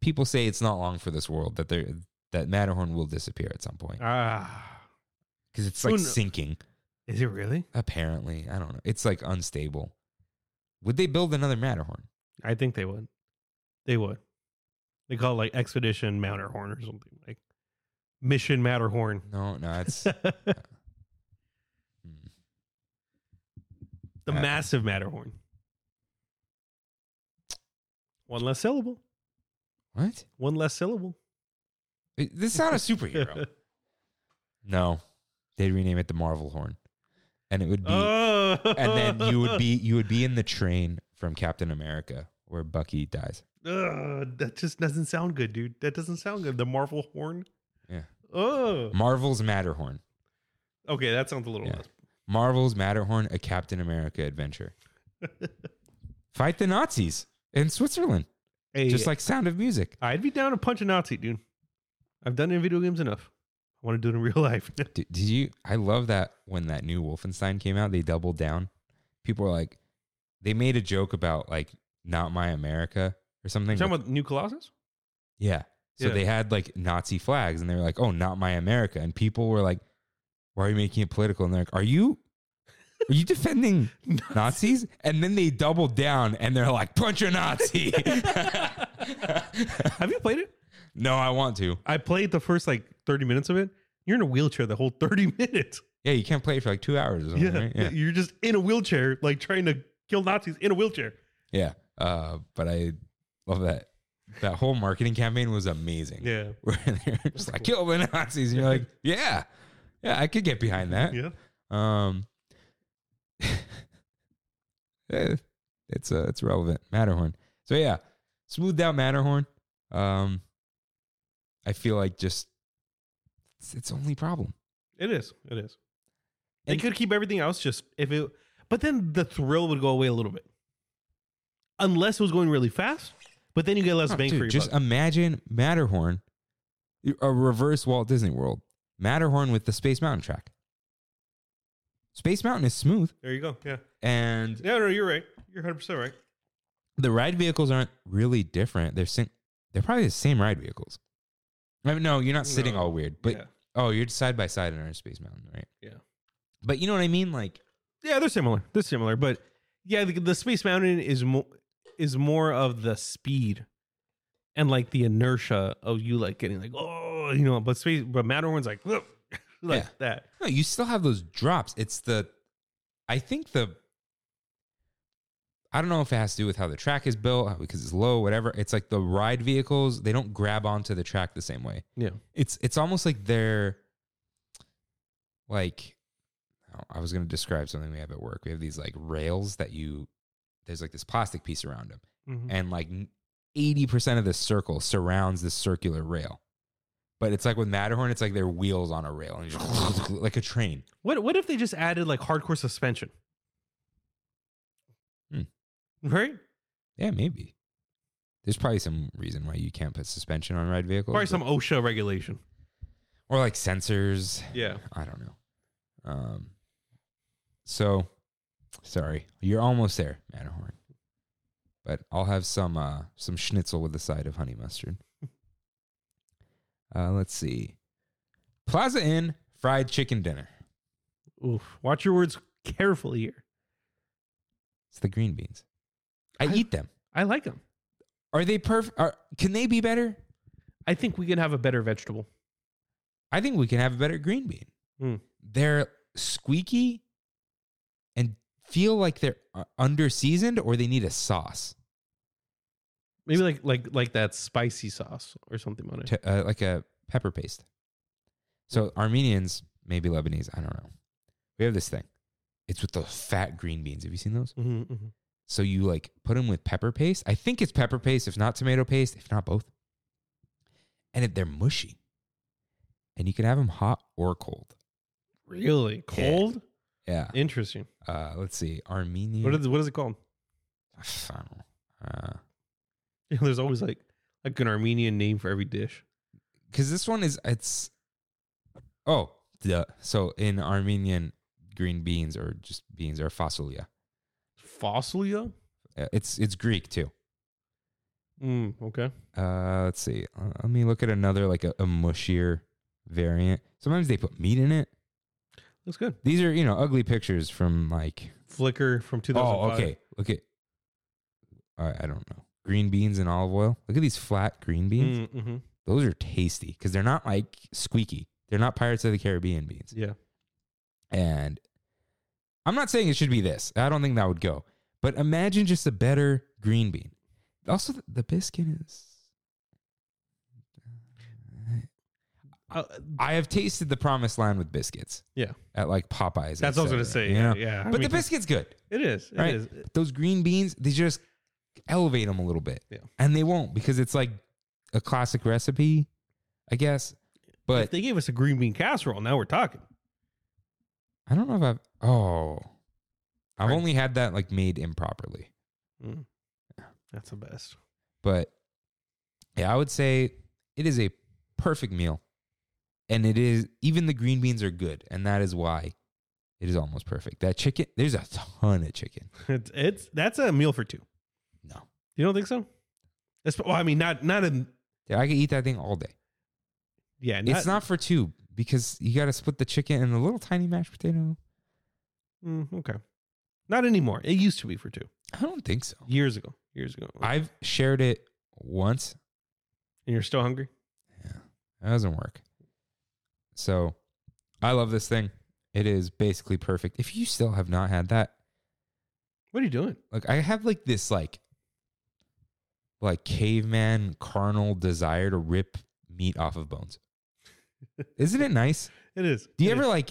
Speaker 1: People say it's not long for this world that they that Matterhorn will disappear at some point
Speaker 2: Ah,
Speaker 1: because it's
Speaker 2: who
Speaker 1: like
Speaker 2: kn-
Speaker 1: sinking.
Speaker 2: is it really?
Speaker 1: Apparently, I don't know. It's like unstable. Would they build another Matterhorn?
Speaker 2: I think they would. They would. They call it like Expedition Matterhorn or something like Mission Matterhorn.
Speaker 1: No, no, it's
Speaker 2: the
Speaker 1: Hmm. Uh,
Speaker 2: massive Matterhorn. One less syllable.
Speaker 1: what?
Speaker 2: One less syllable.
Speaker 1: It- This is not a superhero. no, they'd rename it the Marvel Horn, and it would be,
Speaker 2: oh.
Speaker 1: and then you would be, you would be in the train from Captain America where Bucky dies.
Speaker 2: Ugh, that just doesn't sound good, dude. That doesn't sound good. The Marvel Horn.
Speaker 1: Yeah.
Speaker 2: Oh.
Speaker 1: Marvel's Matterhorn,
Speaker 2: Okay, that sounds a little
Speaker 1: Yeah.
Speaker 2: less.
Speaker 1: Marvel's Matterhorn, a Captain America adventure. Fight the Nazis in Switzerland,
Speaker 2: Hey,
Speaker 1: just like Sound of Music.
Speaker 2: I'd be down to punch a Nazi, dude. I've done it in video games enough. I want to do it in real life.
Speaker 1: Did, did you? I love that when that new Wolfenstein came out, they doubled down. People were like, they made a joke about like not my America or something.
Speaker 2: You talking about New Colossus?
Speaker 1: yeah. So
Speaker 2: Yeah.
Speaker 1: they had like Nazi flags, and they were like, "Oh, not my America," and people were like, "Why are you making it political?" And they're like, "Are you?" Are you defending Nazis? And then they doubled down and they're like, punch a Nazi.
Speaker 2: Have you played it?
Speaker 1: no, I want to.
Speaker 2: I played the first like 30 minutes of it. You're in a wheelchair the whole 30 minutes.
Speaker 1: Yeah, you can't play it for like two hours or something,
Speaker 2: Yeah.
Speaker 1: right? Yeah.
Speaker 2: You're just in a wheelchair, like trying to kill Nazis in a wheelchair.
Speaker 1: Yeah. Uh, but I love that. That whole marketing campaign was amazing.
Speaker 2: Yeah.
Speaker 1: Where they're just like, kill the Nazis. And you're like, yeah, yeah, I could get behind that.
Speaker 2: Yeah.
Speaker 1: Um, eh, it's uh, it's relevant. Matterhorn. So yeah, smoothed out Matterhorn. Um, I feel like just it's its only problem.
Speaker 2: It is. It is. They
Speaker 1: And-
Speaker 2: could keep everything else just if it, but then the thrill would go away a little bit. Unless it was going really fast, but then you get less
Speaker 1: Oh,
Speaker 2: bang
Speaker 1: dude,
Speaker 2: for your
Speaker 1: just
Speaker 2: buck.
Speaker 1: imagine Matterhorn, a reverse Walt Disney World. Matterhorn with the Space Mountain track. Space Mountain is smooth,
Speaker 2: there you go. Yeah.
Speaker 1: and
Speaker 2: No, no, you're right. You're 100% right.
Speaker 1: the ride vehicles aren't really different. They're sin- they're probably the same ride vehicles. I mean, no, you're not sitting
Speaker 2: No.
Speaker 1: all weird, but
Speaker 2: yeah.
Speaker 1: oh, you're side by side in our Space Mountain, right?
Speaker 2: Yeah.
Speaker 1: But you know what I mean? Like,
Speaker 2: Yeah, they're similar. They're similar, but yeah, the, the Space Mountain is more is more of the speed and like the inertia of you like getting like oh you know, but space but Matterhorn's like "Ugh," like
Speaker 1: Yeah.
Speaker 2: that.
Speaker 1: no, you still have those drops. It's the, I think the, I don't know if it has to do with how the track is built because it's low, whatever. It's like the ride vehicles; they don't grab onto the track the same way.
Speaker 2: Yeah.
Speaker 1: It's it's almost like they're, like, oh, I was gonna describe something we have at work. We have these like rails that you, there's like this plastic piece around them.
Speaker 2: Mhm.
Speaker 1: and like 80% of the circle surrounds this circular rail. But it's like with Matterhorn, it's like their wheels on a rail, and just like a train.
Speaker 2: What what if they just added like hardcore suspension?
Speaker 1: Hmm.
Speaker 2: Right?
Speaker 1: Yeah, maybe. There's probably some reason why you can't put suspension on ride vehicles,
Speaker 2: Probably
Speaker 1: but-
Speaker 2: some OSHA regulation.
Speaker 1: or like sensors.
Speaker 2: Yeah.
Speaker 1: I don't know. Um, so sorry, you're almost there, Matterhorn. But I'll have some uh, some schnitzel with a side of honey mustard. Uh, let's see, Plaza Inn fried chicken dinner.
Speaker 2: Oof. Watch your words carefully here.
Speaker 1: It's the green beans. I,
Speaker 2: I-
Speaker 1: eat them.
Speaker 2: I like them.
Speaker 1: Are they perfect? Are can they be better?
Speaker 2: I think we can have a better vegetable.
Speaker 1: I think we can have a better green bean.
Speaker 2: Mm.
Speaker 1: They're squeaky and feel like they're uh, under seasoned or they need a sauce.
Speaker 2: Maybe like like like that spicy sauce or something on it.
Speaker 1: to, uh, like a pepper paste. So Armenians, maybe Lebanese, I don't know. We have this thing. It's with those fat green beans. Have you seen those?
Speaker 2: Mhm, mhm.
Speaker 1: So you like put them with pepper paste. I think it's pepper paste, if not tomato paste, if not both. And it, they're mushy. And you can have them hot or cold.
Speaker 2: Really cold?
Speaker 1: Yeah.
Speaker 2: Interesting.
Speaker 1: Uh, let's see. Armenian.
Speaker 2: What is what is it called?
Speaker 1: I don't know. Uh,
Speaker 2: There's always like like an Armenian name for every dish.
Speaker 1: because this one is it's oh the so in Armenian green beans or just beans are fasulya.
Speaker 2: Fossilia?
Speaker 1: Uh, It's it's Greek too.
Speaker 2: Mm, okay.
Speaker 1: Uh, let's see. Uh, let me look at another like a, a mushier variant. Sometimes they put meat in it.
Speaker 2: That's good.
Speaker 1: These are you know ugly pictures from like
Speaker 2: Flickr from 2005.
Speaker 1: oh okay look at I I don't know green beans and olive oil. Look at these flat green beans.
Speaker 2: Mm, mhm.
Speaker 1: Those are tasty because they're not like squeaky. They're not Pirates of the Caribbean beans.
Speaker 2: Yeah.
Speaker 1: And I'm not saying it should be this. I don't think that would go. But imagine just a better green bean. Also, th- the biscuit is.
Speaker 2: Uh,
Speaker 1: I have tasted the promised land with biscuits
Speaker 2: yeah.
Speaker 1: at like Popeyes.
Speaker 2: That's what I was going to say. Yeah. yeah. I
Speaker 1: But
Speaker 2: mean,
Speaker 1: the biscuit's good.
Speaker 2: It is. It
Speaker 1: Right.
Speaker 2: is.
Speaker 1: Those green beans, they just elevate them a little bit.
Speaker 2: Yeah.
Speaker 1: And they won't because it's like a classic recipe, I guess.
Speaker 2: if
Speaker 1: But
Speaker 2: they gave us a green bean casserole, now we're talking.
Speaker 1: I don't know if I've. Oh. I've
Speaker 2: Right.
Speaker 1: only had that like made improperly.
Speaker 2: Mm. That's the best.
Speaker 1: But yeah, I would say it is a perfect meal. And it is even the green beans are good, and that is why it is almost perfect. That chicken, there's a ton of chicken.
Speaker 2: It's, it's that's a meal for two.
Speaker 1: No.
Speaker 2: You don't think so? That's, well, I mean, not not in
Speaker 1: Dude, I could eat that thing all day.
Speaker 2: yeah.
Speaker 1: it's not for two because you got to split the chicken and the little tiny mashed potato.
Speaker 2: Mm, okay, not anymore. It used to be for two
Speaker 1: I don't think so.
Speaker 2: years ago. Years ago.
Speaker 1: I've shared it once.
Speaker 2: and you're still hungry?
Speaker 1: That doesn't work. So I love this thing. It is basically perfect. If you still have not had that,
Speaker 2: What are you doing?
Speaker 1: like I have like this like like caveman carnal desire to rip meat off of bones. Isn't it nice?
Speaker 2: It is.
Speaker 1: Do you
Speaker 2: It
Speaker 1: ever
Speaker 2: is.
Speaker 1: like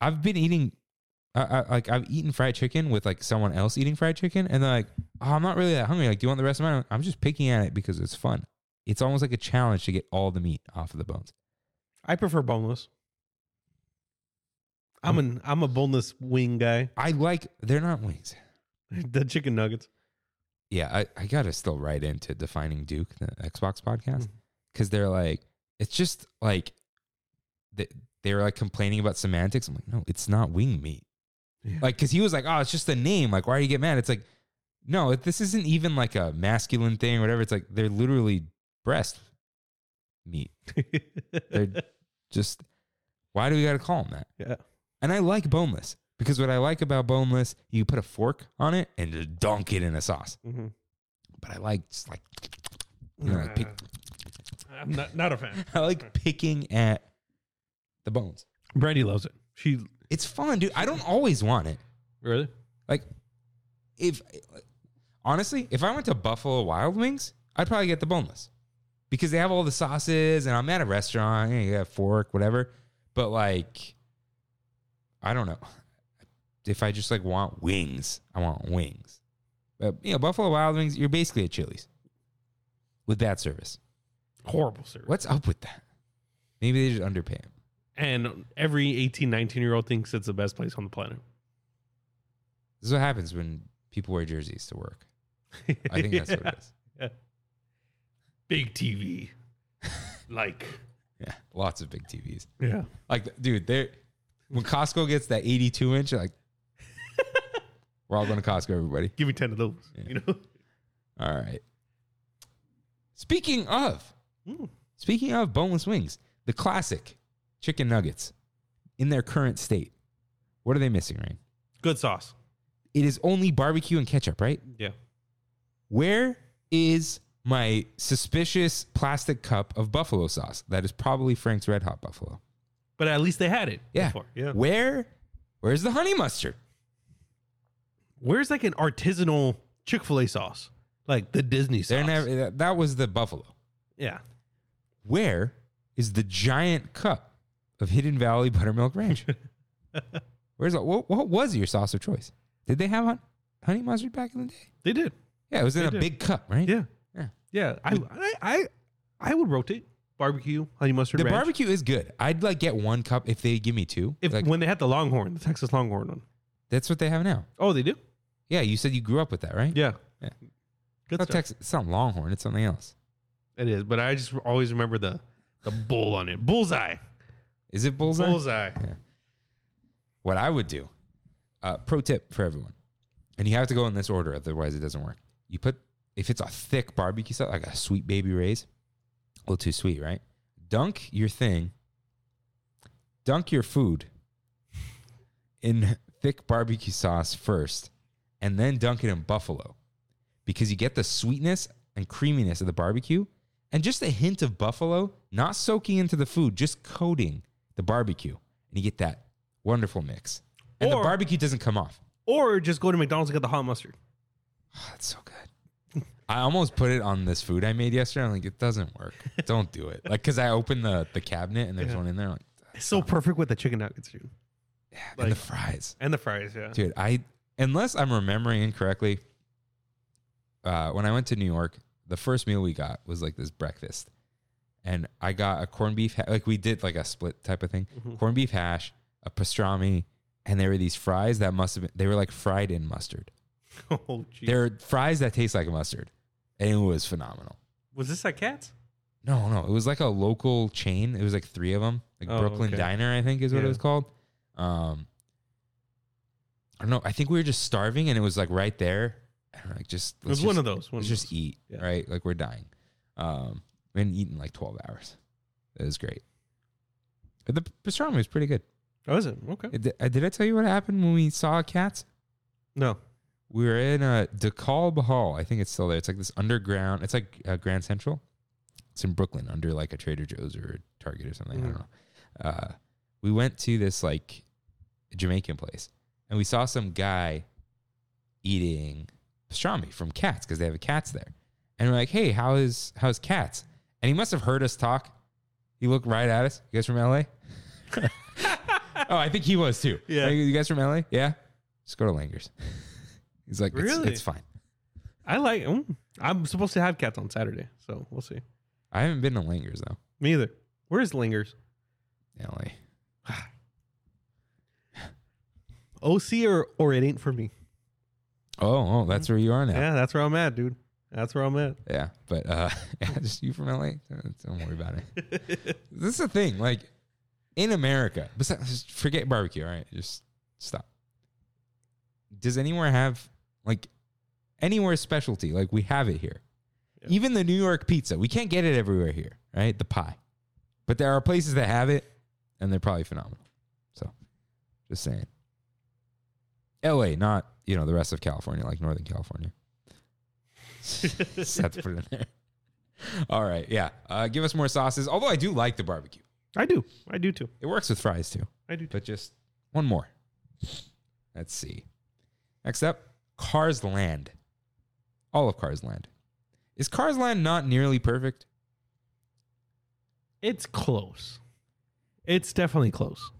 Speaker 1: I've been eating I, I like I've eaten fried chicken with like someone else eating fried chicken and they're like, "Oh, I'm not really that hungry. Like, do you want the rest of mine?" I'm just picking at it because it's fun. It's almost like a challenge to get all the meat off of the bones.
Speaker 2: I prefer boneless. I'm an I'm a boneless wing guy.
Speaker 1: I like they're not wings.
Speaker 2: the chicken nuggets.
Speaker 1: yeah, I, I gotta still write into defining Duke, the Xbox podcast, because they're like, it's just like they they're like complaining about semantics. I'm like, no, it's not wing meat.
Speaker 2: Yeah.
Speaker 1: Like, because he was like, oh, it's just a name. Like, why do you get mad? It's like, no, it- this isn't even like a masculine thing or whatever. It's like they're literally breast meat. They're just why do we gotta call them that?
Speaker 2: yeah.
Speaker 1: And I like boneless because what I like about boneless, you put a fork on it and just dunk it in a sauce.
Speaker 2: Mhm.
Speaker 1: But I like just like you know, like pick,
Speaker 2: I'm not not a fan.
Speaker 1: I like picking at the bones.
Speaker 2: Brandy loves it. She
Speaker 1: It's fun, dude. I don't always want it.
Speaker 2: really.
Speaker 1: Like, if honestly, if I went to Buffalo Wild Wings, I'd probably get the boneless because they have all the sauces, and I'm at a restaurant. You, know, you got a fork, whatever. But like, I don't know. If I just like want wings, I want wings. But you know, Buffalo Wild Wings, you're basically at Chili's with that service.
Speaker 2: Horrible service.
Speaker 1: What's up with that? Maybe they just underpay 'em.
Speaker 2: And every 18, 19 year old thinks it's the best place on the planet.
Speaker 1: This is what happens when people wear jerseys to work. I think that's what it is.
Speaker 2: Big TV. like.
Speaker 1: Yeah, lots of big TVs.
Speaker 2: Yeah.
Speaker 1: Like, dude, they when Costco gets that 82 inch, you're like, we're all going to Costco, everybody.
Speaker 2: Give me 10 of those. You know?
Speaker 1: All right. Speaking of,
Speaker 2: Mm.
Speaker 1: speaking of boneless wings, the classic chicken nuggets in their current state. What are they missing, Rain?
Speaker 2: Good sauce.
Speaker 1: It is only barbecue and ketchup, right?
Speaker 2: Yeah.
Speaker 1: Where is my suspicious plastic cup of buffalo sauce? That is probably Frank's Red Hot Buffalo.
Speaker 2: But at least they had it
Speaker 1: Yeah.
Speaker 2: before. Yeah.
Speaker 1: Where? Where's the honey mustard?
Speaker 2: Where's like an artisanal Chick fil A sauce? Like the Disney sauce.
Speaker 1: They're never. that- That was the buffalo.
Speaker 2: Yeah.
Speaker 1: Where is the giant cup of Hidden Valley Buttermilk Ranch? Where's that? What, what was your sauce of choice? Did they have hon- honey mustard back in the day?
Speaker 2: They did.
Speaker 1: Yeah, it was in
Speaker 2: They
Speaker 1: a
Speaker 2: did.
Speaker 1: big cup, right?
Speaker 2: Yeah.
Speaker 1: Yeah.
Speaker 2: Yeah. I I I, I would rotate barbecue, honey mustard,
Speaker 1: The
Speaker 2: ranch.
Speaker 1: barbecue is good. I'd like get one cup if they give me two.
Speaker 2: if
Speaker 1: like,
Speaker 2: when they had the Longhorn, the Texas Longhorn one.
Speaker 1: that's what they have now.
Speaker 2: Oh, they do?
Speaker 1: Yeah, you said you grew up with that, right? Oh,
Speaker 2: Yeah.
Speaker 1: Yeah.
Speaker 2: Good
Speaker 1: No,
Speaker 2: stuff.
Speaker 1: Texas. It's not Longhorn. It's something else.
Speaker 2: It is, but I just always remember the the bull on it. Bullseye.
Speaker 1: Is it bullseye?
Speaker 2: Bullseye.
Speaker 1: What I would do, uh, pro tip for everyone, and you have to go in this order, otherwise it doesn't work. You put if it's a thick barbecue sauce, like a sweet baby rays, a little too sweet, right? Dunk your thing, dunk your food in thick barbecue sauce first, and then dunk it in buffalo, because you get the sweetness and creaminess of the barbecue, and just a hint of buffalo, not soaking into the food, just coating the barbecue, and you get that wonderful mix. And the
Speaker 2: Or-
Speaker 1: barbecue doesn't come off.
Speaker 2: Or just go to McDonald's and get the hot mustard.
Speaker 1: Oh, that's so good. I almost put it on this food I made yesterday. I'm like, it doesn't work. Don't do it. Like, cause I opened the the cabinet and there's
Speaker 2: Yeah.
Speaker 1: one in there. Like,
Speaker 2: It's so perfect with the chicken nuggets too.
Speaker 1: and the
Speaker 2: Like-
Speaker 1: fries,
Speaker 2: And the fries, yeah.
Speaker 1: dude. I unless I'm remembering incorrectly, uh, when I went to New York, the first meal we got was like this breakfast, and I got a corned beef. Ha- like we did like a split type of thing: corned beef hash, a pastrami, and there were these fries that must have been. They were like fried in mustard.
Speaker 2: Oh, geez.
Speaker 1: They're fries that taste like mustard, and it was phenomenal.
Speaker 2: Was this at Cat's?
Speaker 1: No, no. It was like a local chain. It was like three of them. Like
Speaker 2: Oh,
Speaker 1: Brooklyn
Speaker 2: okay.
Speaker 1: Diner, I think is what it
Speaker 2: Yeah.
Speaker 1: was called. Um, I don't know. I think we were just starving and it was like right there. And we're like just
Speaker 2: It was
Speaker 1: let's
Speaker 2: one
Speaker 1: just-
Speaker 2: of those. One
Speaker 1: let's
Speaker 2: of
Speaker 1: just
Speaker 2: those.
Speaker 1: eat,
Speaker 2: Yeah.
Speaker 1: right? Like we're dying. Um, we hadn't eaten like 12 hours. It was great. The pastrami was pretty good.
Speaker 2: Oh, is it? Okay.
Speaker 1: Did uh, did I tell you what happened when we saw cats?
Speaker 2: no.
Speaker 1: we were in a DeKalb Hall. I think it's still there. It's like this underground. It's like uh, Grand Central. It's in Brooklyn, under like a Trader Joe's or a Target or something. I don't
Speaker 2: Mhm.
Speaker 1: know. Uh, we went to this like Jamaican place, and we saw some guy eating pastrami from Cats because they have a Cats there. And we're like, "Hey, how is how's Cats?" And he must have heard us talk. He looked right at us. You guys from LA? oh, I think he was too.
Speaker 2: Yeah.
Speaker 1: Like, you guys from LA? Yeah. Just go to Langers. He's like, "It's-
Speaker 2: Really?
Speaker 1: it's fine.
Speaker 2: I like. mm, I'm supposed to have Cat's on Saturday, so we'll see.
Speaker 1: I haven't been to Langers though.
Speaker 2: Me either. Where is Lingers?
Speaker 1: LA.
Speaker 2: OC or or it ain't for me.
Speaker 1: Oh, oh, that's where you are now. Yeah.
Speaker 2: Yeah, that's where I'm at, dude. That's where I'm at.
Speaker 1: But uh yeah, just you from LA? Don't worry about it. this is the thing, like in America, besides just forget barbecue, all right? Just stop. Does anywhere have like anywhere specialty? Like we have it here.
Speaker 2: Yeah.
Speaker 1: Even the New York pizza. We can't get it everywhere here, right? The pie. But there are places that have it and they're probably phenomenal. So just saying. LA, not, you know, the rest of California, like Northern California. Just have to put it in there. All right. Yeah. Uh, give us more sauces. Although I do like the barbecue.
Speaker 2: I do. I do too.
Speaker 1: It works with fries too,
Speaker 2: I do too.
Speaker 1: but just one more. Let's see. Next up, Cars Land. All of Cars Land. Is Cars Land not nearly perfect?
Speaker 2: It's close. It's definitely close.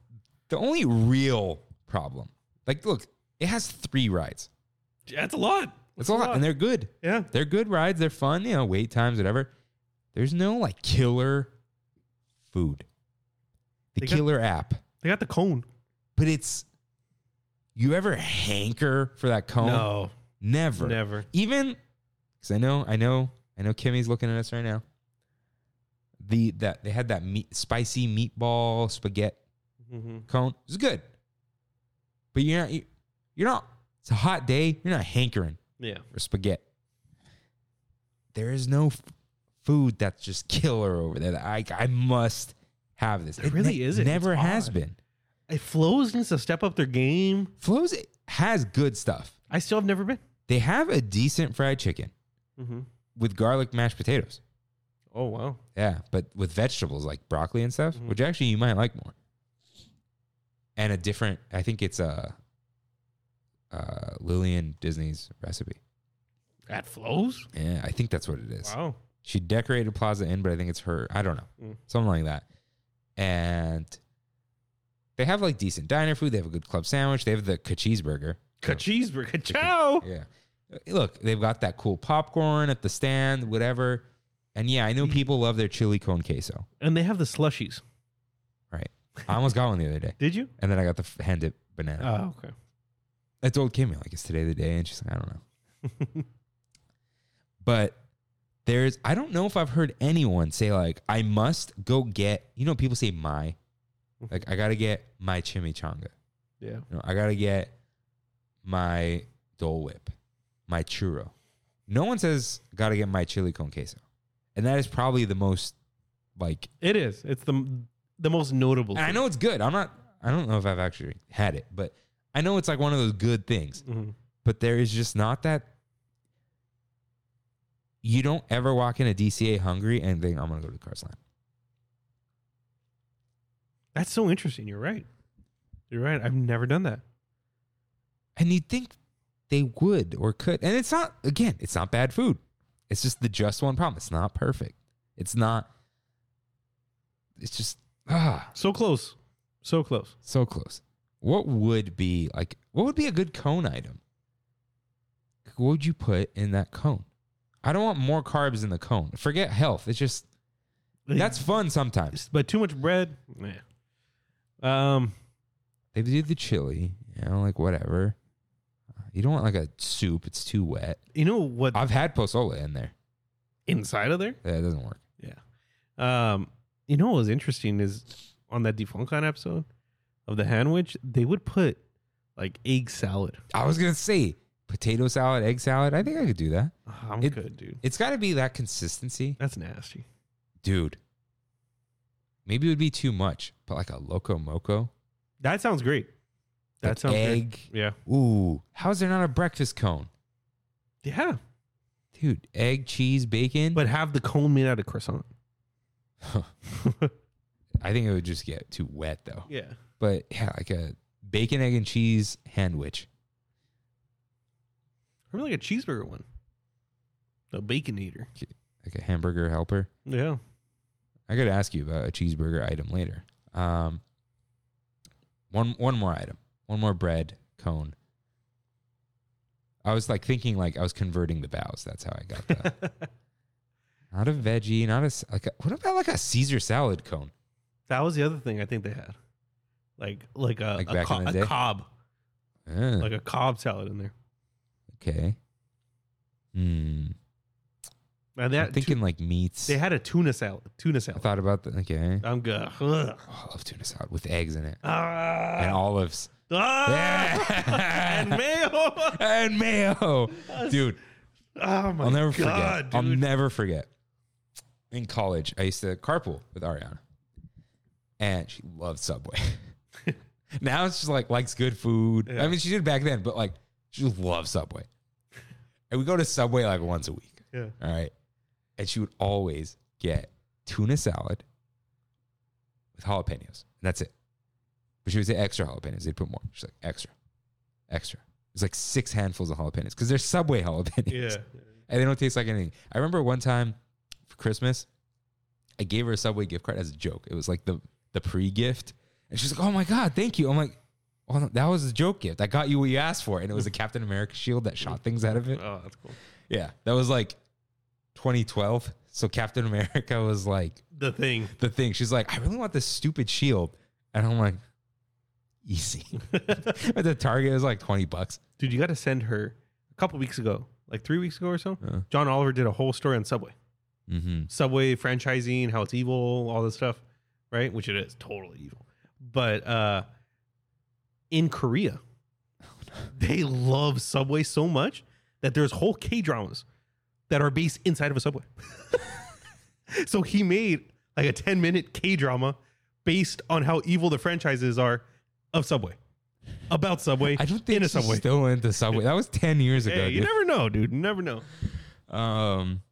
Speaker 1: The only real problem, like, look, it has three rides.
Speaker 2: That's a lot.
Speaker 1: It's a lot, and they're good.
Speaker 2: yeah.
Speaker 1: They're good rides. They're fun. You know, wait times, whatever. There's no like killer food. The
Speaker 2: They got-
Speaker 1: killer app.
Speaker 2: They got the cone.
Speaker 1: but it's you ever hanker for that cone?
Speaker 2: No,
Speaker 1: never,
Speaker 2: never.
Speaker 1: Even because I know, I know, I know. Kimmy's looking at us right now. The that they had that meat, spicy meatball spaghetti
Speaker 2: hmm
Speaker 1: cone. It was good, but you're not. you- You're not. It's a hot day. You're not hankering
Speaker 2: Yeah.
Speaker 1: for spaghetti. There is no f- food that's just killer over there. That I I must have this.
Speaker 2: There really isn't.
Speaker 1: Never
Speaker 2: It's
Speaker 1: has
Speaker 2: odd.
Speaker 1: been.
Speaker 2: It flows needs to step up their game.
Speaker 1: Flo's has good stuff.
Speaker 2: I still have never been.
Speaker 1: They have a decent fried chicken
Speaker 2: Mm-hmm.
Speaker 1: with garlic mashed potatoes.
Speaker 2: Oh wow.
Speaker 1: Yeah, but with vegetables like broccoli and stuff, which
Speaker 2: Mm-hmm.
Speaker 1: actually you might like more. And a different, I think it's a uh, Lillian Disney's recipe.
Speaker 2: That flows.
Speaker 1: Yeah, I think that's what it is.
Speaker 2: Wow.
Speaker 1: She decorated Plaza Inn, but I think it's her. I don't know,
Speaker 2: Mm.
Speaker 1: something like that. And they have like decent diner food. They have a good club sandwich. They have the cheeseburger.
Speaker 2: Ka cheeseburger. Ciao.
Speaker 1: Yeah. Look, they've got that cool popcorn at the stand, whatever. And yeah, I
Speaker 2: Mm.
Speaker 1: know people love their chili con queso.
Speaker 2: And they have the slushies.
Speaker 1: Right. I almost got one the other day.
Speaker 2: Did you?
Speaker 1: And then I got the f- hand dipped banana.
Speaker 2: Oh, okay.
Speaker 1: I told Kimmy, like, it's today the day. And she's like, I don't know. but There's I don't know if I've heard anyone say like I must go get you know people say my like I gotta get my chimichanga
Speaker 2: Yeah.
Speaker 1: you know, I gotta get my Dole Whip, my churro. No one says gotta get my chili con queso, and that is probably the most like.
Speaker 2: It is. It's the the most notable.
Speaker 1: And I know it's good. I'm not. I don't know if I've actually had it, but I know it's like one of those good things.
Speaker 2: hmm
Speaker 1: But there is just not that. You don't ever walk into DCA hungry and think I'm gonna go to the Line.
Speaker 2: That's so interesting. You're right. You're right. I've never done that.
Speaker 1: And you'd think they would or could. And it's not, again, it's not bad food. It's just the just one problem. It's not perfect. It's not, it's just, ah,
Speaker 2: So close. So close.
Speaker 1: so close. What would be like, what would be a good cone item? Like, What would you put in that cone? I don't want more carbs in the cone. Forget health. It's just, that's fun sometimes.
Speaker 2: but too much bread. Yeah. Um.
Speaker 1: They do the chili, you know, like whatever. Uh, You don't want like a soup. It's too wet.
Speaker 2: You know what?
Speaker 1: I've had pozole in there.
Speaker 2: inside of there.
Speaker 1: That doesn't work.
Speaker 2: Yeah. Um. You know what was interesting is on that Defuncon episode of the Handwich, they would put like egg salad.
Speaker 1: I was gonna say potato salad, egg salad. I think I could do that.
Speaker 2: Ah, I'm
Speaker 1: It-
Speaker 2: good, dude.
Speaker 1: It's got to be that consistency,
Speaker 2: That's nasty.
Speaker 1: dude. Maybe it would be too much, but like a loco moco.
Speaker 2: That sounds great. That
Speaker 1: Like
Speaker 2: sounds great.
Speaker 1: egg.
Speaker 2: Yeah.
Speaker 1: Ooh, how is there not a breakfast cone,
Speaker 2: Yeah.
Speaker 1: dude? Egg, cheese, bacon.
Speaker 2: But have the cone made out of croissant.
Speaker 1: I think it would just get too wet though.
Speaker 2: yeah.
Speaker 1: But yeah, like a bacon, egg, and cheese handwich.
Speaker 2: Or like a cheeseburger one. The bacon eater.
Speaker 1: like a hamburger helper.
Speaker 2: Yeah.
Speaker 1: I gotta ask you about a cheeseburger item later. Um, one one more item, one more bread cone. I was like thinking like I was converting the bows. That's how I got that. not a veggie, not a s- like. A, what about like a Caesar salad cone?
Speaker 2: That was the other thing I think they had. Like like a,
Speaker 1: Like
Speaker 2: a,
Speaker 1: back
Speaker 2: co-
Speaker 1: in the
Speaker 2: a
Speaker 1: day?
Speaker 2: cob.
Speaker 1: Eh,
Speaker 2: Like a cob salad in there.
Speaker 1: okay. Hmm.
Speaker 2: And
Speaker 1: I'm
Speaker 2: that
Speaker 1: thinking like meats.
Speaker 2: they had a tuna salad. Tuna
Speaker 1: I
Speaker 2: salad.
Speaker 1: thought about that. Okay.
Speaker 2: I'm good. Ugh.
Speaker 1: Oh, I love tuna salad with eggs in it
Speaker 2: Ah,
Speaker 1: and olives
Speaker 2: Ah.
Speaker 1: Yeah. and
Speaker 2: and mayo.
Speaker 1: mayo, dude.
Speaker 2: Oh my
Speaker 1: I'll never
Speaker 2: god,
Speaker 1: forget. I'll
Speaker 2: dude.
Speaker 1: never forget. In college, I used to carpool with Ariana, and she loved Subway. now it's just like likes good food.
Speaker 2: Yeah.
Speaker 1: I mean, she did back then, but like she just loves Subway. And we go to Subway like once a week.
Speaker 2: Yeah.
Speaker 1: All right, and she would always get tuna salad with jalapenos, and that's it. But she would say extra jalapenos. They'd put more. She's like extra, extra. It's like six handfuls of jalapenos because they're Subway jalapenos
Speaker 2: yeah.
Speaker 1: and they don't taste like anything. I remember one time for Christmas, I gave her a Subway gift card as a joke. It was like the the pre gift, and she's like, "Oh my god, thank you." I'm like, "Oh, no, that was a joke gift. I got you what you asked for, and it was a Captain America shield that shot things out of it."
Speaker 2: Oh, that's cool.
Speaker 1: Yeah, that was like 2012. So Captain America was like
Speaker 2: The thing.
Speaker 1: the thing. She's like, "I really want this stupid shield," and I'm like, "Easy." At the Target, it was like 20 bucks.
Speaker 2: Dude, you got to send her a couple weeks ago, like three weeks ago or so.
Speaker 1: Uh.
Speaker 2: John Oliver did a whole story on Subway,
Speaker 1: Mm-hmm.
Speaker 2: Subway franchising, how it's evil, all this stuff, right? Which it is totally evil. But uh, in Korea, they love Subway so much that there's whole K dramas that are based inside of a Subway. so he made like a 10 minute K drama based on how evil the franchises are of Subway, about Subway,
Speaker 1: I don't think
Speaker 2: in a
Speaker 1: she's
Speaker 2: Subway.
Speaker 1: still into Subway. That was 10 years ago.
Speaker 2: Hey, you
Speaker 1: dude.
Speaker 2: never know, dude. You never know.
Speaker 1: Um,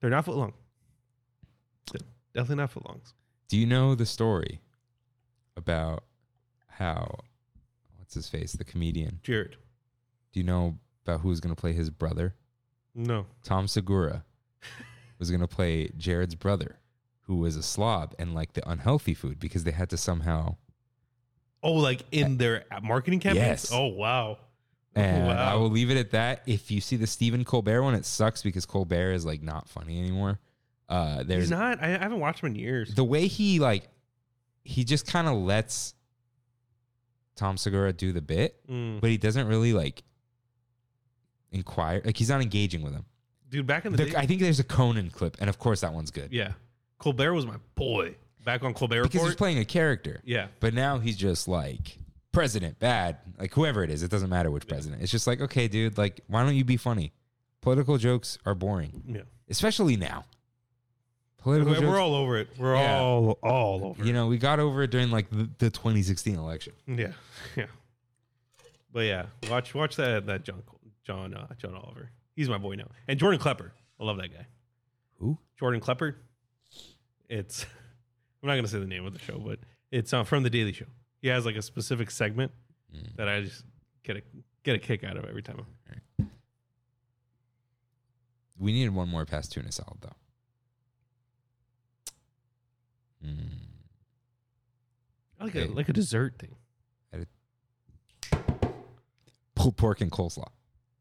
Speaker 2: They're not foot long. They're Definitely not foot longs.
Speaker 1: do you know the story about how what's his face, the comedian?
Speaker 2: Jared.
Speaker 1: Do you know about who's going to play his brother?
Speaker 2: No.
Speaker 1: Tom Segura was going to play Jared's brother, who was a slob and like the unhealthy food because they had to somehow.
Speaker 2: Oh, like in their marketing campaigns?
Speaker 1: Yes.
Speaker 2: Oh, wow.
Speaker 1: And
Speaker 2: Oh, wow.
Speaker 1: I will leave it at that. If you see the Stephen Colbert one, it sucks because Colbert is like not funny anymore. Uh, there's
Speaker 2: He's not. I, I haven't watched him in years.
Speaker 1: the way he like he just kind of lets Tom Segura do the bit,
Speaker 2: Mm.
Speaker 1: but he doesn't really like inquire. Like he's not engaging with him.
Speaker 2: dude. Back in the,
Speaker 1: The-
Speaker 2: day,
Speaker 1: I think there's a Conan clip, and of course that one's good
Speaker 2: yeah, Colbert was my boy. Back on Colbert
Speaker 1: because he's
Speaker 2: Report,
Speaker 1: playing a character.
Speaker 2: yeah,
Speaker 1: But now he's just like president bad, like whoever it is. It doesn't matter which president. It's just like okay, dude, like why don't you be funny? Political jokes are boring,
Speaker 2: yeah.
Speaker 1: especially now. Political
Speaker 2: We're, we're
Speaker 1: jokes.
Speaker 2: all over it. We're
Speaker 1: Yeah.
Speaker 2: all all over.
Speaker 1: you know, we got over it during like the, the 2016 election.
Speaker 2: it. Yeah, yeah. But yeah, watch watch that that John Col- John uh, John Oliver. He's my boy now. And Jordan Klepper, I love that guy.
Speaker 1: Who?
Speaker 2: Jordan Klepper. It's I'm not gonna say the name of the show, but it's uh, from the Daily Show. He has like a specific segment that I just get a get a kick out of every time.
Speaker 1: We needed one more past tuna salad though. Mm.
Speaker 2: Like
Speaker 1: Okay.
Speaker 2: a like a dessert thing.
Speaker 1: Pulled pork and coleslaw.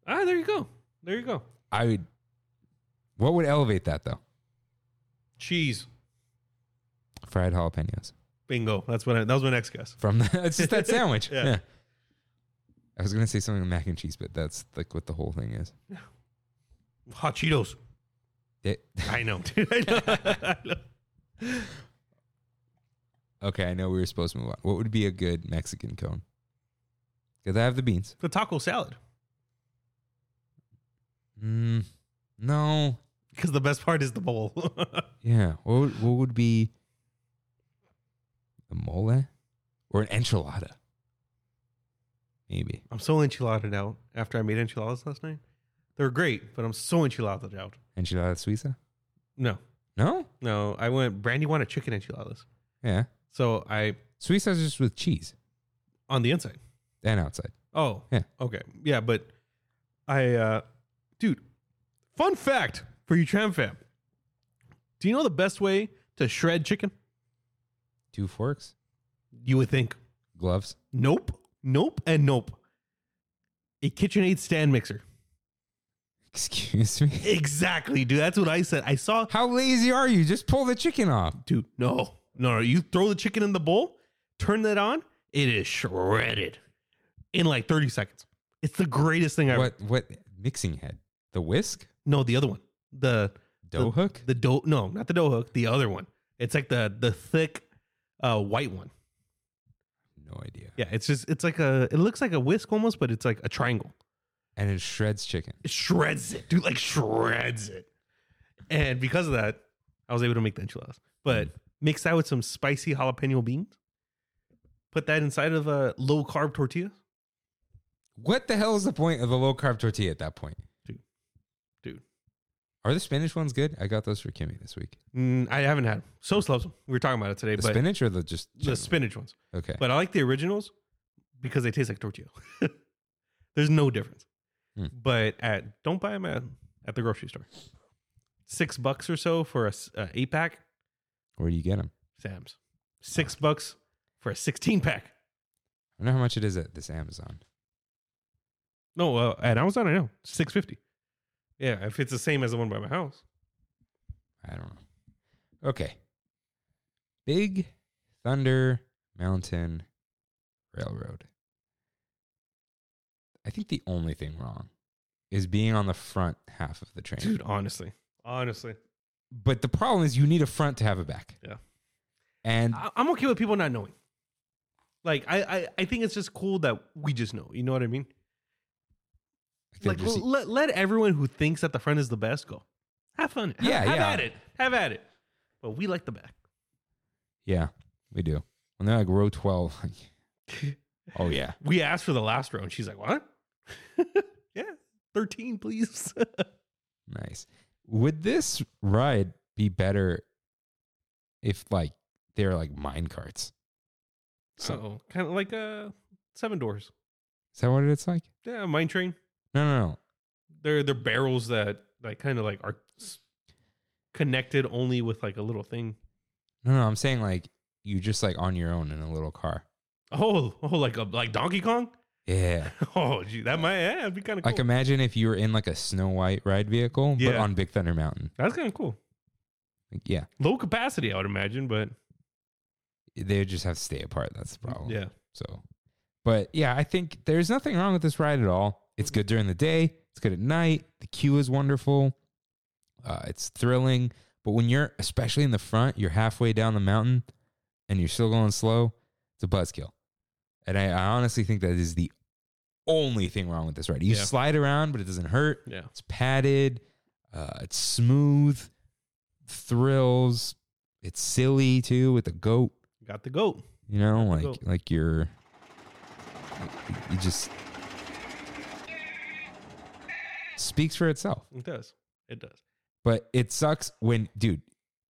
Speaker 2: Ah, there you go. There you go.
Speaker 1: I would. What would elevate that though?
Speaker 2: Cheese.
Speaker 1: Fried jalapenos
Speaker 2: Bingo. That's what I, that was my next guess.
Speaker 1: from the, it's just that sandwich.
Speaker 2: Yeah.
Speaker 1: I was gonna say something with mac and cheese, but that's like what the whole thing is.
Speaker 2: Hot Cheetos.
Speaker 1: They-
Speaker 2: I know, dude. I know. I know.
Speaker 1: okay, I know we were supposed to move on. What would be a good Mexican cone? Because I have the beans.
Speaker 2: The taco salad.
Speaker 1: Mm, no,
Speaker 2: Because the best part is the bowl.
Speaker 1: Yeah. What would, what would be a mole or an enchilada? Maybe.
Speaker 2: I'm so enchiladed out after I made enchiladas last night. They were great, but I'm so enchiladed out.
Speaker 1: Enchilada suiza?
Speaker 2: No,
Speaker 1: No?
Speaker 2: no. I went, Brandy wanted chicken enchiladas.
Speaker 1: Yeah.
Speaker 2: So I,
Speaker 1: Suiza's just with cheese
Speaker 2: on the inside.
Speaker 1: and outside.
Speaker 2: Oh,
Speaker 1: Yeah.
Speaker 2: Okay. Yeah, but I, uh, dude, fun fact for you, Tram Fam. Do you know the best way to shred chicken?
Speaker 1: Two forks,
Speaker 2: You would think.
Speaker 1: gloves.
Speaker 2: Nope, nope, and nope. A KitchenAid stand mixer.
Speaker 1: Excuse me.
Speaker 2: Exactly, dude. That's what I said. I saw,
Speaker 1: How lazy are you? Just pull the chicken off.
Speaker 2: dude. No, no, no. You throw the chicken in the bowl, turn that on. It is shredded in like thirty seconds. It's the greatest thing ever.
Speaker 1: What what mixing head? The whisk?
Speaker 2: No, the other one, the
Speaker 1: Dough hook?
Speaker 2: the dough. No, not the dough hook. The other one. It's like the the thick, uh, white one.
Speaker 1: No idea.
Speaker 2: Yeah, it's just it's like a. It looks like a whisk almost, but it's like a triangle.
Speaker 1: And it shreds chicken.
Speaker 2: It shreds it, dude. Like shreds it. And because of that, I was able to make the enchiladas. But mix that with some spicy jalapeno beans. Put that inside of a low carb tortilla,
Speaker 1: What the hell is the point of the low carb tortilla at that point?
Speaker 2: Dude. Dude.
Speaker 1: Are the Spanish ones good? I got those for Kimmy this week.
Speaker 2: Mm, I haven't had. So loves them. We were talking about it today,
Speaker 1: The
Speaker 2: but
Speaker 1: spinach or the just
Speaker 2: the spinach ones.
Speaker 1: Okay.
Speaker 2: But I like the originals because they taste like tortilla. There's no difference.
Speaker 1: Hmm.
Speaker 2: But at don't buy them at, at the grocery store. Six bucks or so for a s- a eight pack.
Speaker 1: Where do you get them?
Speaker 2: Sam's. Six bucks for a 16 pack.
Speaker 1: I wonder how much it is at this Amazon.
Speaker 2: No, uh, at Amazon, I know. 650 Yeah, if it's the same as the one by my house.
Speaker 1: I don't know. Okay. Big Thunder Mountain Railroad. I think the only thing wrong is being on the front half of the train.
Speaker 2: Dude, honestly. Honestly.
Speaker 1: But the problem is you need a front to have a back.
Speaker 2: Yeah.
Speaker 1: And
Speaker 2: I, I'm okay with people not knowing. Like, I, I, I think it's just cool that we just know. You know what I mean?
Speaker 1: I could
Speaker 2: Like,
Speaker 1: just-
Speaker 2: let, let everyone who thinks that the front is the best go. Have fun. Have,
Speaker 1: Yeah,
Speaker 2: have
Speaker 1: yeah.
Speaker 2: at it. Have at it. But we like the back.
Speaker 1: yeah, we do. When they're like row 12, like, oh yeah.
Speaker 2: We asked for the last row, and she's like, what? yeah, 13, please.
Speaker 1: Nice. Would this ride be better if like they're like mine carts? So
Speaker 2: So, kind of like uh, Seven Doors.
Speaker 1: is that what it's like?
Speaker 2: Yeah, Mine Train.
Speaker 1: No, no, no.
Speaker 2: they're they're barrels that like kind of like are s- connected only with like a little thing.
Speaker 1: No, no. I'm saying like you just like on your own in a little car.
Speaker 2: Oh, oh, like a like Donkey Kong.
Speaker 1: Yeah.
Speaker 2: Oh, gee, that might yeah, that'd be kind of cool.
Speaker 1: Like imagine if you were in like a Snow White ride vehicle, but
Speaker 2: Yeah.
Speaker 1: on Big Thunder Mountain.
Speaker 2: That's kind of cool.
Speaker 1: Like, yeah.
Speaker 2: Low capacity, I would imagine, but
Speaker 1: They would just have to stay apart. That's the problem.
Speaker 2: yeah,
Speaker 1: So, but yeah, I think there's nothing wrong with this ride at all. It's good during the day. It's good at night. The queue is wonderful. Uh, it's thrilling, but when you're, especially in the front, you're halfway down the mountain and you're still going slow, it's a buzzkill. And I, I honestly think that is the only thing wrong with this ride. You
Speaker 2: Yeah.
Speaker 1: slide around, but it doesn't hurt.
Speaker 2: Yeah.
Speaker 1: It's padded. Uh, it's smooth. Thrills. It's silly too with the goat.
Speaker 2: Got the goat.
Speaker 1: You know, like
Speaker 2: goat.
Speaker 1: like you're. You just speaks for itself.
Speaker 2: It does. It does.
Speaker 1: But it sucks when, dude.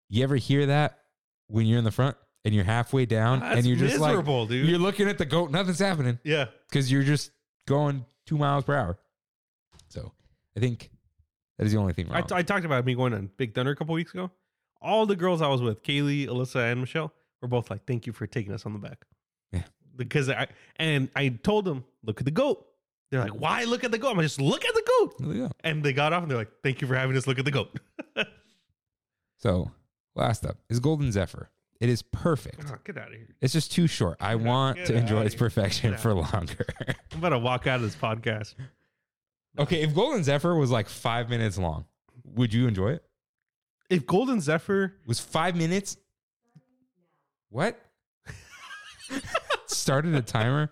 Speaker 1: You ever hear that when you're in the front and you're halfway down and
Speaker 2: That's
Speaker 1: you're just
Speaker 2: miserable,
Speaker 1: like
Speaker 2: dude.
Speaker 1: you're looking at the goat, nothing's happening
Speaker 2: Yeah.
Speaker 1: because you're just going two miles per hour. So I think that is the only thing
Speaker 2: I
Speaker 1: wrong.
Speaker 2: I talked about me going on Big Thunder a couple weeks ago. All the girls I was with, Kaylee, Alyssa, and Michelle, were both like, "Thank you for taking us on the back."
Speaker 1: Yeah.
Speaker 2: Because I and I told them, "Look at the goat." They're like, "Why look at the goat?" I'm like, just look at the goat.
Speaker 1: yeah.
Speaker 2: And they got off and they're like, "Thank you for having us look at the goat."
Speaker 1: So last up is Golden Zephyr. It is perfect.
Speaker 2: Oh, get out of here!
Speaker 1: It's just too short. I
Speaker 2: Get-
Speaker 1: want
Speaker 2: get
Speaker 1: to enjoy
Speaker 2: outta
Speaker 1: its
Speaker 2: here.
Speaker 1: perfection
Speaker 2: Get
Speaker 1: for longer.
Speaker 2: I'm about to walk out of this podcast.
Speaker 1: okay, if Golden Zephyr was like five minutes long, would you enjoy it?
Speaker 2: If Golden Zephyr
Speaker 1: Was five minutes? What? Started a timer.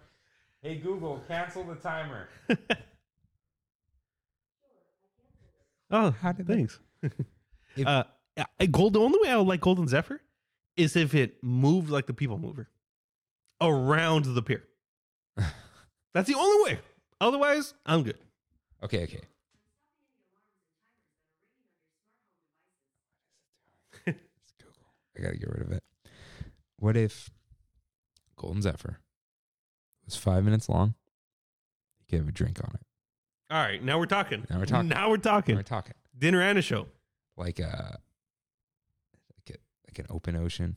Speaker 1: Hey Google, cancel the timer.
Speaker 2: Oh,
Speaker 1: How did that-
Speaker 2: thanks.
Speaker 1: If-
Speaker 2: uh, I- gold. The only way I would like Golden Zephyr is if it moved like the People Mover around the pier. That's the only way. Otherwise, I'm good.
Speaker 1: Okay, okay. It's Google. I gotta get rid of it. What if Golden Zephyr was five minutes long? You could have a drink on it.
Speaker 2: All right, now we're talking.
Speaker 1: Now we're talking.
Speaker 2: Now we're talking.
Speaker 1: We're talking
Speaker 2: Dinner and a show.
Speaker 1: like a like, a, like an open ocean.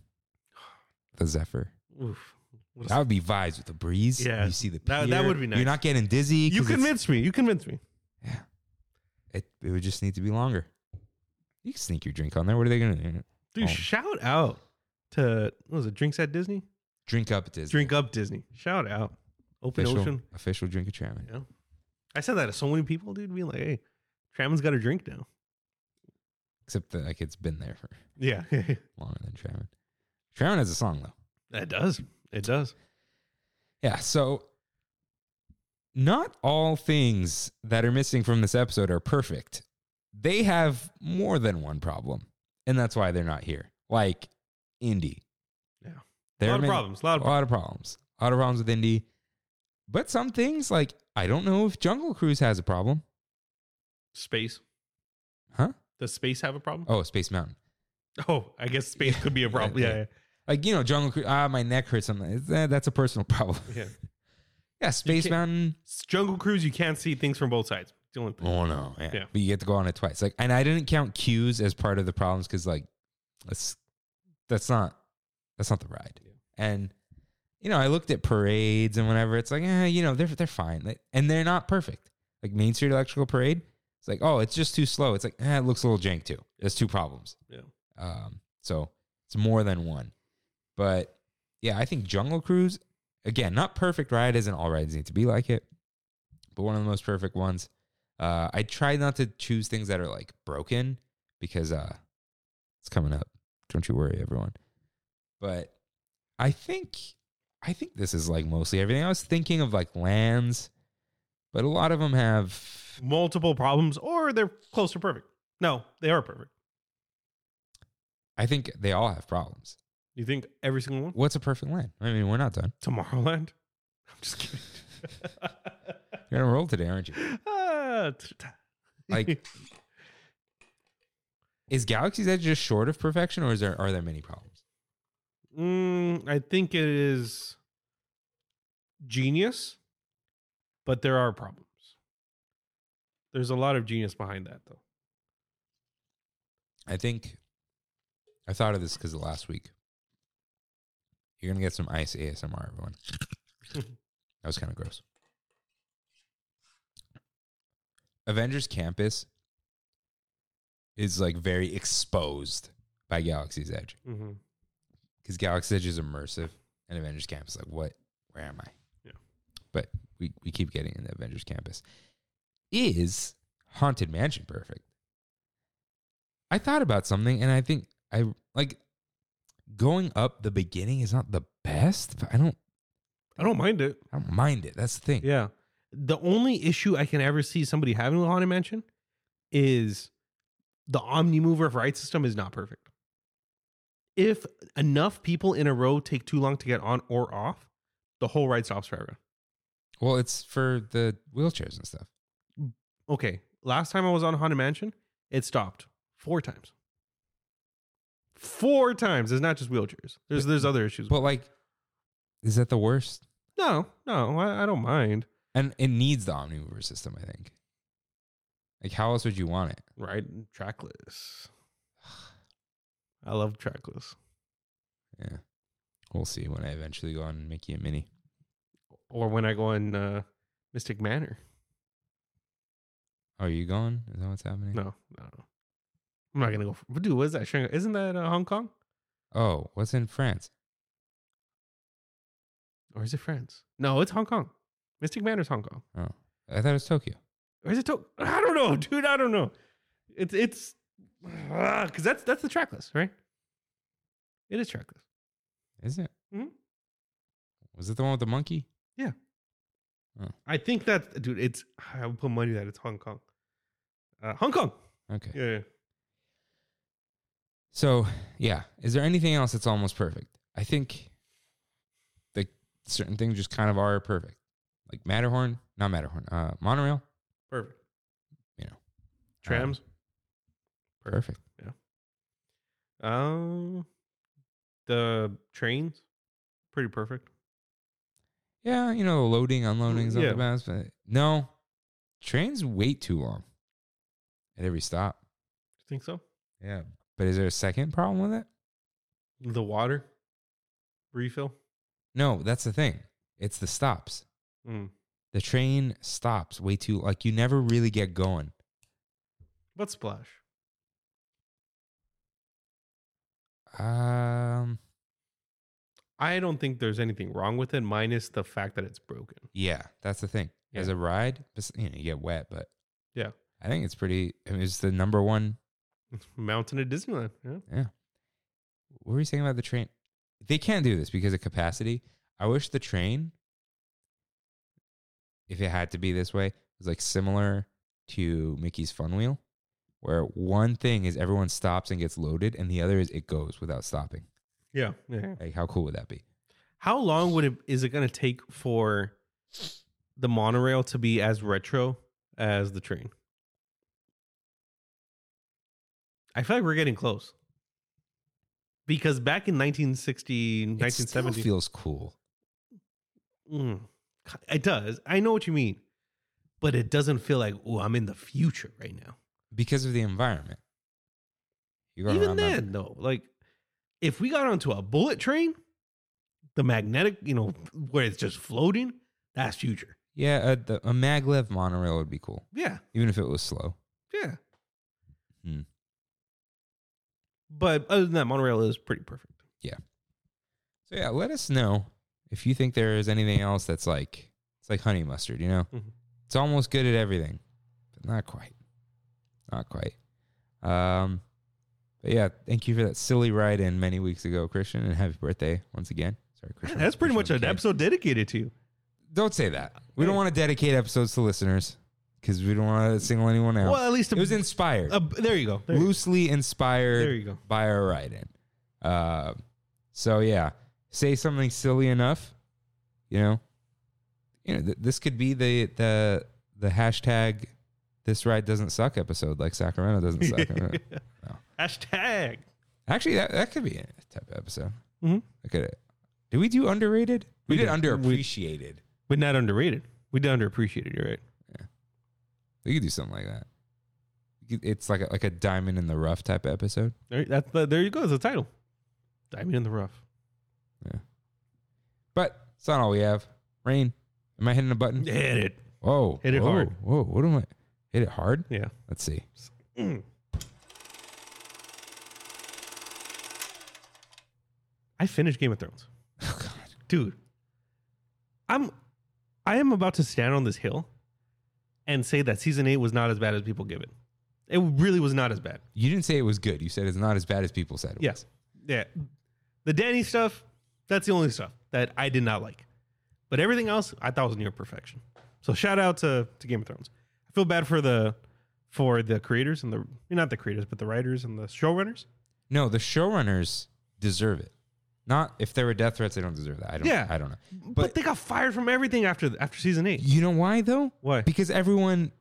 Speaker 1: The Zephyr.
Speaker 2: Oof. What a-
Speaker 1: That would be vibes with the breeze.
Speaker 2: Yeah,
Speaker 1: you see the
Speaker 2: that- that
Speaker 1: pier.
Speaker 2: would be nice.
Speaker 1: You're not getting dizzy.
Speaker 2: you
Speaker 1: 'cause it's-
Speaker 2: convinced me. You convinced me.
Speaker 1: Yeah. It it would just need to be longer. You can sneak your drink on there. What are they gonna do?
Speaker 2: Dude,
Speaker 1: Oh.
Speaker 2: shout out to what was it? Drinks at Disney?
Speaker 1: Drink up Disney.
Speaker 2: Drink up Disney. Shout out. Open
Speaker 1: official,
Speaker 2: ocean.
Speaker 1: official drink of Chairman.
Speaker 2: Yeah. I said that to so many people, dude, being like, hey, Tramon's got a drink now.
Speaker 1: Except that like it's been there for
Speaker 2: Yeah.
Speaker 1: longer than Chairman. Chairman has a song though.
Speaker 2: It does. It does.
Speaker 1: Yeah. So not all things that are missing from this episode are perfect. They have more than one problem, and that's why they're not here. Like Indy.
Speaker 2: Yeah.
Speaker 1: There
Speaker 2: a lot
Speaker 1: are
Speaker 2: of
Speaker 1: many-
Speaker 2: problems. A lot of
Speaker 1: a lot of problems. A lot of problems with Indy. But some things, like I don't know if Jungle Cruise has a problem,
Speaker 2: space.
Speaker 1: huh?
Speaker 2: Does space have a problem?
Speaker 1: Oh, Space Mountain.
Speaker 2: Oh, I guess space could be a problem.
Speaker 1: Yeah,
Speaker 2: Yeah, yeah,
Speaker 1: Like you know, Jungle Cruise. Ah, my neck hurts. Something It's- eh, that's a personal problem.
Speaker 2: yeah.
Speaker 1: Yeah, Space
Speaker 2: can't-
Speaker 1: Mountain.
Speaker 2: S- Jungle Cruise, you can't see things from both sides. It's the only thing.
Speaker 1: Oh no, yeah.
Speaker 2: Yeah.
Speaker 1: But you get to go on it twice. Like, and I didn't count queues as part of the problems because like, that's that's not that's not the ride. And you know, I looked at parades and whenever it's like, eh, you know, they're they're fine, Like, and they're not perfect. Like Main Street Electrical Parade, it's like, oh, it's just too slow. It's like, eh, it looks a little jank too. There's two problems.
Speaker 2: Yeah.
Speaker 1: Um, so it's more than one. But yeah, I think Jungle Cruise, again, not perfect ride, isn't all rides need to be like it, but one of the most perfect ones. Uh, I try not to choose things that are like broken because uh, it's coming up. Don't you worry, everyone. But I think I think this is like mostly everything. I was thinking of like lands, but a lot of them have
Speaker 2: Multiple problems, or they're close to perfect. No, they are perfect.
Speaker 1: I think they all have problems.
Speaker 2: You think every single one?
Speaker 1: What's a perfect land? I mean, we're not done.
Speaker 2: Tomorrowland? I'm just kidding.
Speaker 1: You're gonna roll today, aren't you?
Speaker 2: Ah, t- t-
Speaker 1: Like- Is Galaxy's Edge just short of perfection, or is there are there many problems?
Speaker 2: Mm, I think it is genius, but there are problems. There's a lot of genius behind that, though.
Speaker 1: I think I thought of this because of last week. You're gonna get some ice ASMR, everyone. that was kind of gross. Avengers Campus is like very exposed by Galaxy's Edge
Speaker 2: Mm-hmm.
Speaker 1: because Galaxy's Edge is immersive, and Avengers Campus is like what? Where am I?
Speaker 2: Yeah.
Speaker 1: But we we keep getting into Avengers Campus. Is Haunted Mansion perfect? I thought about something, and I think I like going up. The beginning is not the best, but I don't
Speaker 2: I don't mind it.
Speaker 1: I don't mind it. That's the thing.
Speaker 2: Yeah. The only issue I can ever see somebody having with Haunted Mansion is the Omnimover ride system is not perfect. If enough people in a row take too long to get on or off, the whole ride stops forever.
Speaker 1: Well, it's for the wheelchairs and stuff.
Speaker 2: Okay. Last time I was on Haunted Mansion, it stopped four times. Four times. It's not just wheelchairs. There's there's other issues.
Speaker 1: But like, is that the worst?
Speaker 2: no, no, I, I don't mind.
Speaker 1: And it needs the omnimover system, I think. Like, how else would you want it?
Speaker 2: Ride trackless. I love trackless.
Speaker 1: Yeah, we'll see when I eventually go on Mickey and Minnie.
Speaker 2: or when I go in uh, Mystic Manor.
Speaker 1: Oh, are you going? Is that what's happening?
Speaker 2: No, no, no. I'm not gonna go. For, but dude, what is that? Shanghai? Isn't that uh, Hong Kong
Speaker 1: Oh, what's in France?
Speaker 2: or is it France? No, it's Hong Kong. Mystic Manor's Hong Kong,
Speaker 1: Oh, I thought it was Tokyo.
Speaker 2: or is it? To- I don't know, dude. I don't know. It's it's because that's that's the track list, right? It is track list.
Speaker 1: Is it?
Speaker 2: Mhm.
Speaker 1: Was it the one with the monkey?
Speaker 2: I think that dude. It's I would put money that it's Hong Kong. Uh, Hong Kong.
Speaker 1: Okay.
Speaker 2: Yeah, yeah.
Speaker 1: So, yeah. Is there anything else that's almost perfect? I think like certain things just kind of are perfect. Like Matterhorn, not Matterhorn, uh, monorail,
Speaker 2: perfect.
Speaker 1: You know,
Speaker 2: trams.
Speaker 1: perfect.
Speaker 2: Um, the trains, pretty perfect.
Speaker 1: Yeah, you know, the loading, unloading's not
Speaker 2: yeah.
Speaker 1: the best, but no, trains wait too long at every stop.
Speaker 2: You think so?
Speaker 1: Yeah. But is there a second problem with it?
Speaker 2: The water refill.
Speaker 1: No, that's the thing. It's the stops.
Speaker 2: Mm.
Speaker 1: The train stops way too, like, you never really get going.
Speaker 2: What splash?
Speaker 1: Um,
Speaker 2: I don't think there's anything wrong with it, minus the fact that it's broken.
Speaker 1: Yeah, that's the thing. As
Speaker 2: Yeah.
Speaker 1: a ride, bes- you know, you get wet, but
Speaker 2: Yeah.
Speaker 1: I think it's pretty. I mean, it's the number one.
Speaker 2: Mountain at Disneyland. Yeah.
Speaker 1: What were you saying about the train? They can't do this because of capacity. I wish the train, if it had to be this way, was like similar to Mickey's Fun Wheel, where one thing is everyone stops and gets loaded, and the other is it goes without stopping.
Speaker 2: yeah. Yeah.
Speaker 1: Like, how cool would that be?
Speaker 2: How long would it is it gonna take for the monorail to be as retro as the train? I feel like we're getting close. Because back in 1960,
Speaker 1: It still
Speaker 2: 1970.
Speaker 1: feels cool.
Speaker 2: Mm, it does. I know what you mean, but it doesn't feel like oh, I'm in the future right now.
Speaker 1: because of the environment. You're going
Speaker 2: Even
Speaker 1: around that-
Speaker 2: then, though, like if we got onto a bullet train, the magnetic, you know, where it's just floating, that's future.
Speaker 1: yeah, a, the, a maglev monorail would be cool,
Speaker 2: Yeah,
Speaker 1: even if it was slow.
Speaker 2: yeah.
Speaker 1: Hmm.
Speaker 2: But other than that, monorail is pretty perfect.
Speaker 1: So yeah, let us know if you think there is anything else that's like it's like honey mustard. You know,
Speaker 2: Mhm.
Speaker 1: it's almost good at everything, but not quite, not quite. Um, but yeah, thank you for that silly ride in many weeks ago, Christian, and happy birthday once again. Sorry, Christian.
Speaker 2: that's pretty much
Speaker 1: Christian K.
Speaker 2: an episode dedicated to you.
Speaker 1: Don't say that. We don't
Speaker 2: Hey.
Speaker 1: want to dedicate episodes to listeners because we don't want to single anyone out.
Speaker 2: Well, at least a,
Speaker 1: it was inspired.
Speaker 2: a- there you go. There, you-
Speaker 1: loosely
Speaker 2: there
Speaker 1: inspired
Speaker 2: you go.
Speaker 1: by our write-in. Uh, so yeah, say something silly enough, you know. You know, th- this could be the the the hashtag. This ride doesn't suck episode like Sacramento doesn't suck. No.
Speaker 2: Hashtag.
Speaker 1: Actually, that, that could be a type of episode.
Speaker 2: Mhm.
Speaker 1: Look at it. Did we do underrated? We,
Speaker 2: We
Speaker 1: did,
Speaker 2: did. We-
Speaker 1: underappreciated.
Speaker 2: But not underrated. We did underappreciated, you're right.
Speaker 1: We could do something like that. It's like a, like a diamond in the rough type of episode.
Speaker 2: There, that's the, there you go. It's the title. Diamond in the rough.
Speaker 1: But it's not all we have. Rain. Am I hitting a button?
Speaker 2: Hit it.
Speaker 1: Whoa.
Speaker 2: Hit it
Speaker 1: whoa,
Speaker 2: hard.
Speaker 1: Whoa, what am I? Hit it hard?
Speaker 2: Yeah.
Speaker 1: Let's see.
Speaker 2: Mm. I finished Game of Thrones.
Speaker 1: Oh god.
Speaker 2: Dude. I'm I am about to stand on this hill and say that season eight was not as bad as people give it. It really was not as bad.
Speaker 1: You didn't say it was good. You said it's not as bad as people said. It
Speaker 2: Yes. Yeah. The Danny stuff, that's the only stuff that I did not like. But everything else I thought was near perfection. So shout out to, to Game of Thrones. I feel bad for the for the creators and the not the creators, but the writers and the showrunners.
Speaker 1: No, the showrunners deserve it. Not if there were death threats, they don't deserve that. I don't.
Speaker 2: Yeah.
Speaker 1: I don't know.
Speaker 2: But,
Speaker 1: But,
Speaker 2: they got fired from everything after after season eight.
Speaker 1: you know why though?
Speaker 2: Why?
Speaker 1: Because everyone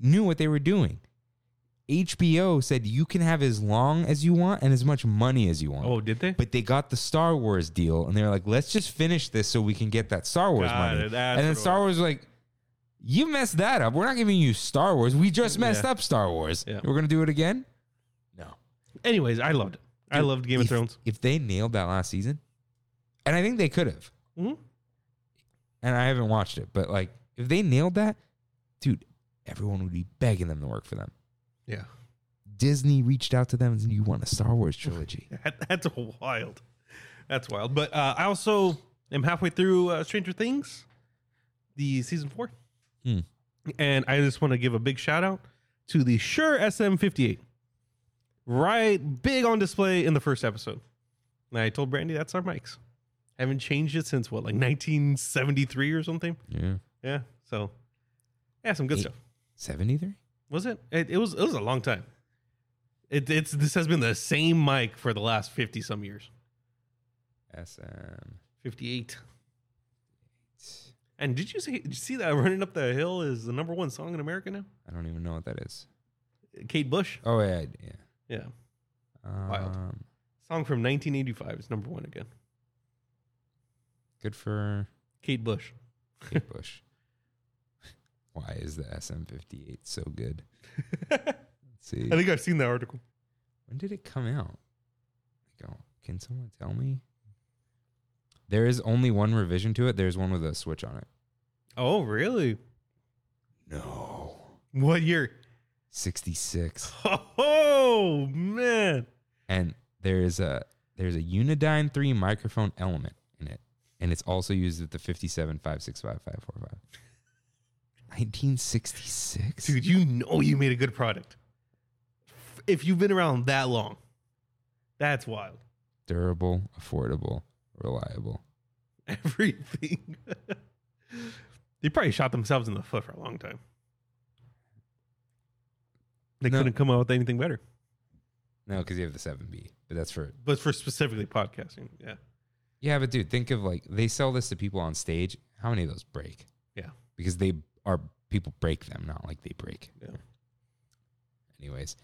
Speaker 1: knew what they were doing. HBO said you can have as long as you want and as much money as you want.
Speaker 2: Oh, did they?
Speaker 1: But they got the Star Wars deal, and they were like, "Let's just finish this so we can get that Star Wars
Speaker 2: Got
Speaker 1: money."
Speaker 2: it.
Speaker 1: And
Speaker 2: That's
Speaker 1: then
Speaker 2: what it
Speaker 1: Star Wars was like, "You messed that up. We're not giving you Star Wars. We just messed
Speaker 2: Yeah.
Speaker 1: up Star Wars.
Speaker 2: Yeah.
Speaker 1: We're gonna do it again." No,
Speaker 2: Anyways, I loved it. I
Speaker 1: Dude,
Speaker 2: loved Game of
Speaker 1: if-
Speaker 2: Thrones.
Speaker 1: If they nailed that last season, and I think they could have,
Speaker 2: hmm
Speaker 1: and I haven't watched it, but like if they nailed that, dude, everyone would be begging them to work for them.
Speaker 2: Yeah.
Speaker 1: Disney reached out to them and said, "You want a Star Wars trilogy?"
Speaker 2: That- That's wild. That's wild. But uh, I also am halfway through uh, Stranger Things, the season four.
Speaker 1: Hmm.
Speaker 2: And I just want to give a big shout out to the Sure SM58. Right, big on display in the first episode. And I told Brandy that's our mics. Haven't changed it since what, like 1973 or something?
Speaker 1: yeah,
Speaker 2: Yeah. So, yeah, some good
Speaker 1: Eight-
Speaker 2: stuff.
Speaker 1: seventy-three.
Speaker 2: Was it? it? It was. It was a long time. It, it's this has been the same mic for the last 50 some years.
Speaker 1: SM.
Speaker 2: 58. And did you see did you see that running up the hill is the number one song in America now?
Speaker 1: I don't even know what that is.
Speaker 2: Kate Bush.
Speaker 1: Oh yeah, yeah.
Speaker 2: Yeah.
Speaker 1: Um,
Speaker 2: Wild. Song from 1985 is number one again.
Speaker 1: Good for
Speaker 2: Kate Bush.
Speaker 1: Kate Bush. Why is the SM58 so good? Let's see.
Speaker 2: I think I've seen that article.
Speaker 1: when did it come out? Like, oh, can someone tell me? There is only one revision to it. There's one with a switch on it.
Speaker 2: Oh, really?
Speaker 1: No.
Speaker 2: What year?
Speaker 1: 66.
Speaker 2: Oh, man.
Speaker 1: And there is a there's a Unidyne 3 microphone element in it. And it's also used with the 57 1966?
Speaker 2: Dude, you know you made a good product. If you've been around that long. That's wild.
Speaker 1: durable, affordable, reliable.
Speaker 2: Everything. they probably shot themselves in the foot for a long time. They
Speaker 1: No.
Speaker 2: couldn't come up with anything better.
Speaker 1: No, because you have the seven B, but that's for
Speaker 2: but for specifically podcasting, yeah,
Speaker 1: yeah. But dude, think of like they sell this to people on stage. How many of those break?
Speaker 2: Yeah.
Speaker 1: because they are people break them, not like they break.
Speaker 2: yeah.
Speaker 1: Anyways,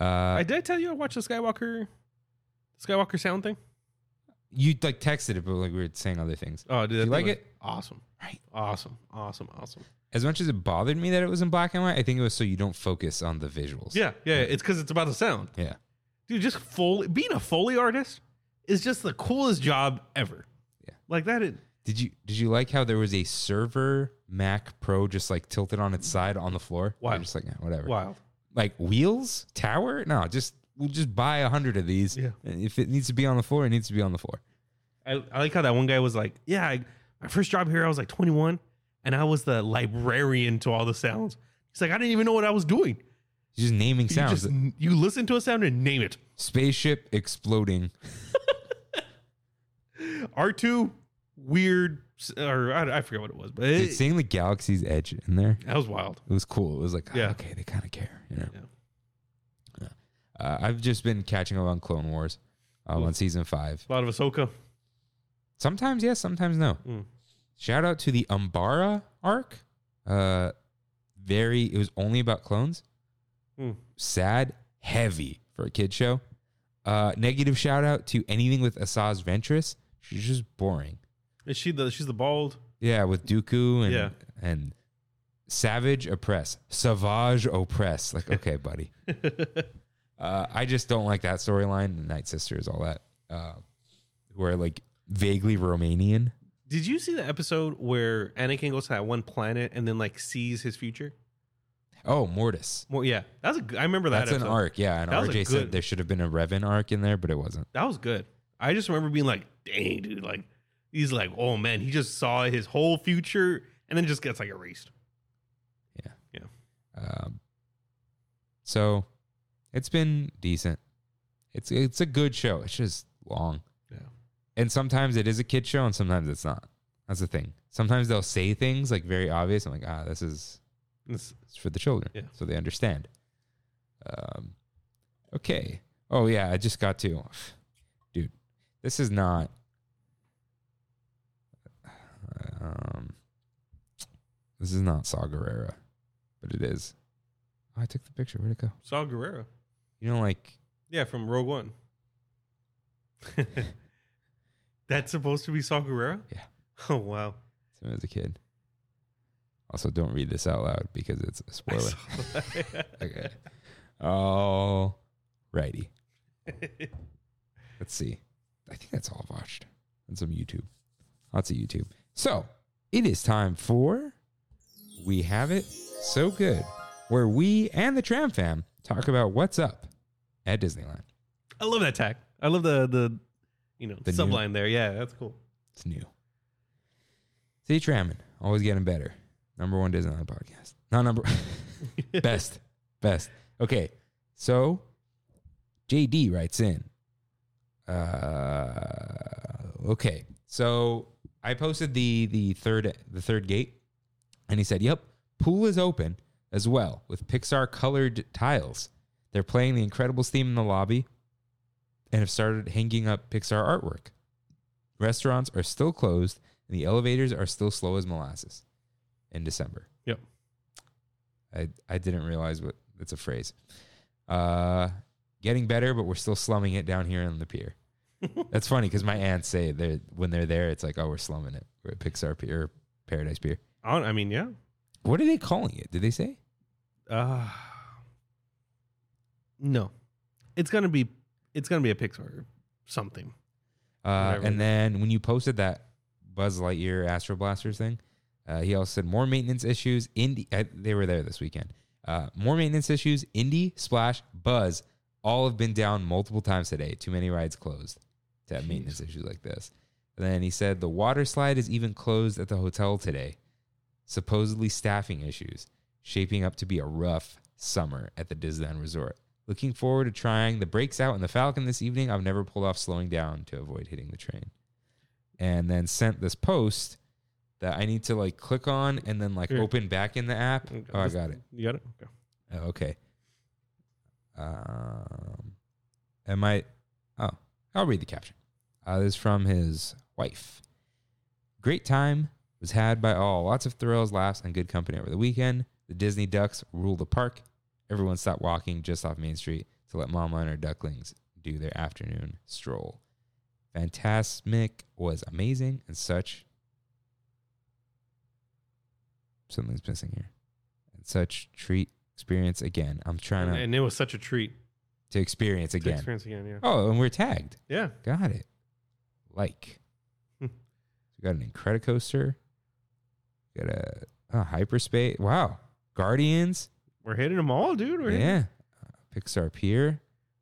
Speaker 1: uh,
Speaker 2: I did I tell you I watched the Skywalker, Skywalker sound thing.
Speaker 1: you like texted it, but like we were saying other things.
Speaker 2: Oh, dude,
Speaker 1: you
Speaker 2: that
Speaker 1: like
Speaker 2: thing was
Speaker 1: it?
Speaker 2: Awesome,
Speaker 1: Right.
Speaker 2: Awesome, awesome, awesome.
Speaker 1: As much as it bothered me that it was in black and white, I think it was so you don't focus on the visuals.
Speaker 2: Yeah, yeah. yeah. It's because it's about the sound,
Speaker 1: yeah.
Speaker 2: dude. Just foley, being a foley artist is just the coolest job ever.
Speaker 1: Yeah.
Speaker 2: like that. It,
Speaker 1: Did you did you like how there was a server Mac Pro just like tilted on its side on the floor? They're
Speaker 2: Wild.
Speaker 1: Just like yeah, whatever.
Speaker 2: wild.
Speaker 1: like wheels tower no just we'll just buy a hundred of these
Speaker 2: Yeah.
Speaker 1: And if it needs to be on the floor it needs to be on the floor
Speaker 2: I, I like how that one guy was like, yeah, I, my first job here, I was like 21, and I was the librarian to all the sounds. He's like, I didn't even know what I was doing.
Speaker 1: He's just naming
Speaker 2: You
Speaker 1: sounds
Speaker 2: just you listen to a sound and name it.
Speaker 1: spaceship exploding
Speaker 2: R two weird or I, I forget what it was, but
Speaker 1: Dude,
Speaker 2: it,
Speaker 1: seeing the galaxy's edge in there
Speaker 2: that was wild.
Speaker 1: it was cool it was like ah,
Speaker 2: Yeah.
Speaker 1: okay they kind of care you know
Speaker 2: Yeah.
Speaker 1: uh, i've just been catching up on clone wars
Speaker 2: Hmm.
Speaker 1: uh, on season five
Speaker 2: A lot of Ahsoka.
Speaker 1: sometimes yes sometimes no
Speaker 2: Mm.
Speaker 1: shout out to the umbara arc uh very it was only about clones
Speaker 2: Mm.
Speaker 1: sad, heavy for a kid show. Uh, negative shout out to anything with Asaz Ventress. She's just boring.
Speaker 2: Is she the she's the bald?
Speaker 1: Yeah, with Dooku and
Speaker 2: Yeah.
Speaker 1: and Savage oppress, Savage oppress. Like, okay, buddy. uh, I just don't like that storyline. The Night Sisters, all that, uh, who are like vaguely Romanian.
Speaker 2: Did you see the episode where Anakin goes to that one planet and then like sees his future?
Speaker 1: Oh, Mortis.
Speaker 2: Well, yeah, that was a good, I remember that.
Speaker 1: That's an
Speaker 2: episode.
Speaker 1: arc, yeah. And
Speaker 2: That was a
Speaker 1: RJ said
Speaker 2: good-
Speaker 1: there should have been a Revan arc in there, but it wasn't.
Speaker 2: That was good. I just remember being like, dang, dude, like he's like, oh man, he just saw his whole future and then just gets like erased.
Speaker 1: Um, So it's been decent. It's it's a good show. It's just long.
Speaker 2: Yeah.
Speaker 1: And sometimes it is a kid show and sometimes it's not. That's the thing. Sometimes they'll say things like very obvious. I'm like, ah, this is
Speaker 2: It's-
Speaker 1: it's for the children.
Speaker 2: Yeah.
Speaker 1: So they understand. Um okay. Oh yeah, I just got to dude, this is not um this is not Sagarera, but it is. Oh, I took the picture. Where'd it go?
Speaker 2: Saw Guerrero.
Speaker 1: You know, like
Speaker 2: Yeah, from Rogue One. That's supposed to be Saw Guerrero?
Speaker 1: Yeah.
Speaker 2: Oh wow.
Speaker 1: when I was a kid. Also, don't read this out loud because it's a
Speaker 2: I
Speaker 1: spoiler.
Speaker 2: saw that.
Speaker 1: Okay. All righty. Let's see. I think that's all I've watched. And some YouTube. Lots of YouTube. So it is time for We Have It So Good, where we and the Tram Fam talk about what's up at Disneyland.
Speaker 2: I love that tag. I love the the you know
Speaker 1: The new-
Speaker 2: subline there. Yeah, that's cool.
Speaker 1: It's new. See, Trammin, always getting better. Number one Disneyland podcast. Not number best, best. Okay, so JD writes in. Uh, okay, so I posted the the third the third gate, and he said, "Yep, pool is open as well with Pixar colored tiles. They're playing the Incredibles theme in the lobby, and have started hanging up Pixar artwork." Restaurants are still closed and the elevators are still slow as molasses in December.
Speaker 2: Yep.
Speaker 1: I, I didn't realize what that's a phrase. Uh, getting better, but we're still slumming it down here on the pier. that's funny because my aunts say that when they're there, it's like, oh, we're slumming it. We're at Pixar Pier, Paradise Pier.
Speaker 2: On I mean, yeah.
Speaker 1: What are they calling it? Did they say?
Speaker 2: Uh no. It's gonna be it's gonna be a Pixar something.
Speaker 1: Uh,
Speaker 2: Whatever.
Speaker 1: and then when you posted that Buzz Lightyear Astro Blasters thing, uh, he also said more maintenance issues. Indy, I, they were there this weekend. Uh, more maintenance issues. Indy, Splash, Buzz, all have been down multiple times today. Too many rides closed to have maintenance issues like this. And then he said the water slide is even closed at the hotel today. Supposedly staffing issues, shaping up to be a rough summer at the Disneyland Resort. Looking forward to trying the breaks out in the Falcon this evening. I've never pulled off slowing down to avoid hitting the train. And then sent this post that I need to like click on and then like
Speaker 2: Here.
Speaker 1: open back in the app. Oh, I
Speaker 2: This-
Speaker 1: got it.
Speaker 2: You got it? Okay.
Speaker 1: Oh, okay. Um, am I? Oh, I'll read the caption. Uh, this is from his wife. Great time was had by all. Lots of thrills, laughs, and good company over the weekend. The Disney Ducks rule the park. Everyone stopped walking just off Main Street to let Mama and her ducklings do their afternoon stroll. Fantasmic was amazing and such. Something's missing here. And such treat experience again. I'm trying
Speaker 2: And,
Speaker 1: to,
Speaker 2: and it was such a treat
Speaker 1: to experience
Speaker 2: to
Speaker 1: again.
Speaker 2: experience again, yeah.
Speaker 1: Oh, and we're tagged.
Speaker 2: Yeah.
Speaker 1: Got it. Like.
Speaker 2: Hmm.
Speaker 1: we got an Incredicoaster. We got a, a hyperspace. Wow. Guardians.
Speaker 2: We're hitting them all, dude. We're hitting
Speaker 1: Yeah. Uh, Pixar Pier.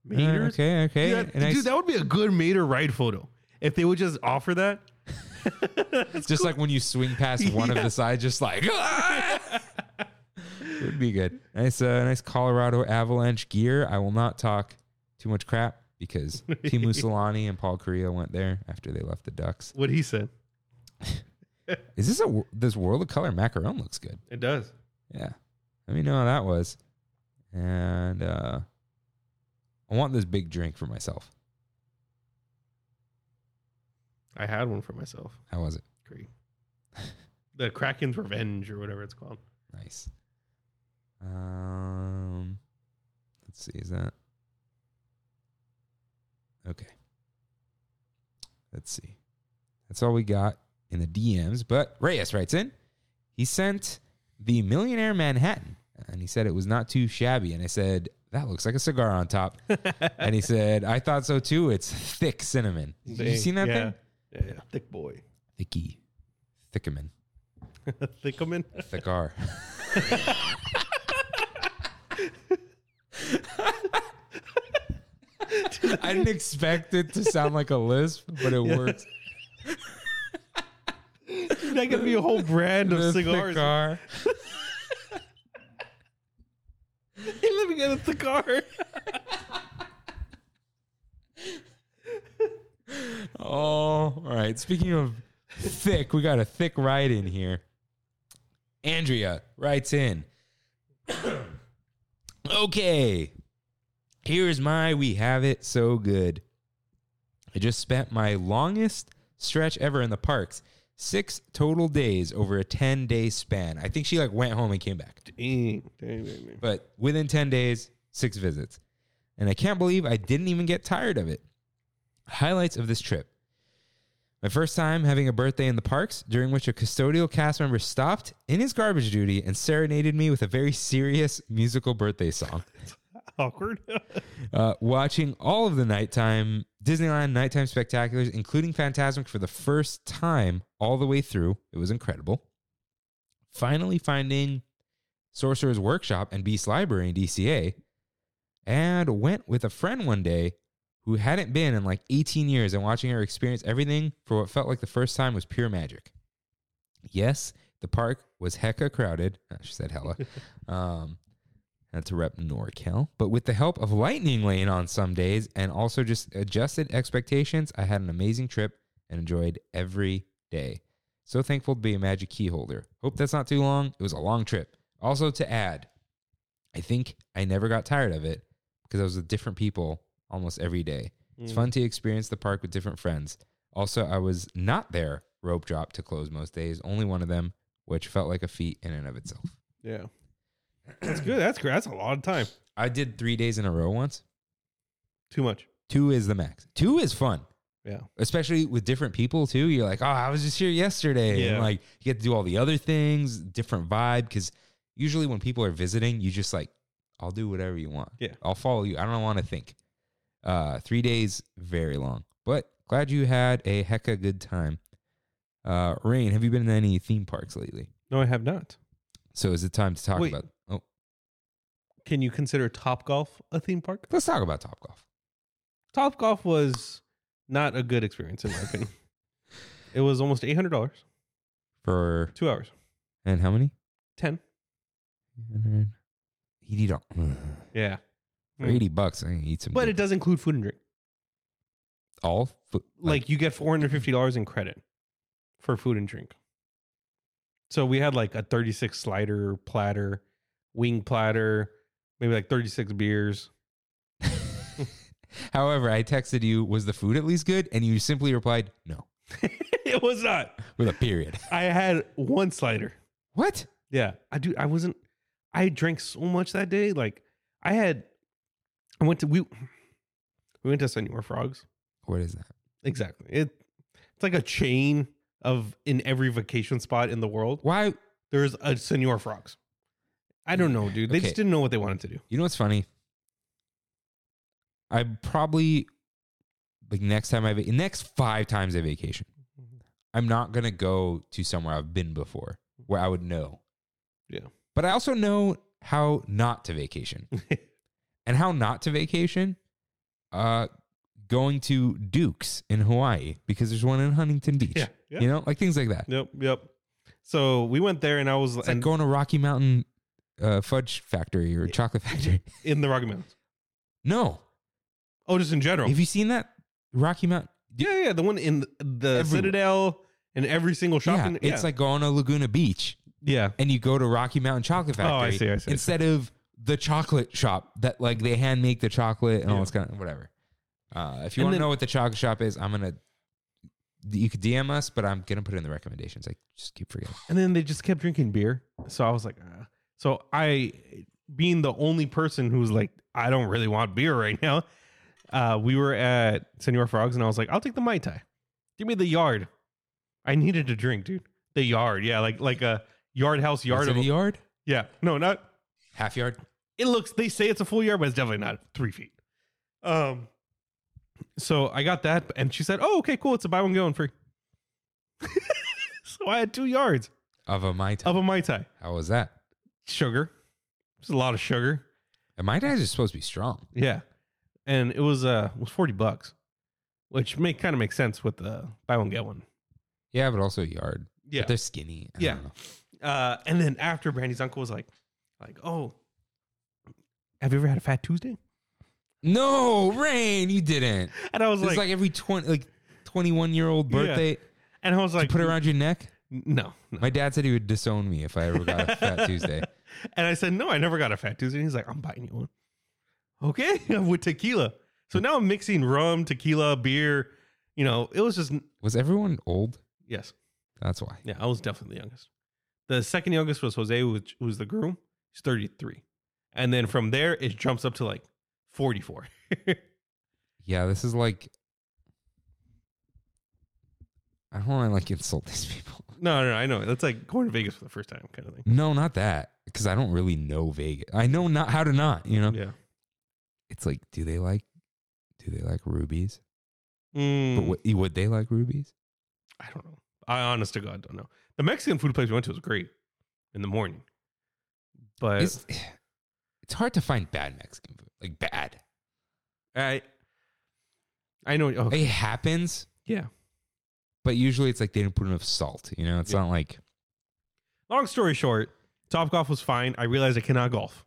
Speaker 1: Uh,
Speaker 2: Maters.
Speaker 1: okay, okay.
Speaker 2: Dude, that,
Speaker 1: And I
Speaker 2: dude,
Speaker 1: s-
Speaker 2: that would be a good Mater ride photo if they would just offer that. That's
Speaker 1: just like when you swing past one of
Speaker 2: Yeah.
Speaker 1: the sides, just like it would be good. Nice, uh, nice Colorado Avalanche gear. I will not talk too much crap because Timu Solani and Paul Correa went there after they left the Ducks.
Speaker 2: what he said.
Speaker 1: Is this a wor- this World of Color macaron looks good?
Speaker 2: It does.
Speaker 1: Yeah. Let me know how that was. And uh I want this big drink for myself.
Speaker 2: I had one for myself.
Speaker 1: How was it?
Speaker 2: Great. the Kraken's Revenge or whatever it's called.
Speaker 1: Nice. Um let's see, is that okay. Let's see. That's all we got in the DMs, but Reyes writes in. He sent the Millionaire Manhattan and he said it was not too shabby. And I said, That looks like a cigar on top. and he said, I thought so too. It's thick cinnamon. You
Speaker 2: Dang.
Speaker 1: seen that
Speaker 2: yeah.
Speaker 1: thing?
Speaker 2: Yeah, yeah. Thick boy.
Speaker 1: Thicky. Thickaman.
Speaker 2: Thickaman.
Speaker 1: Thickar. I didn't expect it to sound like a lisp, but it works.
Speaker 2: that could be a whole brand of
Speaker 1: The
Speaker 2: cigars.
Speaker 1: Thickar.
Speaker 2: Hey, let me yeah, that's the car.
Speaker 1: Oh, all right. Speaking of thick, we got a thick ride in here. Andrea writes in. okay. Here's my we have it so good. I just spent my longest stretch ever in the parks. Six total days over a 10 day span. I think she like went home and came back
Speaker 2: Dang, dang, dang, dang.
Speaker 1: but within 10 days, six visits. And I can't believe I didn't even get tired of it. Highlights of this trip my first time having a birthday in the parks, during which a custodial cast member stopped in his garbage duty and serenaded me with a very serious musical birthday song.
Speaker 2: Awkward.
Speaker 1: Uh, watching all of the nighttime Disneyland nighttime spectaculars, including Fantasmic, for the first time all the way through. It was incredible. Finally finding Sorcerer's Workshop and Beast Library in DCA, and went with a friend one day who hadn't been in like 18 years, and watching her experience everything for what felt like the first time was pure magic. Yes, the park was hecka crowded. Uh, She said hella. um, had to rep NorCal. But with the help of Lightning Lane on some days and also just adjusted expectations, I had an amazing trip and enjoyed every day. So thankful to be a magic key holder. Hope that's not too long. It was a long trip. Also, to add, I think I never got tired of it because I was with different people almost every day. It's fun to experience the park with different friends. Also, I was not there rope drop to close most days, only one of them, which felt like a feat in and of itself.
Speaker 2: Yeah. That's good. That's great. That's a lot of time.
Speaker 1: I did three days in a row once.
Speaker 2: Too much.
Speaker 1: Two is the max. Two is fun,
Speaker 2: Yeah.
Speaker 1: especially with different people too. You're like, oh, I was just here yesterday.
Speaker 2: Yeah.
Speaker 1: And like, you get to do all the other things, different vibe. Cause usually when people are visiting, you just like, I'll do whatever you want.
Speaker 2: Yeah.
Speaker 1: I'll follow you. I don't want to think. Uh, three days, very long, but glad you had a hecka good time. Uh, Rain, have you been to any theme parks lately?
Speaker 2: No, I have not.
Speaker 1: So is it time to talk
Speaker 2: Wait.
Speaker 1: about? Oh,
Speaker 2: Can you consider Top Golf a theme park?
Speaker 1: let's talk about Top Golf.
Speaker 2: Top Golf was not a good experience in my opinion. it was almost eight hundred dollars,
Speaker 1: For
Speaker 2: two hours,
Speaker 1: and how many?
Speaker 2: ten.
Speaker 1: Eighty dollars.
Speaker 2: Yeah,
Speaker 1: For eighty bucks, I can eat some.
Speaker 2: Hmm. but it
Speaker 1: good-
Speaker 2: does include food and drink.
Speaker 1: all food.
Speaker 2: Like you get four hundred fifty dollars in credit for food and drink. So we had like a thirty-six slider platter, wing platter, maybe like thirty-six beers.
Speaker 1: However, I texted you, was the food at least good? And you simply replied, no,
Speaker 2: it was not.
Speaker 1: with a period.
Speaker 2: I had one slider.
Speaker 1: what?
Speaker 2: Yeah, I do. I wasn't. I drank so much that day. Like I had. I went to we. We went to Senor Frogs.
Speaker 1: What is that?
Speaker 2: Exactly. It. It's like a chain of in every vacation spot in the world.
Speaker 1: Why?
Speaker 2: There's a Senor Frogs. I don't know, dude. They
Speaker 1: Okay.
Speaker 2: just didn't know what they wanted to do.
Speaker 1: You know what's funny? I probably like next time I va- next five times I vacation,
Speaker 2: Mm-hmm.
Speaker 1: I'm not gonna go to somewhere I've been before where I would know.
Speaker 2: Yeah.
Speaker 1: But I also know how not to vacation and how not to vacation. Uh, going to Duke's in Hawaii because there's one in Huntington Beach.
Speaker 2: Yeah, yeah.
Speaker 1: You know, like things like that.
Speaker 2: Yep. Yep. So we went there, and I was
Speaker 1: It's like
Speaker 2: and
Speaker 1: going to Rocky Mountain uh, Fudge Factory or Chocolate Factory.
Speaker 2: in the Rocky Mountains.
Speaker 1: No,
Speaker 2: Oh, just in general.
Speaker 1: Have you seen that Rocky Mountain?
Speaker 2: yeah, yeah. The one in the, the
Speaker 1: Everywhere.
Speaker 2: Citadel and every single shopping.
Speaker 1: Yeah, it's like going to Laguna Beach
Speaker 2: yeah.
Speaker 1: and you go to Rocky Mountain Chocolate
Speaker 2: Oh,
Speaker 1: Factory.
Speaker 2: I see, I see, I see.
Speaker 1: Instead of the chocolate shop that like they hand make the chocolate and all
Speaker 2: Yeah.
Speaker 1: this kind of whatever. Uh, if you
Speaker 2: And
Speaker 1: want to
Speaker 2: then-
Speaker 1: know what the chocolate shop is, I'm gonna you could DM us, but I'm gonna put it in the recommendations. I just keep forgetting.
Speaker 2: And then they just kept drinking beer. So I was like, uh. so I, being the only person who's like, I don't really want beer right now. Uh, we were at Senor Frogs, and I was like, I'll take the mai tai. Give me the yard. I needed a drink, dude. The yard, yeah, like like a yard house yard
Speaker 1: Is
Speaker 2: of
Speaker 1: it a yard,
Speaker 2: yeah. No, not
Speaker 1: half yard.
Speaker 2: it looks they say it's a full yard, but it's definitely not three feet. Um so I got that and she said, Oh, okay, cool, it's a buy one going free. so I had two yards
Speaker 1: of a mai tai.
Speaker 2: of a Mai Tai.
Speaker 1: How was that?
Speaker 2: Sugar. There's a lot of sugar.
Speaker 1: A mai tai is supposed to be strong.
Speaker 2: Yeah. And it was uh it was forty bucks. Which make kind of makes sense with the buy one get one.
Speaker 1: Yeah, but also a yard.
Speaker 2: Yeah.
Speaker 1: but they're skinny. I don't
Speaker 2: Yeah.
Speaker 1: know.
Speaker 2: Uh, and then after Brandy's uncle was like, like, oh, Have you ever had a Fat Tuesday?
Speaker 1: No, Rain, you didn't.
Speaker 2: And I was
Speaker 1: It's like,
Speaker 2: like,
Speaker 1: every twenty like twenty one year old birthday.
Speaker 2: and I was like,
Speaker 1: Put it around your neck.
Speaker 2: No, no.
Speaker 1: My dad said he would disown me if I ever got a Uh, Fat Tuesday.
Speaker 2: And I said, no, I never got a Fat Tuesday. And he's like, I'm buying you one. Okay, with tequila. So now I'm mixing rum, tequila, beer. You know, it was just
Speaker 1: Was everyone old?
Speaker 2: yes,
Speaker 1: That's why.
Speaker 2: yeah. I was definitely the youngest. The second youngest was Jose, which was the groom. He's 33, and then from there it jumps up to like 44.
Speaker 1: Yeah, this is like. I don't want to like insult these people.
Speaker 2: No, no, no, I know. That's like going to Vegas for the first time, kind of thing.
Speaker 1: No, not that, because I don't really know Vegas. I know not how to not. You know,
Speaker 2: Yeah.
Speaker 1: it's like, do they like, do they like rubies?
Speaker 2: Mm,
Speaker 1: But would, would they like rubies?
Speaker 2: I don't know. I honest to God don't know. The Mexican food place we went to was great in the morning, but
Speaker 1: It's, it's hard to find bad Mexican food. Like bad.
Speaker 2: I I know. Okay.
Speaker 1: It happens,
Speaker 2: Yeah.
Speaker 1: but usually it's like they didn't put enough salt. You know, it's
Speaker 2: Yeah.
Speaker 1: not like
Speaker 2: Long story short, Top Golf was fine. I realized I cannot golf.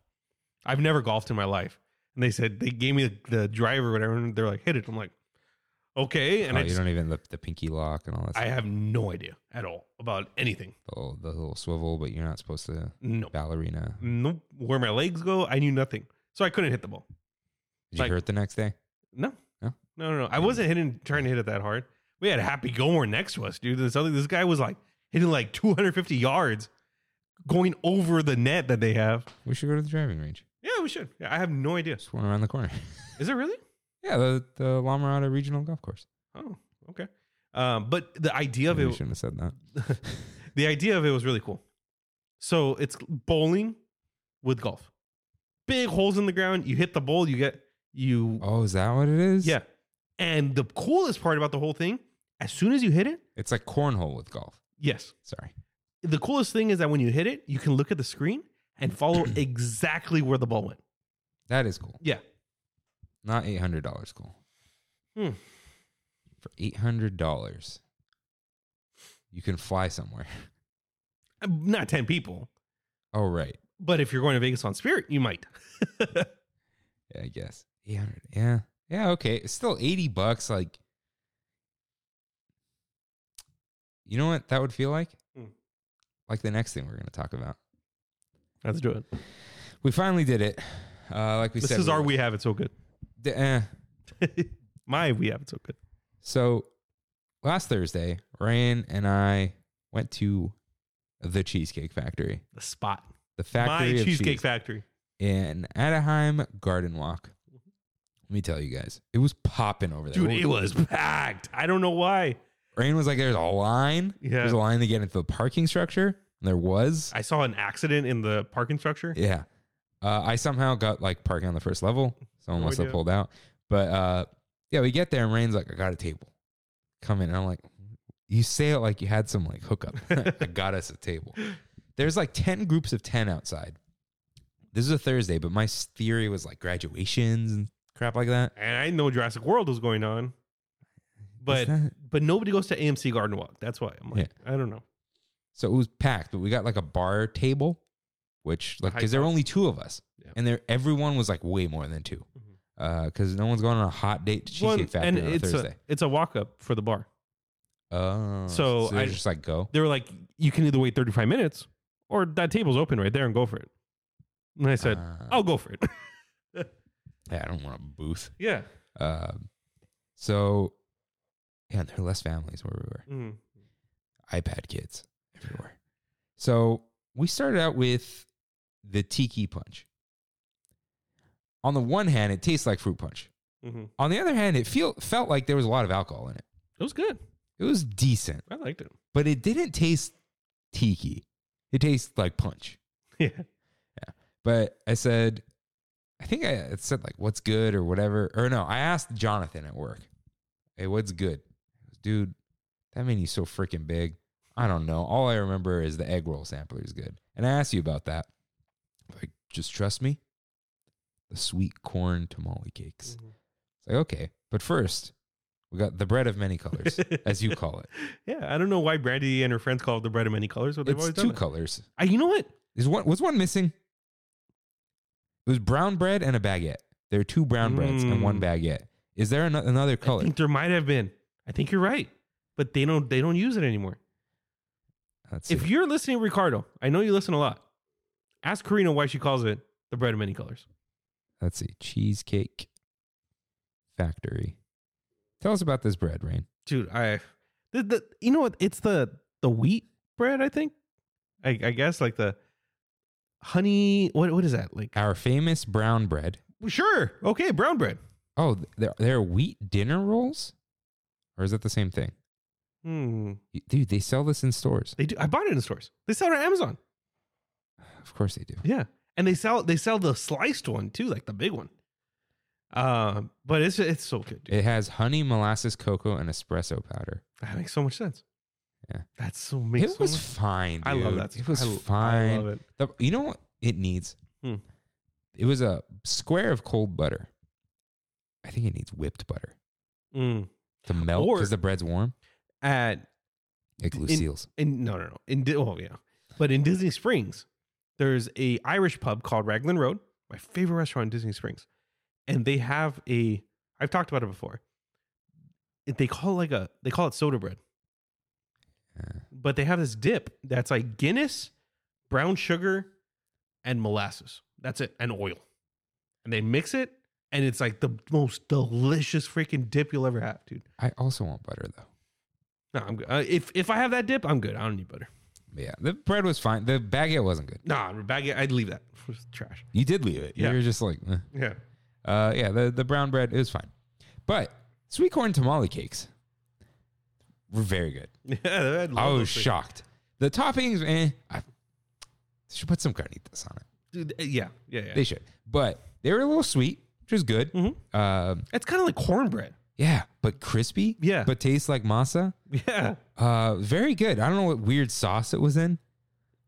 Speaker 2: I've never golfed in my life. And they said they gave me the, the driver, or whatever, and they're like, hit it. I'm like, okay. And
Speaker 1: oh,
Speaker 2: I
Speaker 1: you
Speaker 2: just,
Speaker 1: don't even the, the pinky lock and all that.
Speaker 2: I
Speaker 1: stuff.
Speaker 2: have no idea at all about anything.
Speaker 1: the, little, the little swivel, but you're not supposed to
Speaker 2: No.
Speaker 1: ballerina.
Speaker 2: No where my legs go, I knew nothing. So I couldn't hit the ball.
Speaker 1: Did you
Speaker 2: Like-
Speaker 1: hurt the next day?
Speaker 2: No.
Speaker 1: No?
Speaker 2: No, no, no. I wasn't hitting trying to hit it that hard. We had Happy Gilmore next to us, dude. This other this guy was like hitting like 250 yards going over the net that they have.
Speaker 1: We should go to the driving range.
Speaker 2: Yeah, we should. Yeah, I have no idea.
Speaker 1: Just one around the corner.
Speaker 2: Is it really?
Speaker 1: yeah, the the La Mirada Regional Golf Course.
Speaker 2: Oh, okay. Um, but the idea of
Speaker 1: Maybe we
Speaker 2: it,
Speaker 1: shouldn't have said that.
Speaker 2: the idea of it was really cool. So it's bowling with golf. Big holes in the ground. You hit the ball, you get you.
Speaker 1: Oh, is that what it is?
Speaker 2: Yeah. And the coolest part about the whole thing, as soon as you hit it,
Speaker 1: It's like cornhole with golf.
Speaker 2: yes.
Speaker 1: Sorry.
Speaker 2: The coolest thing is that when you hit it, you can look at the screen and follow exactly where the ball went.
Speaker 1: That is cool.
Speaker 2: Yeah.
Speaker 1: Not eight hundred dollars cool.
Speaker 2: Hmm.
Speaker 1: For eight hundred dollars, you can fly somewhere.
Speaker 2: Um, Not 10 people,
Speaker 1: Oh right.
Speaker 2: but if you're going to Vegas on Spirit, you might.
Speaker 1: Yeah, I guess. Eight hundred. Yeah. Yeah, okay. It's still eighty bucks, like you know what that would feel like?
Speaker 2: Hmm.
Speaker 1: Like the next thing we're gonna talk about.
Speaker 2: Let's do it.
Speaker 1: We finally did it. Uh, like we
Speaker 2: This
Speaker 1: said,
Speaker 2: is our
Speaker 1: would.
Speaker 2: We Have It So Good.
Speaker 1: D- eh.
Speaker 2: My We Have It So Good.
Speaker 1: So last Thursday, Ryan and I went to the Cheesecake Factory,
Speaker 2: The spot.
Speaker 1: the factory
Speaker 2: My
Speaker 1: of
Speaker 2: Cheesecake
Speaker 1: cheese
Speaker 2: Factory.
Speaker 1: in Anaheim Garden Walk. Let me tell you guys, it was popping over there.
Speaker 2: Mm-hmm. Dude, it was packed. I don't know why.
Speaker 1: Ryan was like, "There's a line. There's a
Speaker 2: Yeah.
Speaker 1: line to get into the parking structure." And there was.
Speaker 2: I saw an accident in the parking structure.
Speaker 1: Yeah. Uh, I somehow got like parking on the first level. Someone
Speaker 2: No
Speaker 1: must have
Speaker 2: idea.
Speaker 1: pulled out. But uh, yeah, we get there and Rain's like, I got a table. Come in. And I'm like, you say it like you had some like hookup. I got us a table. There's like 10 groups of 10 outside. This is a Thursday, but my s- theory was like graduations and crap like that.
Speaker 2: And I know Jurassic World was going on. But
Speaker 1: that-
Speaker 2: but nobody goes to AMC Garden Walk. That's why. I'm like, I don't know.
Speaker 1: So it was packed, but we got like a bar table, which like
Speaker 2: High
Speaker 1: because there were only two of us,
Speaker 2: Yeah. Mm-hmm.
Speaker 1: and there everyone was like way more than two, because no one's going on a hot date to Cheesecake
Speaker 2: One-
Speaker 1: Factory
Speaker 2: and
Speaker 1: on a
Speaker 2: it's
Speaker 1: Thursday.
Speaker 2: a, it's a walk up for the bar.
Speaker 1: oh,
Speaker 2: so
Speaker 1: they're
Speaker 2: I-
Speaker 1: just like go.
Speaker 2: They were like, you can either wait 35 minutes or that table's open right there and go for it. And I said, "Oh."
Speaker 1: Uh,
Speaker 2: I'll go for it.
Speaker 1: yeah, I don't want a booth.
Speaker 2: yeah.
Speaker 1: Um, so yeah, and there were less families where we were.
Speaker 2: Mm.
Speaker 1: iPad kids everywhere. So we started out with the tiki punch. On the one hand, it tastes like fruit punch.
Speaker 2: Mhm.
Speaker 1: On the other hand, it feel, felt like there was a lot of alcohol in it.
Speaker 2: It was good.
Speaker 1: It was decent,
Speaker 2: I liked it.
Speaker 1: but it didn't taste tiki. It tastes like punch.
Speaker 2: Yeah.
Speaker 1: But I said, I think I it said like, what's good or whatever. Or no, I asked Jonathan at work, hey, what's good? He goes, Dude, that menu's so freaking big. I don't know. All I remember is the egg roll sampler is good. And I asked you about that. Like, just trust me. The sweet corn tamale cakes. It's like, okay. But first, we got the bread of many colors, as you call it.
Speaker 2: Yeah. I don't know why Brandy and her friends call it the bread of many colors, but they've
Speaker 1: It's
Speaker 2: always
Speaker 1: two
Speaker 2: done it.
Speaker 1: colors.
Speaker 2: I, you know what?
Speaker 1: Is one was one missing? It was brown bread and a baguette. There are two brown breads and one
Speaker 2: Mm.
Speaker 1: baguette. Is there ano- another
Speaker 2: I
Speaker 1: color?
Speaker 2: think there might have been. I think you're right, but they don't they don't use it anymore.
Speaker 1: Let's
Speaker 2: If
Speaker 1: see.
Speaker 2: you're listening, Ricardo, I know you listen a lot. Ask Karina why she calls it the bread of many colors.
Speaker 1: Let's see. Cheesecake Factory. Tell us about this bread, Rain.
Speaker 2: Dude, I the, the you know what? It's the the wheat bread. I think. I, I guess like the honey. What what is that like?
Speaker 1: Our famous brown bread.
Speaker 2: Sure. Okay, brown bread.
Speaker 1: Oh, th- there, there are wheat dinner rolls? Or is that the same thing?
Speaker 2: Hmm.
Speaker 1: Y- Dude, they sell this in stores.
Speaker 2: They do. I bought it in stores. They sell it on Amazon.
Speaker 1: Of course they do.
Speaker 2: Yeah, and they sell they sell the sliced one too, like the big one. Um, but it's it's so good. Dude.
Speaker 1: It has honey, molasses, cocoa, and espresso powder.
Speaker 2: That makes so much sense.
Speaker 1: Yeah.
Speaker 2: that's so makes.
Speaker 1: it
Speaker 2: so
Speaker 1: was
Speaker 2: much-
Speaker 1: fine.
Speaker 2: I love
Speaker 1: dude.
Speaker 2: that.
Speaker 1: It was
Speaker 2: I- I
Speaker 1: fine.
Speaker 2: love it.
Speaker 1: The- you know what it needs?
Speaker 2: Hmm.
Speaker 1: It was a square of cold butter. I think it needs whipped butter
Speaker 2: Mm.
Speaker 1: to melt
Speaker 2: Or-
Speaker 1: because the bread's warm.
Speaker 2: At
Speaker 1: Like
Speaker 2: In-
Speaker 1: Lucille's.
Speaker 2: in no no no in Di- oh yeah, but in Disney Springs, there's a Irish pub called Raglan Road, my favorite restaurant in Disney Springs, and they have a I've talked about it before. It- They call it like a they call it soda bread.
Speaker 1: Uh,
Speaker 2: but they have this dip that's like Guinness, brown sugar, and molasses. That's it, and oil. And they mix it, and it's like the most delicious freaking dip you'll ever have, dude.
Speaker 1: I also want butter though.
Speaker 2: No, I'm good. Uh, if if I have that dip, I'm good. I don't need butter.
Speaker 1: But yeah, the bread was fine. The baguette wasn't good.
Speaker 2: Nah, baguette, I'd leave that. It's trash.
Speaker 1: You did leave it.
Speaker 2: Yeah.
Speaker 1: You were just like, eh.
Speaker 2: Yeah.
Speaker 1: uh, yeah. The the brown bread is fine, but sweet corn tamale cakes were very good.
Speaker 2: Yeah, I'd love
Speaker 1: I was
Speaker 2: those things.
Speaker 1: shocked. The toppings, eh, I should put some carnitas on it.
Speaker 2: Dude, uh, yeah, yeah, yeah.
Speaker 1: They should. But they were a little sweet, which is good.
Speaker 2: Mhm.
Speaker 1: Um,
Speaker 2: it's kind of like cornbread.
Speaker 1: yeah, but crispy.
Speaker 2: Yeah.
Speaker 1: But tastes like masa.
Speaker 2: Yeah.
Speaker 1: Uh, very good. I don't know what weird sauce it was in,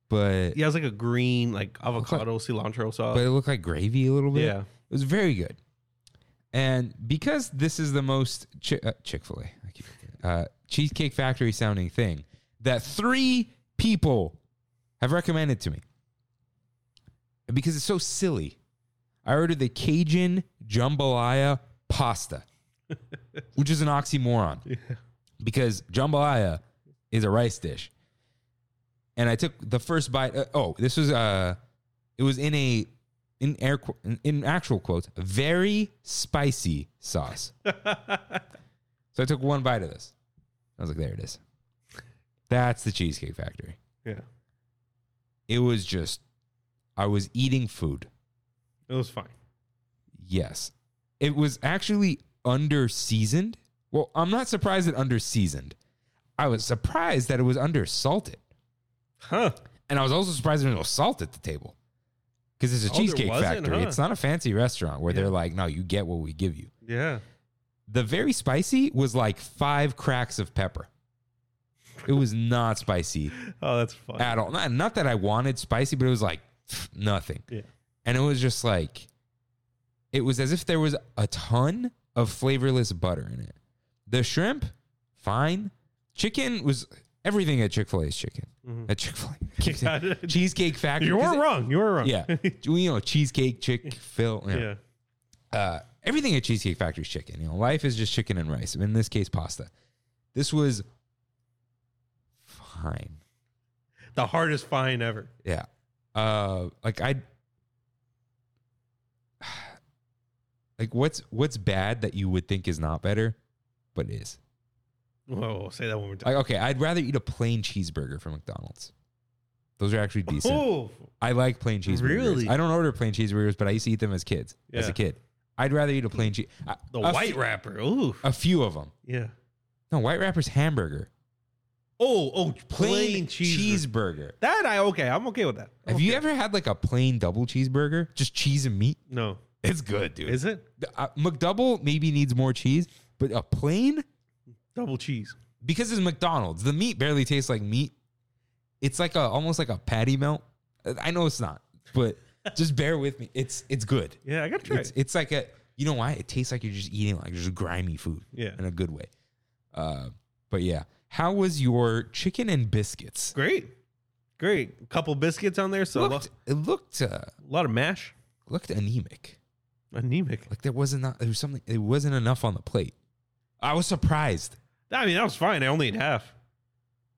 Speaker 1: but
Speaker 2: Yeah, it's like a green, like avocado cilantro sauce.
Speaker 1: but it looked like gravy a little bit.
Speaker 2: uh, Yeah.
Speaker 1: It was very good. And because this is the most chi- uh, Chick fil A, uh, Cheesecake Factory sounding thing that three people have recommended to me. And because it's so silly, I ordered the Cajun jambalaya pasta, which is an oxymoron because jambalaya is a rice dish. And I took the first bite. Uh, oh, this was uh, it was in a in air qu- in, in actual quotes very spicy sauce. so I took one bite of this. I was like, there it is. That's the Cheesecake Factory.
Speaker 2: yeah.
Speaker 1: It was just, I was eating food.
Speaker 2: It was fine.
Speaker 1: Yes. It was actually under seasoned. Well, I'm not surprised it under seasoned. I was surprised that it was under salted.
Speaker 2: Huh.
Speaker 1: And I was also surprised there was no salt at the table. Because it's a
Speaker 2: Oh, there
Speaker 1: cheesecake
Speaker 2: wasn't,
Speaker 1: factory.
Speaker 2: huh?
Speaker 1: It's not a fancy restaurant where
Speaker 2: Yeah.
Speaker 1: they're like, no, you get what we give you.
Speaker 2: Yeah.
Speaker 1: The very spicy was like five cracks of pepper. It was not spicy
Speaker 2: Oh, that's fun.
Speaker 1: at all. Not, not that I wanted spicy, but it was like pff, nothing.
Speaker 2: Yeah.
Speaker 1: And it was just like, it was as if there was a ton of flavorless butter in it. The shrimp, fine. Chicken was everything at Chick fil A is chicken. At Chick fil A. Cheesecake Factory.
Speaker 2: You
Speaker 1: 'cause
Speaker 2: were
Speaker 1: it-
Speaker 2: wrong. You were wrong.
Speaker 1: Yeah. You know, cheesecake, Chick fil
Speaker 2: yeah.
Speaker 1: uh, everything at Cheesecake Factory is chicken. You know, life is just chicken and rice. In this case, pasta. This was fine.
Speaker 2: The hardest fine ever.
Speaker 1: Yeah. Uh, like I, like what's what's bad that you would think is not better, but is.
Speaker 2: Whoa, say that one more time.
Speaker 1: Like okay, I'd rather eat a plain cheeseburger from McDonald's. Those are actually decent.
Speaker 2: Oh,
Speaker 1: I like plain cheeseburgers.
Speaker 2: Really?
Speaker 1: I don't order plain cheeseburgers, but I used to eat them as kids. As
Speaker 2: Yeah.
Speaker 1: a kid, I'd rather eat a plain cheese.
Speaker 2: the white wrapper. Ooh.
Speaker 1: A few of them.
Speaker 2: Yeah.
Speaker 1: No, white wrapper's hamburger.
Speaker 2: Oh, oh, plain, cheese.
Speaker 1: cheeseburger.
Speaker 2: That I okay. I'm okay with that.
Speaker 1: Have you ever had like a plain double cheeseburger? Just cheese and meat?
Speaker 2: No.
Speaker 1: It's good, dude.
Speaker 2: Is it?
Speaker 1: uh, McDouble maybe needs more cheese, but a plain
Speaker 2: Double cheese.
Speaker 1: because it's McDonald's. The meat barely tastes like meat. It's like a almost like a patty melt. Uh, I know it's not, but just bear with me. It's it's good.
Speaker 2: Yeah, I gotta try
Speaker 1: It's
Speaker 2: it.
Speaker 1: it's like a you know why it tastes like you're just eating like just grimy food.
Speaker 2: Yeah.
Speaker 1: in a good way. Uh, but yeah, how was your chicken and biscuits?
Speaker 2: Great. Great. Couple biscuits on there, so a lo-
Speaker 1: Looked, it looked uh,
Speaker 2: a lot of mash.
Speaker 1: looked anemic.
Speaker 2: Anemic.
Speaker 1: Like there wasn't not, there was something it wasn't enough on the plate. I was surprised.
Speaker 2: I mean, that was fine. I only ate half.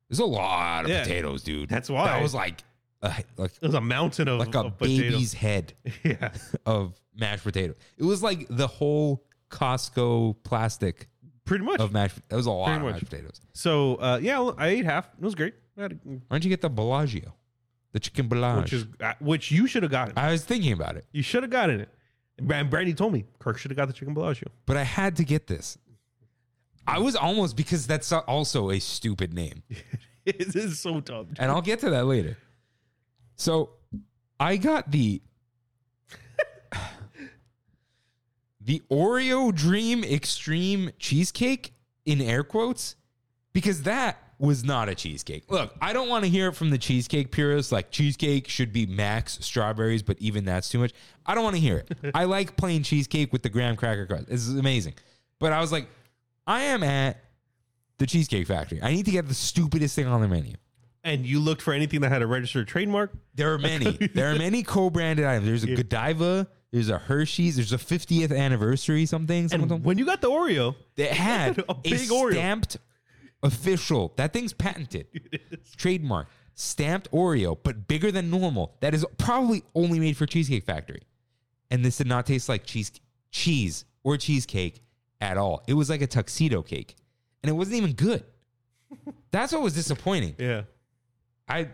Speaker 1: There's a lot of
Speaker 2: Yeah.
Speaker 1: potatoes, dude.
Speaker 2: That's why.
Speaker 1: that was like a, like
Speaker 2: It was a mountain of
Speaker 1: like a
Speaker 2: of
Speaker 1: baby's head
Speaker 2: potatoes. Yeah,
Speaker 1: of mashed potatoes. It was like the whole Costco plastic
Speaker 2: pretty much.
Speaker 1: of mashed. That was a lot
Speaker 2: Pretty
Speaker 1: of
Speaker 2: much.
Speaker 1: mashed potatoes.
Speaker 2: So uh, yeah, I ate half. It was great. I had a-
Speaker 1: Why don't you get the Bellagio, the chicken Bellagio?
Speaker 2: which is uh, which you should have gotten.
Speaker 1: I was thinking about it,
Speaker 2: You should have gotten it. And Brandy told me Kirk should have got the chicken Bellagio.
Speaker 1: but I had to get this. I was almost because that's also a stupid name.
Speaker 2: it is so dumb.
Speaker 1: and I'll get to that later. So I got the the Oreo Dream Extreme cheesecake in air quotes because that was not a cheesecake. Look, I don't want to hear it from the cheesecake purists like cheesecake should be max strawberries, but even that's too much. I don't want to hear it. I like plain cheesecake with the graham cracker crust. This is amazing. But I was like, I am at the Cheesecake Factory. I need to get the stupidest thing on the menu.
Speaker 2: And you looked for anything that had a registered trademark.
Speaker 1: There are many. there are many co-branded items. There's a Godiva. There's a Hershey's. There's a 50th anniversary something. Some of
Speaker 2: And
Speaker 1: them.
Speaker 2: when you got the Oreo,
Speaker 1: that had
Speaker 2: a
Speaker 1: a,
Speaker 2: big Oreo.
Speaker 1: stamped official. That thing's patented, trademark, stamped Oreo, but bigger than normal. That is probably only made for Cheesecake Factory. And this did not taste like cheese, cheese or cheesecake at all. It was like a tuxedo cake, and it wasn't even good. That's what was disappointing.
Speaker 2: yeah,
Speaker 1: I,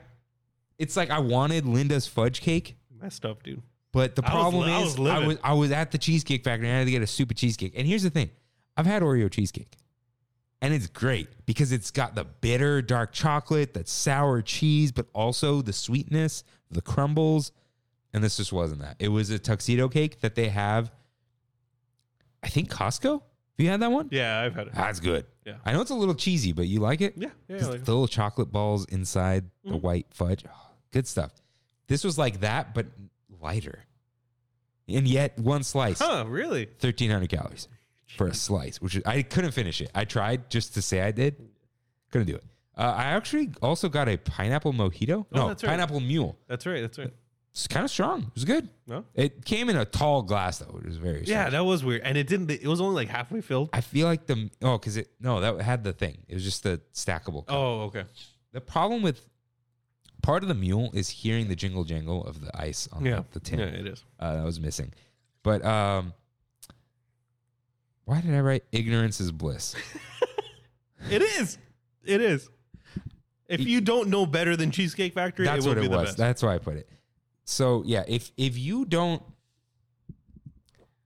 Speaker 1: it's like I wanted Linda's fudge cake.
Speaker 2: messed up, dude.
Speaker 1: But the
Speaker 2: I was
Speaker 1: problem
Speaker 2: li- I
Speaker 1: is,
Speaker 2: was
Speaker 1: I
Speaker 2: livid.
Speaker 1: was I was at the cheesecake factory and I had to get a stupid cheesecake. And here's the thing: I've had Oreo cheesecake, and it's great because it's got the bitter dark chocolate, that sour cheese, but also the sweetness, the crumbles. And this just wasn't that. It was a tuxedo cake that they have. I think Costco. Have you had that one?
Speaker 2: Yeah, I've had it.
Speaker 1: That's good.
Speaker 2: Yeah.
Speaker 1: I know it's a little cheesy, but you like it.
Speaker 2: Yeah, yeah, I
Speaker 1: 'Cause
Speaker 2: like it.
Speaker 1: the little chocolate balls inside
Speaker 2: Mm-hmm.
Speaker 1: the white fudge. Oh, good stuff. This was like that, but lighter. And yet, one slice,
Speaker 2: Huh? Really?
Speaker 1: 1,300 calories for a slice, which is, I couldn't finish it. I tried just to say I did. Couldn't do it. Uh, I actually also got a pineapple mojito.
Speaker 2: Oh,
Speaker 1: no,
Speaker 2: that's right.
Speaker 1: pineapple mule.
Speaker 2: That's right. That's right.
Speaker 1: It's kind of strong. It was good.
Speaker 2: No.
Speaker 1: It came in a tall glass, though. It was very
Speaker 2: Yeah,
Speaker 1: strong.
Speaker 2: that was weird. And it didn't. It was only like halfway filled.
Speaker 1: I feel like the, oh, because it, no, that had the thing. It was just the stackable. cup.
Speaker 2: Oh, okay.
Speaker 1: The problem with part of the mule is hearing the jingle jangle of the ice on
Speaker 2: Yeah,
Speaker 1: the, the tin.
Speaker 2: Yeah, it is.
Speaker 1: Uh, that was missing. But um, why did I write ignorance is bliss?
Speaker 2: It is. It is. If you don't know better than Cheesecake Factory,
Speaker 1: That's
Speaker 2: it will
Speaker 1: what
Speaker 2: be
Speaker 1: it
Speaker 2: the
Speaker 1: was.
Speaker 2: best.
Speaker 1: That's why I put it. So yeah, if if you don't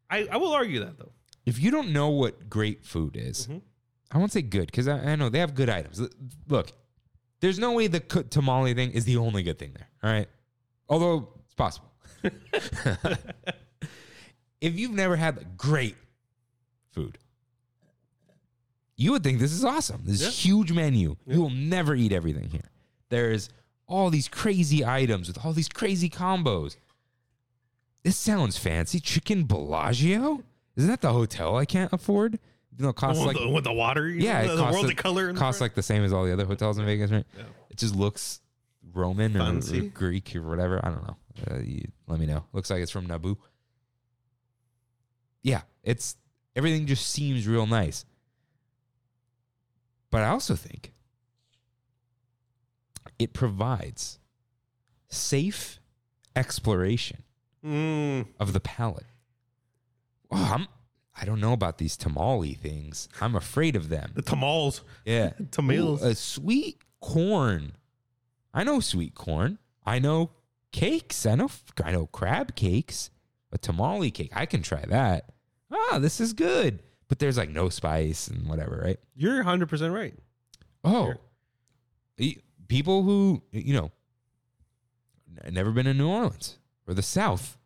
Speaker 2: I, I will argue that though.
Speaker 1: if you don't know what great food is, I won't say good because I, I know they have good items. L- Look, there's no way the co- tamale thing is the only good thing there. All right, although it's possible. if you've never had like, great food, you would think this is awesome. This
Speaker 2: Yeah.
Speaker 1: huge menu. You will never eat everything here. There's all these crazy items with all these crazy combos. This sounds fancy. Chicken Bellagio? Isn't that the hotel I can't afford? Even though it costs
Speaker 2: with,
Speaker 1: like
Speaker 2: the, with the water, you
Speaker 1: yeah,
Speaker 2: know,
Speaker 1: it
Speaker 2: the,
Speaker 1: costs
Speaker 2: world
Speaker 1: the-
Speaker 2: of color, in the
Speaker 1: costs
Speaker 2: front.
Speaker 1: like the same as all the other hotels in Vegas, right?
Speaker 2: Yeah.
Speaker 1: It just looks Roman or, or
Speaker 2: Fancy.
Speaker 1: Greek or whatever. I don't know. Uh, you, let me know. Looks like it's from Naboo. Yeah, it's everything just seems real nice. But I also think it provides safe exploration
Speaker 2: Mm.
Speaker 1: of the palate. Oh, I'm, I don't know about these tamale things. I'm afraid of them.
Speaker 2: the tamales.
Speaker 1: Yeah.
Speaker 2: Tomatoes.
Speaker 1: Ooh, a sweet corn. I know sweet corn. I know cakes. I know f- I know crab cakes. A tamale cake. I can try that. Ah, this is good. But there's like no spice and whatever, right?
Speaker 2: You're 100% right.
Speaker 1: Oh.
Speaker 2: Sure.
Speaker 1: E- People who, you know, n- never been in New Orleans or the South.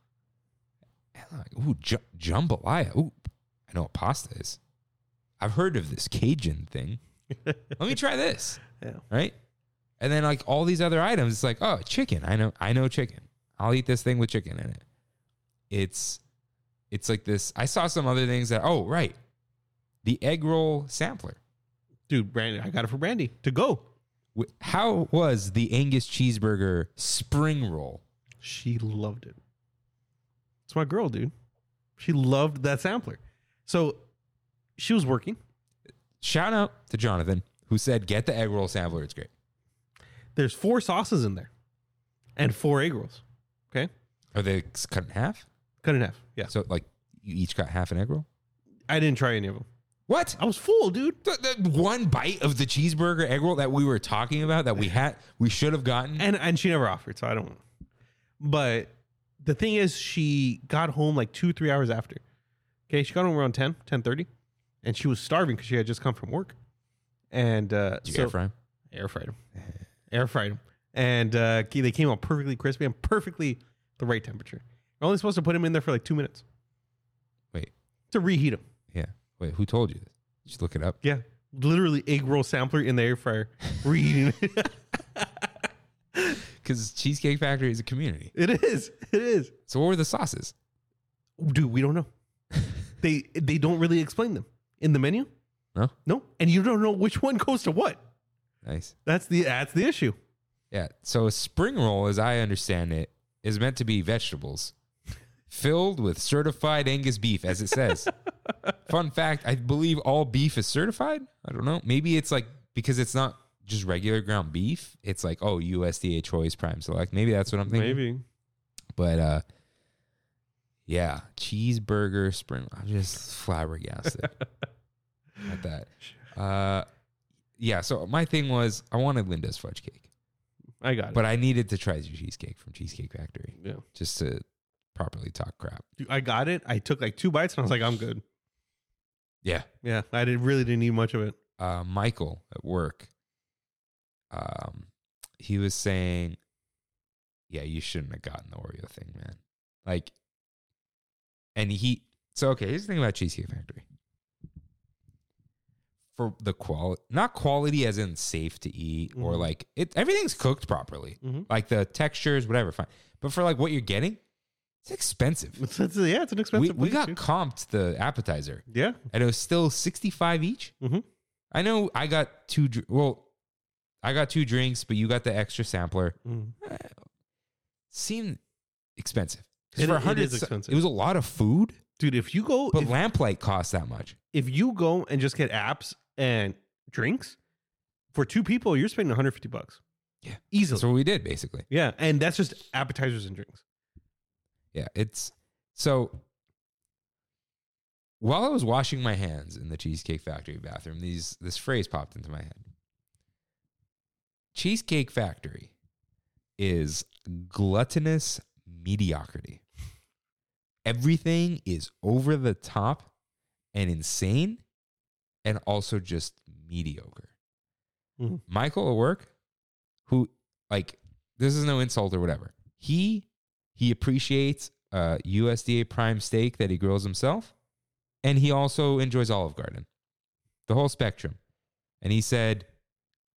Speaker 1: And Like, ooh, j- jambalaya. Ooh, I know what pasta is. I've heard of this Cajun thing. Let me try this
Speaker 2: Yeah.
Speaker 1: right? And then like all these other items, it's like, oh, chicken. I know, I know chicken. I'll eat this thing with chicken in it. It's, it's like this. I saw some other things that, oh, right, the egg roll sampler.
Speaker 2: Dude, Brandy, I got it for Brandy to go.
Speaker 1: Wh- How was the Angus cheeseburger spring roll?
Speaker 2: She loved it. It's It's my girl, dude. She loved that sampler. So she was working.
Speaker 1: Shout out to Jonathan who said, "Get the egg roll sampler. It's great."
Speaker 2: There's four sauces in there and four egg rolls. Okay.
Speaker 1: Are they cut in half?
Speaker 2: Cut in half. Yeah.
Speaker 1: So like you each got half an egg roll.
Speaker 2: I didn't try any of them.
Speaker 1: What?
Speaker 2: I was full, dude.
Speaker 1: The, the one bite of the cheeseburger egg roll that we were talking about that we had we should have gotten.
Speaker 2: And and she never offered, so I don't But the thing is she got home like two, three hours after. Okay, she got home around 10, 10.30, and she was starving because she had just come from work. And uh
Speaker 1: Did you
Speaker 2: so-
Speaker 1: air fry 'em?
Speaker 2: air fried them, air fried them, and uh, ke- they came out perfectly crispy and perfectly the right temperature. You're only supposed to put them in there for like two minutes.
Speaker 1: Wait.
Speaker 2: to reheat them.
Speaker 1: Yeah. Wait, who told you this? Just look it up.
Speaker 2: Yeah, literally egg roll sampler in the air fryer, reheating it.
Speaker 1: Because Cheesecake Factory is a community.
Speaker 2: it is, it is.
Speaker 1: So what were the sauces?
Speaker 2: Dude, we don't know. they they don't really explain them in the menu.
Speaker 1: No.
Speaker 2: No, and you don't know which one goes to what.
Speaker 1: Nice.
Speaker 2: That's the that's the issue.
Speaker 1: Yeah. So a spring roll, as I understand it, is meant to be vegetables filled with certified Angus beef, as it says. Fun fact: I believe all beef is certified. I don't know. Maybe it's like because it's not just regular ground beef. It's like oh USDA Choice Prime Select. Maybe that's what I'm thinking. But uh, yeah, cheeseburger spring. I'm just flabbergasted at that. Uh, yeah. So my thing was I wanted Linda's fudge cake,
Speaker 2: I got it.
Speaker 1: but I needed to try your cheesecake from Cheesecake Factory
Speaker 2: yeah,
Speaker 1: just to properly talk crap.
Speaker 2: Dude, I got it. I took like two bites and I was like, I'm good.
Speaker 1: Yeah.
Speaker 2: Yeah, I didn't really didn't need much of it.
Speaker 1: uh, Michael at work, um, he was saying, "Yeah, you shouldn't have gotten the Oreo thing, man." Like, and he so okay. Here's the thing about Cheesecake Factory. For the quality, not quality as in safe to eat or
Speaker 2: Mhm.
Speaker 1: like it, everything's cooked properly,
Speaker 2: Mhm.
Speaker 1: like the textures, whatever, fine. But for like what you're getting, it's expensive.
Speaker 2: It's, it's- yeah, it's an
Speaker 1: We,
Speaker 2: expensive.
Speaker 1: we
Speaker 2: place,
Speaker 1: got
Speaker 2: dude.
Speaker 1: comped the appetizer,
Speaker 2: yeah,
Speaker 1: and it was still sixty five each.
Speaker 2: Mhm.
Speaker 1: I know I got two. dr- Well, I got two drinks, but you got the extra sampler. Seemed expensive. 'Cause
Speaker 2: It-
Speaker 1: for
Speaker 2: it
Speaker 1: 100
Speaker 2: is
Speaker 1: so-
Speaker 2: expensive.
Speaker 1: It was a lot of food,
Speaker 2: dude. If you go,
Speaker 1: but
Speaker 2: if,
Speaker 1: lamplight costs that much.
Speaker 2: if you go and just get apps and drinks for two people, you're spending 150 bucks.
Speaker 1: Yeah.
Speaker 2: easily.
Speaker 1: That's what we did basically.
Speaker 2: yeah, and that's just appetizers and drinks.
Speaker 1: Yeah, it's so. While I was washing my hands in the Cheesecake Factory bathroom, these this phrase popped into my head. Cheesecake Factory is gluttonous mediocrity. Everything is over the top and insane and also just mediocre.
Speaker 2: Mhm.
Speaker 1: Michael at work, who like this is no insult or whatever. He he appreciates uh USDA prime steak that he grills himself, and he also enjoys Olive Garden. The whole spectrum. And he said,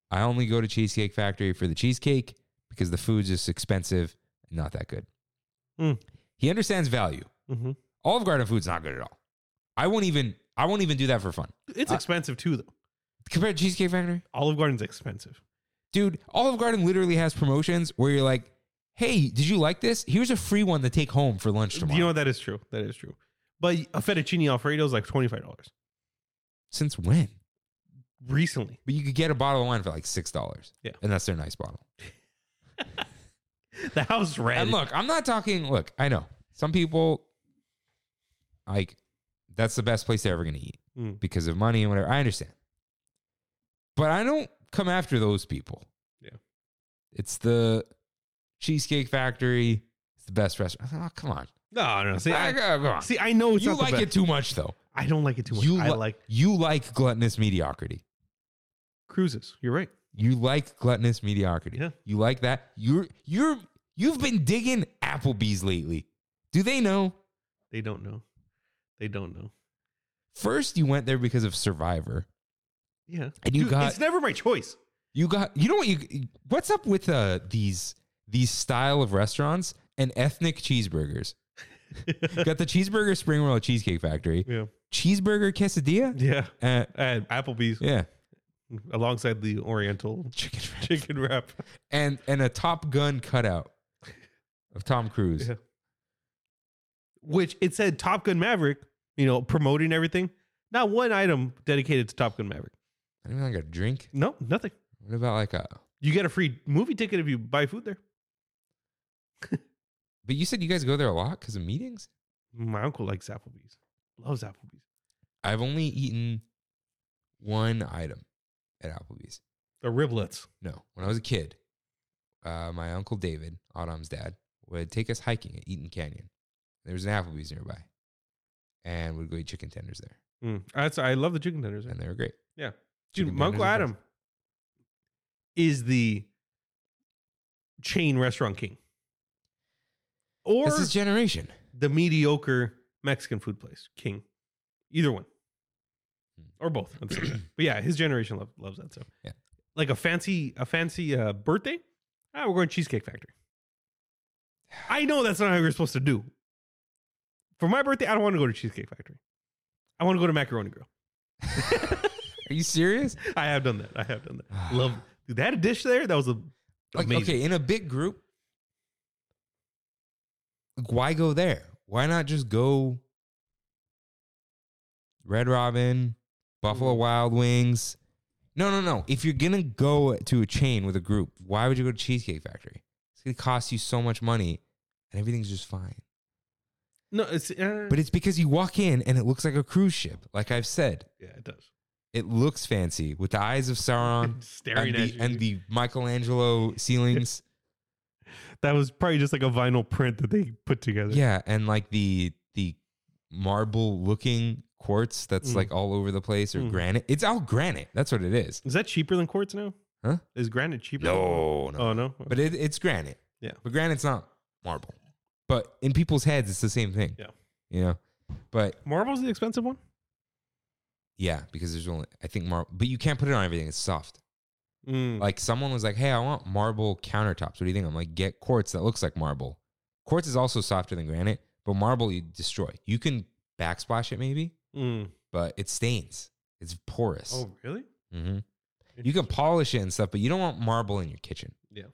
Speaker 1: I only go to Cheesecake Factory for the cheesecake because the food's just expensive and not that good.
Speaker 2: Mm.
Speaker 1: He understands value.
Speaker 2: Mm-hmm.
Speaker 1: Olive Garden food's not good at all. I won't even I won't even do that for fun.
Speaker 2: It's
Speaker 1: Uh,
Speaker 2: expensive too, though.
Speaker 1: Compared to Cheesecake Factory,
Speaker 2: Olive Garden's expensive.
Speaker 1: dude, Olive Garden literally has promotions where you're like, "Hey, did you like this? Here's a free one to take home for lunch tomorrow."
Speaker 2: You know that is true. That is true. But a fettuccine alfredo is like 25 dollars
Speaker 1: Since when?
Speaker 2: recently.
Speaker 1: But you could get a bottle of wine for like six dollars.
Speaker 2: Yeah.
Speaker 1: and that's their nice bottle.
Speaker 2: The house red.
Speaker 1: And look, I'm not talking. Look, I know some people like that's the best place they're ever going to eat
Speaker 2: Mm.
Speaker 1: because of money and whatever. I understand, but I don't come after those people.
Speaker 2: Yeah.
Speaker 1: it's the Cheesecake Factory. It's the best restaurant. Oh, come on,
Speaker 2: no, no. See,
Speaker 1: Ah,
Speaker 2: I,
Speaker 1: come on.
Speaker 2: see, I know it's
Speaker 1: you
Speaker 2: not the
Speaker 1: like
Speaker 2: best.
Speaker 1: it too much, though.
Speaker 2: I don't like it too much.
Speaker 1: You
Speaker 2: I
Speaker 1: li-
Speaker 2: like
Speaker 1: You like gluttonous mediocrity.
Speaker 2: cruises. You're right.
Speaker 1: You like gluttonous mediocrity.
Speaker 2: Yeah.
Speaker 1: You like that. You're you're you've been digging Applebee's lately. Do they know?
Speaker 2: They don't know. They don't know.
Speaker 1: First, you went there because of Survivor.
Speaker 2: Yeah.
Speaker 1: And you
Speaker 2: Dude,
Speaker 1: got-
Speaker 2: it's never my choice.
Speaker 1: You got you know what you what's up with uh these these style of restaurants and ethnic cheeseburgers. You got the cheeseburger spring roll at Cheesecake Factory,
Speaker 2: yeah.
Speaker 1: cheeseburger quesadilla,
Speaker 2: Yeah.
Speaker 1: uh,
Speaker 2: And Applebee's
Speaker 1: yeah,
Speaker 2: alongside the Oriental
Speaker 1: chicken wrap,
Speaker 2: chicken wrap.
Speaker 1: and and a Top Gun cutout of Tom Cruise.
Speaker 2: Yeah. which it said Top Gun Maverick, you know, promoting everything. Not one item dedicated to Top Gun Maverick.
Speaker 1: Not even like a drink.
Speaker 2: No, nothing.
Speaker 1: What about like a?
Speaker 2: You get a free movie ticket if you buy food there.
Speaker 1: But you said you guys go there a lot because of meetings.
Speaker 2: My uncle likes Applebee's, loves Applebee's.
Speaker 1: I've only eaten one item at Applebee's.
Speaker 2: The riblets.
Speaker 1: No, when I was a kid, uh, my uncle David, Autumn's dad, would take us hiking at Eaton Canyon. There was an Applebee's nearby, and we'd go eat chicken tenders there,
Speaker 2: Mm. That's, I love the chicken tenders.
Speaker 1: and they were great.
Speaker 2: Dude,
Speaker 1: Chicken
Speaker 2: my
Speaker 1: tenders
Speaker 2: Uncle
Speaker 1: are
Speaker 2: Adam is the chain restaurant king. Or
Speaker 1: This is generation.
Speaker 2: the mediocre Mexican food place king. Either one. Or both. at the same time. but yeah, his generation love, loves that stuff.
Speaker 1: Hmm. Yeah.
Speaker 2: Like a fancy a fancy uh, birthday? Ah, we're going to Cheesecake Factory. I know that's not how you're supposed to do. For my birthday, I don't want to go to Cheesecake Factory. I want to go to Macaroni Grill.
Speaker 1: Are you serious?
Speaker 2: I have done that. I have done that. Love dude, that dish there. That was a
Speaker 1: Like,
Speaker 2: amazing.
Speaker 1: okay, in a big group, like, why go there? Why not just go Red Robin, Buffalo
Speaker 2: Mm.
Speaker 1: Wild Wings? No, no, no. If you're gonna go to a chain with a group, why would you go to Cheesecake Factory? It's gonna cost you so much money, and everything's just fine.
Speaker 2: No, it's uh,
Speaker 1: But it's because you walk in and it looks like a cruise ship. Like I've said,
Speaker 2: yeah, it does.
Speaker 1: it looks fancy with the eyes of Sauron
Speaker 2: Staring
Speaker 1: and
Speaker 2: at
Speaker 1: the,
Speaker 2: you.
Speaker 1: and the Michelangelo ceilings.
Speaker 2: that was probably just like a vinyl print that they put together.
Speaker 1: Yeah, and like the the marble looking quartz that's
Speaker 2: Mm.
Speaker 1: like all over the place or
Speaker 2: Mhm.
Speaker 1: granite. It's all granite. That's what it is.
Speaker 2: Is that cheaper than quartz now?
Speaker 1: Huh?
Speaker 2: Is granite cheaper?
Speaker 1: No,
Speaker 2: Than
Speaker 1: no.
Speaker 2: oh no.
Speaker 1: But it, it's granite.
Speaker 2: Yeah.
Speaker 1: But granite's not marble. But in people's heads it's the same thing.
Speaker 2: Yeah.
Speaker 1: You know. But
Speaker 2: Marble's the expensive one.
Speaker 1: yeah, because there's only I think marble but you can't put it on everything. It's soft.
Speaker 2: Mm.
Speaker 1: Like someone was like, "Hey, I want marble countertops." What do you think? I'm like, "Get quartz that looks like marble." Quartz is also softer than granite, but marble you destroy. You can backsplash it maybe,
Speaker 2: Mm.
Speaker 1: but it stains. It's porous.
Speaker 2: Oh really?
Speaker 1: hmm You can polish it and stuff, but you don't want marble in your kitchen.
Speaker 2: Yeah.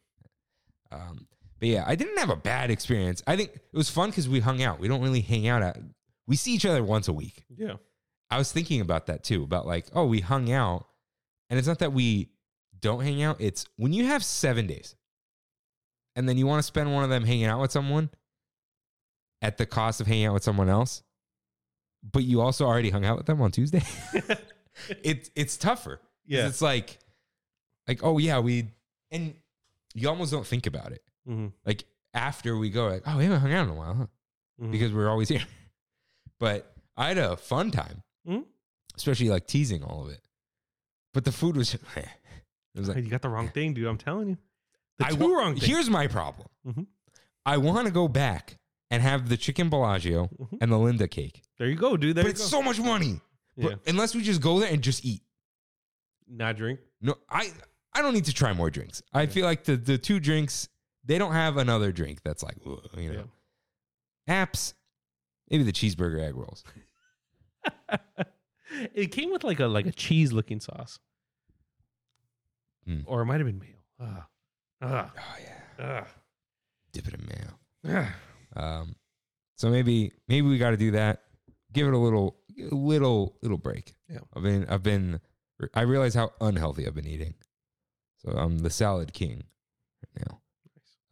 Speaker 1: Um, but yeah, I didn't have a bad experience. I think it was fun because we hung out. We don't really hang out at. We see each other once a week.
Speaker 2: Yeah.
Speaker 1: I was thinking about that too. About like, oh, we hung out, and it's not that we don't hang out. It's when you have seven days, and then you want to spend one of them hanging out with someone, at the cost of hanging out with someone else, but you also already hung out with them on Tuesday. it's it's tougher. 'Cause
Speaker 2: Yeah.
Speaker 1: It's like like oh yeah, we and you almost don't think about it.
Speaker 2: Mhm.
Speaker 1: Like after we go like oh we haven't hung out in a while, huh?
Speaker 2: Mhm.
Speaker 1: Because we're always here. But I had a fun time.
Speaker 2: Mhm.
Speaker 1: Especially like teasing all of it. But the food was just, it was like
Speaker 2: you got the wrong thing, dude. I'm telling you. The
Speaker 1: I
Speaker 2: two
Speaker 1: wa-
Speaker 2: wrong things.
Speaker 1: Here's my problem.
Speaker 2: Mhm.
Speaker 1: I want to go back and have the chicken Bellagio
Speaker 2: Mhm.
Speaker 1: and the Linda cake.
Speaker 2: there you go, dude. There
Speaker 1: but
Speaker 2: you
Speaker 1: it's
Speaker 2: go.
Speaker 1: so much money.
Speaker 2: yeah.
Speaker 1: But unless we just go there and just eat.
Speaker 2: Not drink.
Speaker 1: No, I I don't need to try more drinks. I feel like the the two drinks they don't have another drink that's like ugh, you know apps. Maybe the cheeseburger egg rolls.
Speaker 2: It came with like a like a cheese looking sauce,
Speaker 1: Mm.
Speaker 2: or it might have been mayo. Ah. Ah.
Speaker 1: Oh yeah,
Speaker 2: Ah.
Speaker 1: dip it in mayo.
Speaker 2: Ah.
Speaker 1: Um, so maybe maybe we got to do that. Give it a little a little little break.
Speaker 2: Yeah.
Speaker 1: I've been I've been I realize how unhealthy I've been eating. So I'm the salad king right now.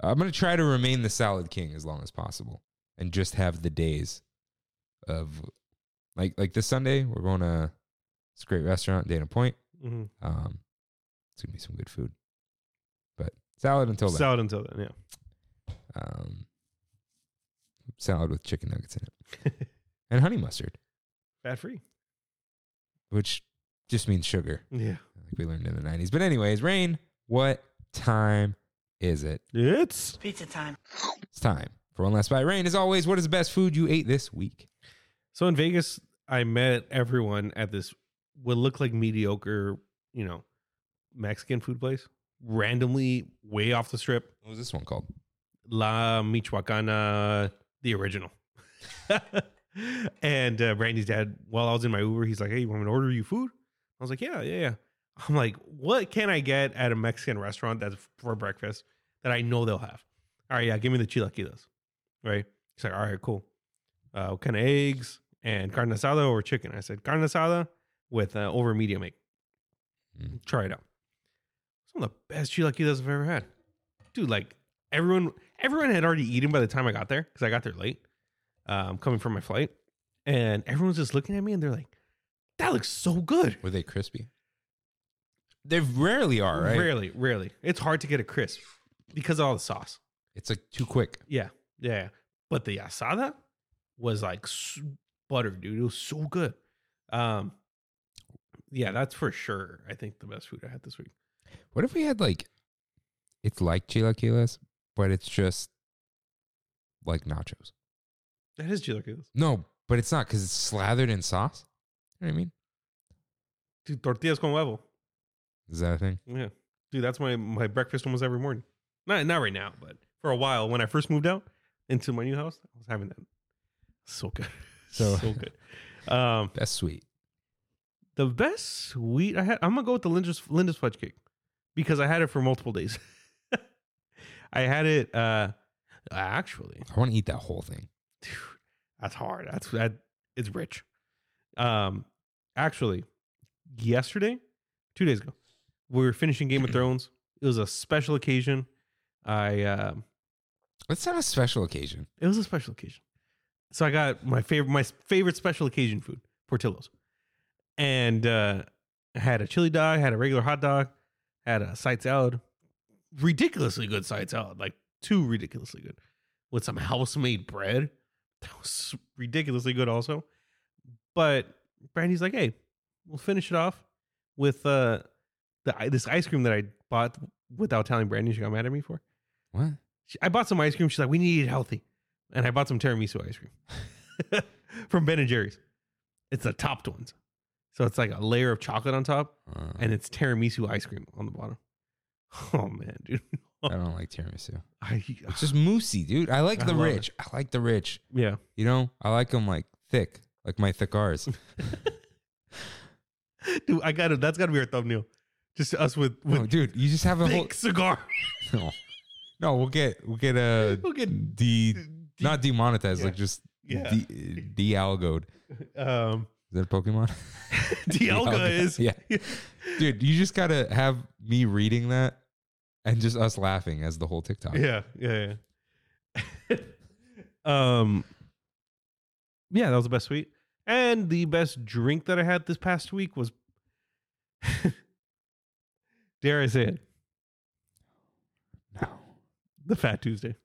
Speaker 1: I'm gonna try to remain the salad king as long as possible and just have the days of like like this Sunday we're going to it's a great restaurant Dana Point.
Speaker 2: Mhm.
Speaker 1: Um, it's gonna be some good food, but salad until then.
Speaker 2: Salad until then, yeah.
Speaker 1: um, salad with chicken nuggets in it and honey mustard,
Speaker 2: Fat free.
Speaker 1: which just means sugar,
Speaker 2: Yeah.
Speaker 1: like we learned in the 90s. But, anyways, Rain, what time is it?
Speaker 2: It's
Speaker 5: Pizza time.
Speaker 1: It's time for one last bite. Rain, as always, what is the best food you ate this week?
Speaker 2: so in Vegas, I met everyone at this what looked like mediocre, you know, Mexican food place. Randomly way off the strip.
Speaker 1: What was this one called?
Speaker 2: La Michoacana, the original. and uh, Brandy's dad, while I was in my Uber, he's like, Hey, you want me to order you food? I was like, Yeah, yeah, yeah. I'm like, What can I get at a Mexican restaurant that's for breakfast that I know they'll have? All right, yeah, give me the chilaquiles. Right? He's like, All right, cool. uh, what kind of eggs and carne asada or chicken. I said carne asada with uh, over medium egg.
Speaker 1: Mm.
Speaker 2: Try it out. Some of the best chilaquiles I've ever had, dude. Like everyone, everyone had already eaten by the time I got there because I got there late, um, coming from my flight, and everyone's just looking at me and they're like, "That looks so good."
Speaker 1: Were they crispy? They rarely are, right?
Speaker 2: Rarely, rarely. It's hard to get a crisp because of all the sauce.
Speaker 1: It's like too quick.
Speaker 2: Yeah, yeah. But the asada was like s- butter, dude. It was so good. Um, yeah, that's for sure. I think the best food I had this week.
Speaker 1: What if we had like, it's like chilaquiles, but it's just like nachos?
Speaker 2: That is chilaquiles,
Speaker 1: No, but it's not because it's slathered in sauce. You know what I mean?
Speaker 2: dude. Tortillas con huevo.
Speaker 1: Is that a thing?
Speaker 2: Yeah, dude. That's my my breakfast almost every morning. Not not right now, but for a while when I first moved out into my new house, I was having that. So good,
Speaker 1: So-
Speaker 2: so good. Um,
Speaker 1: That's sweet.
Speaker 2: the best sweet I had. I'm gonna go with the Linda's Linda's fudge cake because I had it for multiple days. I had it uh actually.
Speaker 1: I want to eat that whole thing.
Speaker 2: Dude, that's hard. That's that. It's rich. Um, actually, yesterday, two days ago, we were finishing Game of Thrones. It was a special occasion. I um,
Speaker 1: That's not a special occasion.
Speaker 2: it was a special occasion. So I got my favorite my favorite special occasion food, Portillo's. And uh I had a chili dog, had a regular hot dog, had a side salad. Ridiculously good side salad, like too ridiculously good. With some house made bread. That was ridiculously good also. But Brandy's like, hey, we'll finish it off with uh the this ice cream that I bought without telling Brandy she got mad at me for.
Speaker 1: What?
Speaker 2: She, I bought some ice cream. She's like, we need to eat healthy. And I bought some tiramisu ice cream from Ben and Jerry's. It's the topped ones. So it's like a layer of chocolate on top
Speaker 1: Uh,
Speaker 2: and it's tiramisu ice cream on the bottom. Oh man, dude.
Speaker 1: I don't like tiramisu.
Speaker 2: I,
Speaker 1: It's just moosey, dude. I like
Speaker 2: I
Speaker 1: the
Speaker 2: love
Speaker 1: rich. I like the rich.
Speaker 2: yeah.
Speaker 1: You know, I like them like thick, like my thick R's.
Speaker 2: Dude, I got it. That's got to be our thumbnail. Just us with with
Speaker 1: no, Oh, dude, you just have a whole.
Speaker 2: thick cigar.
Speaker 1: No. no, we'll get we'll get a
Speaker 2: We'll get
Speaker 1: de, not demonetized,
Speaker 2: yeah.
Speaker 1: like just
Speaker 2: Yeah.
Speaker 1: de, de-algoed.
Speaker 2: um
Speaker 1: Is that a Pokemon?
Speaker 2: Dialga is
Speaker 1: Yeah. Dude, you just gotta have me reading that and just us laughing as the whole TikTok.
Speaker 2: Yeah, yeah, yeah. um, yeah, that was the best sweet, and the best drink that I had this past week was, dare I say it,
Speaker 1: No.
Speaker 2: the Fat Tuesday,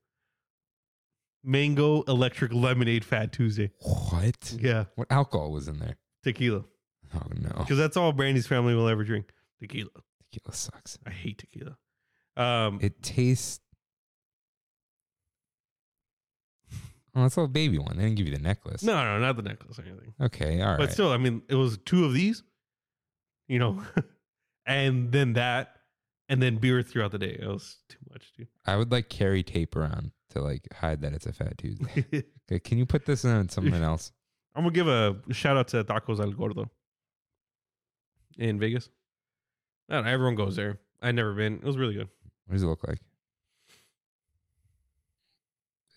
Speaker 2: mango electric lemonade Fat Tuesday.
Speaker 1: What?
Speaker 2: Yeah,
Speaker 1: What alcohol was in there?
Speaker 2: tequila,
Speaker 1: Oh no.
Speaker 2: because that's all Brandy's family will ever drink. Tequila.
Speaker 1: Tequila sucks.
Speaker 2: I hate tequila. Um,
Speaker 1: It tastes Oh, that's a little baby one. They didn't give you the necklace.
Speaker 2: no, no, not the necklace or anything.
Speaker 1: Okay, all right.
Speaker 2: but still, I mean, it was two of these, you know,
Speaker 1: Mm-hmm.
Speaker 2: and then that, and then beer throughout the day. It was too much,
Speaker 1: I would like carry tape around to like hide that it's a fat Tuesday.
Speaker 2: dude.
Speaker 1: Okay, can you put this in something else?
Speaker 2: I'm gonna give a shout out to Tacos El Gordo in Vegas. I don't know, everyone goes there. I've never been. It was really good.
Speaker 1: What does it look like?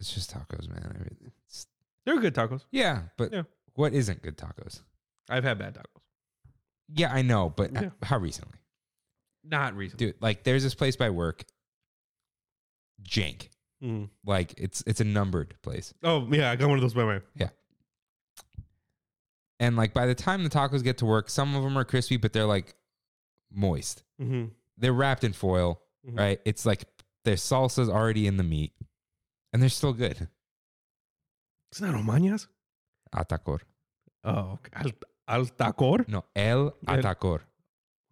Speaker 1: It's just tacos, man. I really, it's,
Speaker 2: They were good tacos.
Speaker 1: yeah, but
Speaker 2: Yeah.
Speaker 1: what isn't good tacos?
Speaker 2: I've had bad tacos.
Speaker 1: Yeah, I know, but
Speaker 2: Yeah.
Speaker 1: how recently?
Speaker 2: Not recently.
Speaker 1: Dude, like there's this place by work, Jank.
Speaker 2: Mm.
Speaker 1: Like it's it's a numbered place.
Speaker 2: Oh yeah, I got one of those by my.
Speaker 1: And like by the time the tacos get to work, some of them are crispy, but they're like moist.
Speaker 2: hmm
Speaker 1: They're wrapped in foil,
Speaker 2: Mhm.
Speaker 1: right? It's like their salsa's already in the meat. And they're still good.
Speaker 2: It's not Omañas.
Speaker 1: Atacor.
Speaker 2: Oh, okay. Al, al Tacor.
Speaker 1: No, el
Speaker 2: El-
Speaker 1: atacor.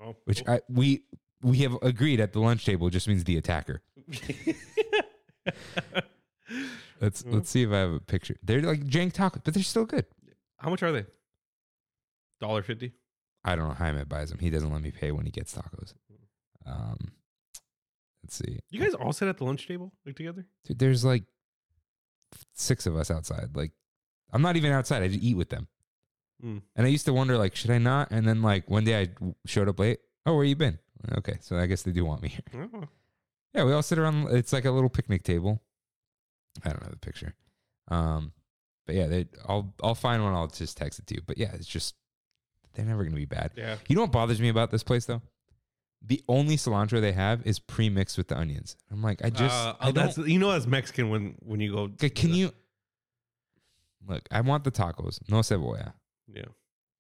Speaker 2: Oh,
Speaker 1: which I, we we have agreed at the lunch table just means the attacker. Let's
Speaker 2: Mhm.
Speaker 1: let's see if I have a picture. They're like jank tacos, but they're still good.
Speaker 2: How much are they? Dollar fifty.
Speaker 1: I don't know how Jaime buys them. He doesn't let me pay when he gets tacos. Um, let's see.
Speaker 2: Mm-hmm. You guys all sit at the lunch table like together?
Speaker 1: Dude, there's like six of us outside. Like, I'm not even outside. I just eat with them.
Speaker 2: Mm.
Speaker 1: And I used to wonder like, should I not? And then like one day I showed up late. Oh, where you been? Okay, so I guess they do want me here.
Speaker 2: Oh.
Speaker 1: Yeah, we all sit around. It's like a little picnic table. I don't have the picture. Um, But yeah, they, I'll I'll find one. I'll just text it to you. But yeah, it's just they're never gonna be bad.
Speaker 2: Yeah.
Speaker 1: You know what bothers me about this place though? The only cilantro they have is pre-mixed with the onions. I'm like, I just
Speaker 2: Uh,
Speaker 1: I
Speaker 2: oh, that's
Speaker 1: don't-
Speaker 2: you know that's Mexican when when you go.
Speaker 1: Okay, can you look? I want the tacos, no cebolla,
Speaker 2: Yeah.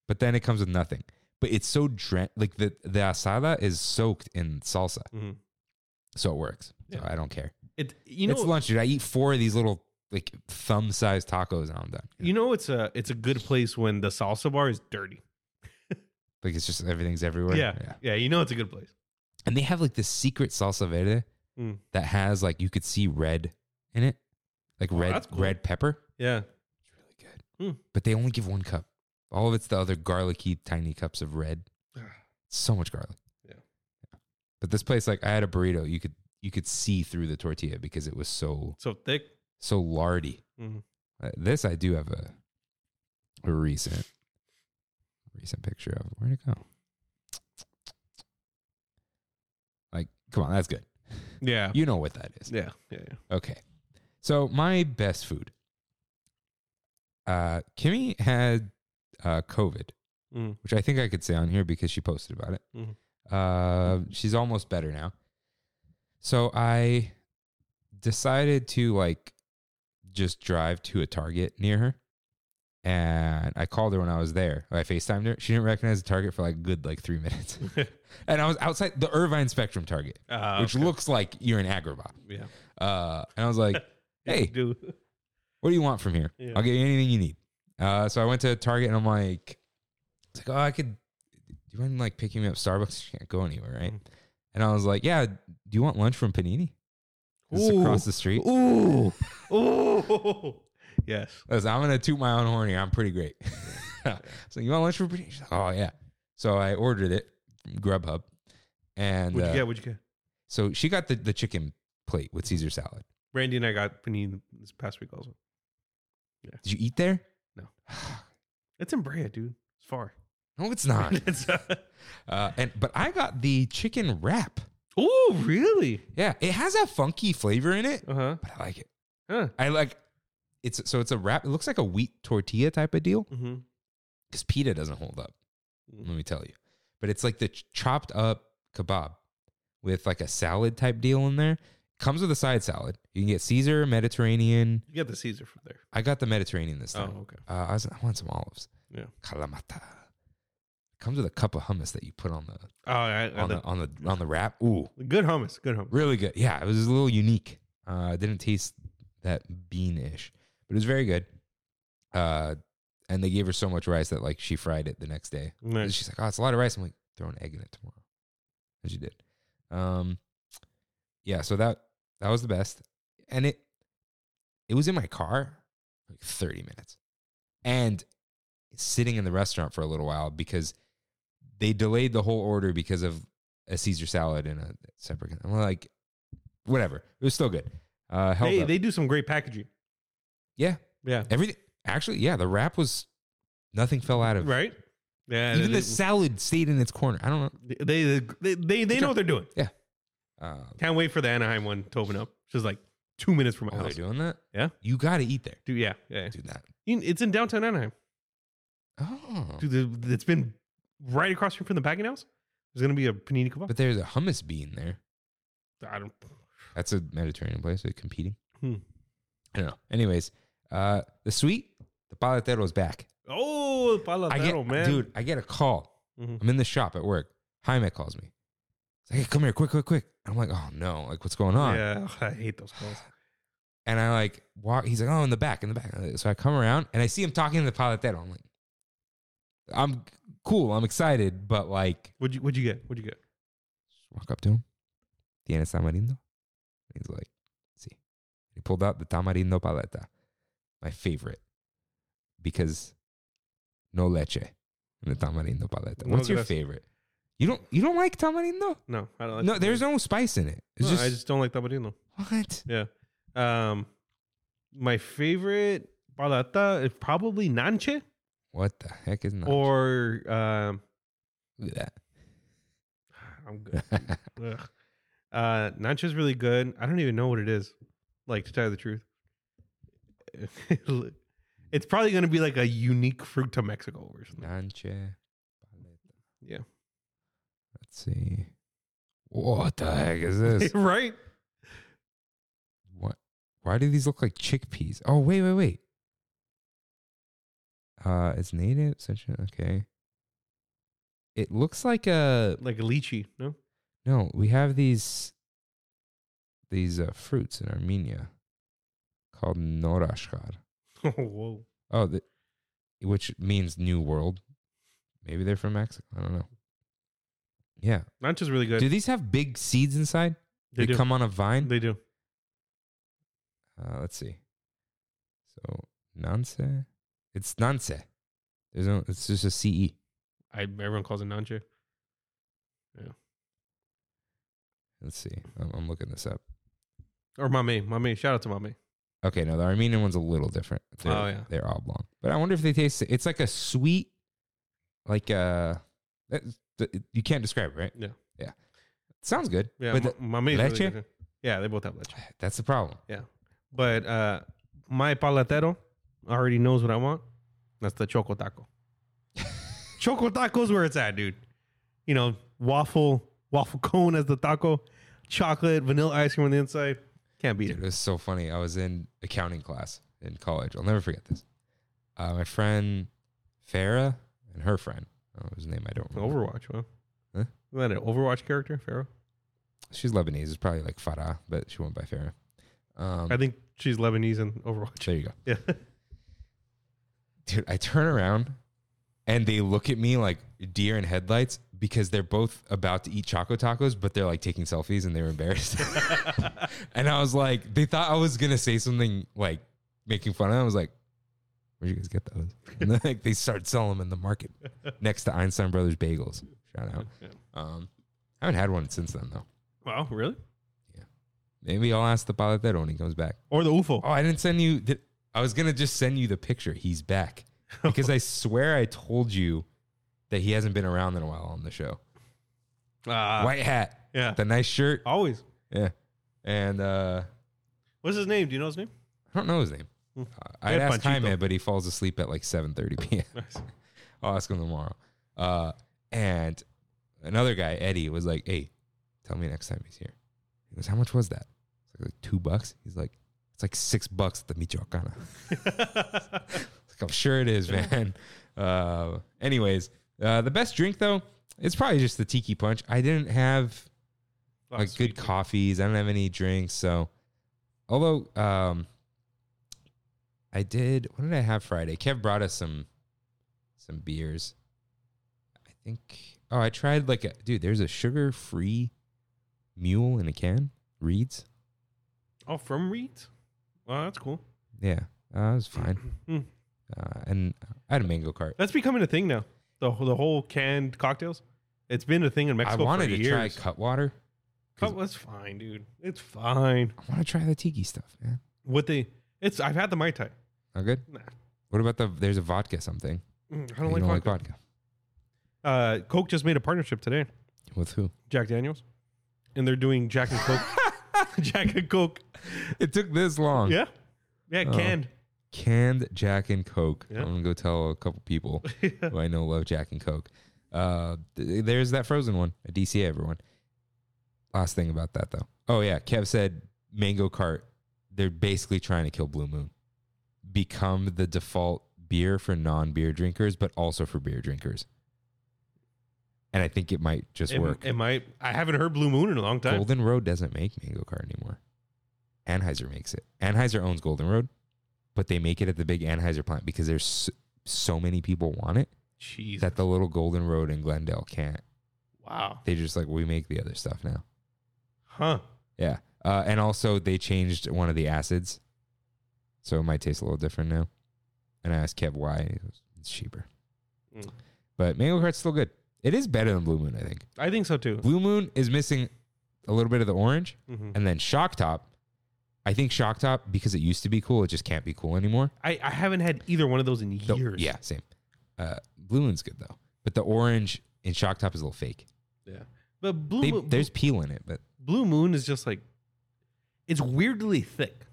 Speaker 1: but then it comes with nothing. But it's so dren- like the the asada is soaked in salsa,
Speaker 2: Mhm.
Speaker 1: so it works. So
Speaker 2: Yeah.
Speaker 1: I don't care.
Speaker 2: It you know
Speaker 1: it's lunch, dude. I eat four of these little like thumb sized tacos and I'm done.
Speaker 2: you know it's a it's a good place when the salsa bar is dirty.
Speaker 1: like it's just everything's everywhere.
Speaker 2: yeah. yeah. You know it's a good place.
Speaker 1: and they have like this secret salsa verde
Speaker 2: Mm.
Speaker 1: that has like you could see red in it, like
Speaker 2: Oh,
Speaker 1: red
Speaker 2: that's cool.
Speaker 1: red pepper.
Speaker 2: Yeah.
Speaker 1: It's really good,
Speaker 2: Mm.
Speaker 1: but they only give one cup. All of it's the other garlicky tiny cups of red. so much garlic.
Speaker 2: Yeah.
Speaker 1: But this place, like I had a burrito, you could you could see through the tortilla because it was so
Speaker 2: So thick.
Speaker 1: so lardy.
Speaker 2: Mhm.
Speaker 1: Uh, this I do have a a recent recent picture of. Where'd it go? Like, come on, that's good.
Speaker 2: Yeah.
Speaker 1: You know what that is.
Speaker 2: yeah. Yeah. Yeah.
Speaker 1: Okay. So my best food. Uh Kimmy had uh COVID
Speaker 2: Mm.
Speaker 1: which I think I could say on here because she posted about it.
Speaker 2: Mhm.
Speaker 1: Uh, she's almost better now. So I decided to like just drive to a Target near her. And I called her when I was there. I FaceTimed her. She didn't recognize the Target for like a good like three minutes. and I was outside the Irvine Spectrum Target,
Speaker 2: Uh,
Speaker 1: which
Speaker 2: okay.
Speaker 1: looks like you're in Agrabah.
Speaker 2: yeah.
Speaker 1: Uh, and I was like, hey,
Speaker 2: do
Speaker 1: what do you want from here?
Speaker 2: Yeah.
Speaker 1: I'll get you anything you need. Uh, so I went to Target and I'm like, it's like, oh, I could. Do you mind like picking me up Starbucks? You can't go anywhere, right?
Speaker 2: Mhm.
Speaker 1: And I was like, yeah. Do you want lunch from Panini? It's
Speaker 2: Ooh.
Speaker 1: across the street.
Speaker 2: Ooh. Ooh. yes.
Speaker 1: Listen, I'm gonna toot my own horn here. I'm pretty great. so you want lunch from Panini? She's like, oh yeah. So I ordered it from Grubhub, and
Speaker 2: What'd
Speaker 1: uh,
Speaker 2: you get? What'd you get?
Speaker 1: so she got the the chicken plate with Caesar salad.
Speaker 2: Randy and I got panini this past week also.
Speaker 1: Did you eat there?
Speaker 2: No. It's in Brea, dude. It's far.
Speaker 1: No, it's not.
Speaker 2: it's, uh,
Speaker 1: uh, and but I got the chicken wrap.
Speaker 2: ooh, really?
Speaker 1: Yeah, it has a funky flavor in it,
Speaker 2: Uh huh.
Speaker 1: but I like it.
Speaker 2: Huh.
Speaker 1: I like it's so it's a wrap. It looks like a wheat tortilla type of deal
Speaker 2: Mm-hmm.
Speaker 1: because pita doesn't hold up.
Speaker 2: Mm.
Speaker 1: Let me tell you, but it's like the ch- chopped up kebab with like a salad type deal in there. Comes with a side salad. You can get Caesar Mediterranean.
Speaker 2: You got the Caesar from there.
Speaker 1: I got the Mediterranean this time.
Speaker 2: Oh, okay.
Speaker 1: Uh, I, was, I want some olives.
Speaker 2: Yeah.
Speaker 1: Kalamata. Comes with a cup of hummus that you put on the
Speaker 2: Oh, I, I,
Speaker 1: on the
Speaker 2: the,
Speaker 1: on the on the wrap. Ooh,
Speaker 2: good hummus. Good hummus.
Speaker 1: Really good. Yeah, it was a little unique. Uh, it didn't taste that bean-ish, but it was very good. Uh, and they gave her so much rice that like she fried it the next day. And
Speaker 2: Nice.
Speaker 1: she's like, "Oh, it's a lot of rice." I'm like, "Throw an egg in it tomorrow," and she did. Um, yeah. So that that was the best, and it it was in my car like 30 minutes, and sitting in the restaurant for a little while because they delayed the whole order because of a Caesar salad and a separate. I'm like, whatever. It was still good. Uh, held
Speaker 2: They,
Speaker 1: up.
Speaker 2: they do some great packaging.
Speaker 1: yeah,
Speaker 2: Yeah.
Speaker 1: everything. Actually, yeah, the wrap was nothing fell out of.
Speaker 2: Right? Yeah.
Speaker 1: Even
Speaker 2: they,
Speaker 1: the salad stayed in its corner. I don't know.
Speaker 2: they, they, they, they know what they're doing.
Speaker 1: Uh,
Speaker 2: Can't wait for the Anaheim one to open up. It's just like two minutes from my
Speaker 1: oh, they're
Speaker 2: house.
Speaker 1: doing that.
Speaker 2: Yeah.
Speaker 1: you got to eat there.
Speaker 2: Dude, yeah, yeah.
Speaker 1: Do that.
Speaker 2: You- It's in downtown Anaheim.
Speaker 1: Oh,
Speaker 2: Dude, the- it's been right across from the bagging house. There's gonna be a panini kebab.
Speaker 1: but there's a hummus bean there.
Speaker 2: I don't.
Speaker 1: That's a Mediterranean place. They're competing.
Speaker 2: Hmm.
Speaker 1: I don't know. Anyways, uh, the sweet, the paletero is back.
Speaker 2: Oh, paladero,
Speaker 1: I get,
Speaker 2: man,
Speaker 1: dude, I get a call.
Speaker 2: Mhm.
Speaker 1: I'm in the shop at work. Jaime calls me. He's like, hey, come here, quick, quick, quick. I'm like, oh no, like what's going on?
Speaker 2: Yeah, I hate those calls.
Speaker 1: And I like walk. He's like, oh, in the back, in the back. So I come around and I see him talking to the paletero. I'm like, I'm cool. I'm excited, but like,
Speaker 2: What'd you What'd you get? What'd you get?
Speaker 1: walk up to him. ¿Tienes tamarindo? He's like, sí. He pulled out the tamarindo paleta, my favorite, because no leche in the tamarindo paleta.
Speaker 2: No
Speaker 1: What's your
Speaker 2: gracias.
Speaker 1: favorite? You don't you don't like tamarindo?
Speaker 2: No, I don't. Like
Speaker 1: No, there's no spice in it. It's
Speaker 2: No,
Speaker 1: just,
Speaker 2: I just don't like tabarino.
Speaker 1: what?
Speaker 2: Yeah. Um, my favorite palata is probably nanche
Speaker 1: What the heck is not
Speaker 2: or um.
Speaker 1: Look at
Speaker 2: I'm good.
Speaker 1: that?
Speaker 2: Ugh. Uh, Nacho's really good. I don't even know what it is. Like to tell you the truth, It's probably going to be like a unique fruit to Mexico or something.
Speaker 1: Nanche.
Speaker 2: Yeah.
Speaker 1: Let's see. What the heck is this?
Speaker 2: right?
Speaker 1: what? Why do these look like chickpeas? Oh, wait, wait, wait. Uh, it's native. Such a, okay. It looks like a
Speaker 2: Like a lychee, no?
Speaker 1: no. We have these these uh, fruits in Armenia called norashkar.
Speaker 2: Oh, whoa.
Speaker 1: Oh, the, which means new world. Maybe they're from Mexico. I don't know. Yeah.
Speaker 2: Nacho's really good.
Speaker 1: Do these have big seeds inside?
Speaker 2: they, do.
Speaker 1: come on a vine.
Speaker 2: they do.
Speaker 1: Uh, let's see. So nonce, it's nonce. There's no. It's just a E. ce.
Speaker 2: I, everyone calls it Nacho.
Speaker 1: Let's see. I'm, I'm looking this up.
Speaker 2: Or Mame. Mame. Shout out to Mame.
Speaker 1: Okay, no, the Armenian one's a little different. They're,
Speaker 2: Oh, yeah.
Speaker 1: they're oblong. But I wonder if they taste. It's like a sweet, like a. You can't describe it, right?
Speaker 2: Yeah.
Speaker 1: Yeah. sounds good.
Speaker 2: Yeah.
Speaker 1: But
Speaker 2: Ma-
Speaker 1: th-
Speaker 2: Mame is really
Speaker 1: leche?
Speaker 2: good. Yeah, they both have leche.
Speaker 1: that's the problem.
Speaker 2: But uh, my palatero already knows what I want. That's the choco taco. choco taco's where it's at, dude. You know, waffle, waffle cone as the taco, chocolate, vanilla ice cream on the inside. Can't beat
Speaker 1: Dude,
Speaker 2: it.
Speaker 1: it was so funny. I was in accounting class in college. I'll never forget this. Uh, my friend Farah and her friend, oh, his name I don't remember.
Speaker 2: Overwatch, huh?
Speaker 1: Huh?
Speaker 2: Isn't that an Overwatch character, Pharaoh?
Speaker 1: She's Lebanese. It's probably like Farah, but she went by Farah. Um,
Speaker 2: I think she's Lebanese in Overwatch.
Speaker 1: there you go.
Speaker 2: Yeah.
Speaker 1: Dude, I turn around and they look at me like deer in headlights because they're both about to eat Choco Tacos, but they're like taking selfies and they were embarrassed. and I was like, they thought I was going to say something like making fun of them. I was like, where'd you guys get those? And then like, they start selling them in the market next to Einstein Brothers Bagels. Shout out. Um, I haven't had one since then, though.
Speaker 2: Wow, really?
Speaker 1: Maybe I'll ask the paletero when he comes back.
Speaker 2: Or the UFO.
Speaker 1: Oh, I didn't send you. Did, I was gonna just send you the picture. He's back because I swear I told you that he hasn't been around in a while on the show.
Speaker 2: Ah,
Speaker 1: White hat,
Speaker 2: yeah.
Speaker 1: the nice shirt,
Speaker 2: Always.
Speaker 1: yeah, and uh,
Speaker 2: What's his name? Do you know his name?
Speaker 1: I don't know his name.
Speaker 2: Hmm.
Speaker 1: Uh, I
Speaker 2: Yeah,
Speaker 1: asked
Speaker 2: Panchito.
Speaker 1: Jaime, but he falls asleep at like seven thirty p.m.
Speaker 2: Nice.
Speaker 1: I'll ask him tomorrow. Uh, and another guy, Eddie, was like, "Hey, tell me next time he's here." He goes, "How much was that?" It's like, like two bucks. He's like, "It's like six bucks at the Michoacana." Like, I'm sure it is, man. Uh, anyways, uh, the best drink though, it's probably just the tiki punch. I didn't have
Speaker 2: Oh,
Speaker 1: like good coffees. I don't have any drinks, so although um, I did. What did I have Friday? Kev brought us some some beers. I think. Oh, I tried like a dude. There's a sugar free mule in a can. Reeds.
Speaker 2: Oh, from Reeds? Oh, that's cool.
Speaker 1: Yeah, uh, it was fine.
Speaker 2: Hmm.
Speaker 1: Uh, and I had a mango cart.
Speaker 2: That's becoming a thing now. The whole- the whole canned cocktails. It's been a thing in Mexico.
Speaker 1: I wanted
Speaker 2: for
Speaker 1: to
Speaker 2: years.
Speaker 1: try Cutwater.
Speaker 2: Cup was fine, dude. It's fine.
Speaker 1: I want to try the tiki stuff, man.
Speaker 2: What they? It's. I've had the mai tai.
Speaker 1: Not good.
Speaker 2: Nah.
Speaker 1: What about the? There's a vodka something.
Speaker 2: Mm, I
Speaker 1: You
Speaker 2: don't like, vodka. Uh, Coke just made a partnership today.
Speaker 1: With who?
Speaker 2: Jack Daniels, and they're doing Jack and Coke. Jack and Coke.
Speaker 1: It took this long.
Speaker 2: Yeah. Yeah.
Speaker 1: Oh.
Speaker 2: Canned.
Speaker 1: Canned Jack and Coke.
Speaker 2: Yeah.
Speaker 1: I'm gonna go tell a couple people who I know love Jack and Coke. Uh, th- there's that frozen one. A DCA, everyone. Last thing about that though. Oh yeah, Kev said Mango Cart. They're basically trying to kill Blue Moon, become the default beer for non-beer drinkers, but also for beer drinkers. And I think it might just
Speaker 2: It,
Speaker 1: work.
Speaker 2: it might. I haven't heard Blue Moon in a long time.
Speaker 1: Golden Road doesn't make Mango Cart anymore. Anheuser makes it. Anheuser owns Golden Road, but they make it at the big Anheuser plant because there's so, so many people want it
Speaker 2: Jeez.
Speaker 1: that the little Golden Road in Glendale can't.
Speaker 2: wow.
Speaker 1: They just like we make the other stuff now.
Speaker 2: Huh.
Speaker 1: Yeah, uh, and also they changed one of the acids, so it might taste a little different now. And I asked Kev why. He goes, It's cheaper,
Speaker 2: Mm.
Speaker 1: but Mango Cart's still good. It is better than Blue Moon, I think.
Speaker 2: I think so too.
Speaker 1: Blue Moon is missing a little bit of the orange,
Speaker 2: Mhm.
Speaker 1: and then Shock Top. I think Shock Top because it used to be cool, it just can't be cool anymore.
Speaker 2: I, I haven't had either one of those in
Speaker 1: The-
Speaker 2: years.
Speaker 1: yeah, same. Uh, Blue Moon's good though, but the orange in Shock Top is a little fake.
Speaker 2: Yeah. But Blue
Speaker 1: They,
Speaker 2: Moon,
Speaker 1: there's peel in it, but
Speaker 2: Blue Moon is just like, it's weirdly thick.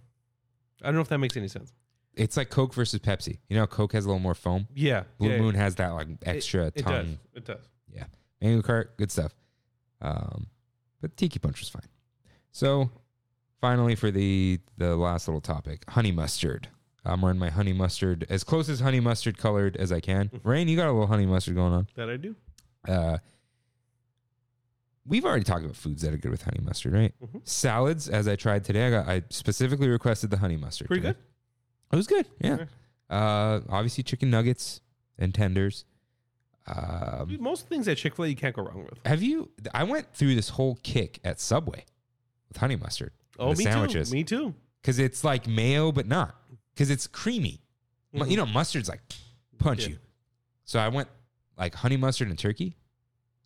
Speaker 2: I don't know if that makes any sense.
Speaker 1: It's like Coke versus Pepsi. You know, how Coke has a little more foam.
Speaker 2: Yeah.
Speaker 1: Blue
Speaker 2: yeah,
Speaker 1: Moon has that like
Speaker 2: yeah.
Speaker 1: extra
Speaker 2: it,
Speaker 1: tongue.
Speaker 2: It does. It does.
Speaker 1: Yeah. Mango Kart, good stuff. Um, but Tiki Punch was fine. So finally for the the last little topic, honey mustard. I'm wearing my honey mustard as close as honey mustard colored as I can. Rain, you got a little honey mustard going on.
Speaker 2: That I do.
Speaker 1: Uh, we've already talked about foods that are good with honey mustard, right?
Speaker 2: Mhm.
Speaker 1: Salads, as I tried today, I got I specifically requested the honey mustard.
Speaker 2: Pretty
Speaker 1: today.
Speaker 2: good.
Speaker 1: It was good. Yeah.
Speaker 2: Nice.
Speaker 1: Uh, obviously chicken nuggets and tenders. Um,
Speaker 2: Dude, most things at Chick Fil A you can't go wrong with.
Speaker 1: have you? I went through this whole kick at Subway with honey mustard. and
Speaker 2: Oh,
Speaker 1: the
Speaker 2: me
Speaker 1: sandwiches.
Speaker 2: too. Me too.
Speaker 1: Because it's like mayo, but not. Because it's creamy. Mu- You know, mustard's like punch
Speaker 2: Mm-hmm. Yeah.
Speaker 1: you. So I went like honey mustard and turkey,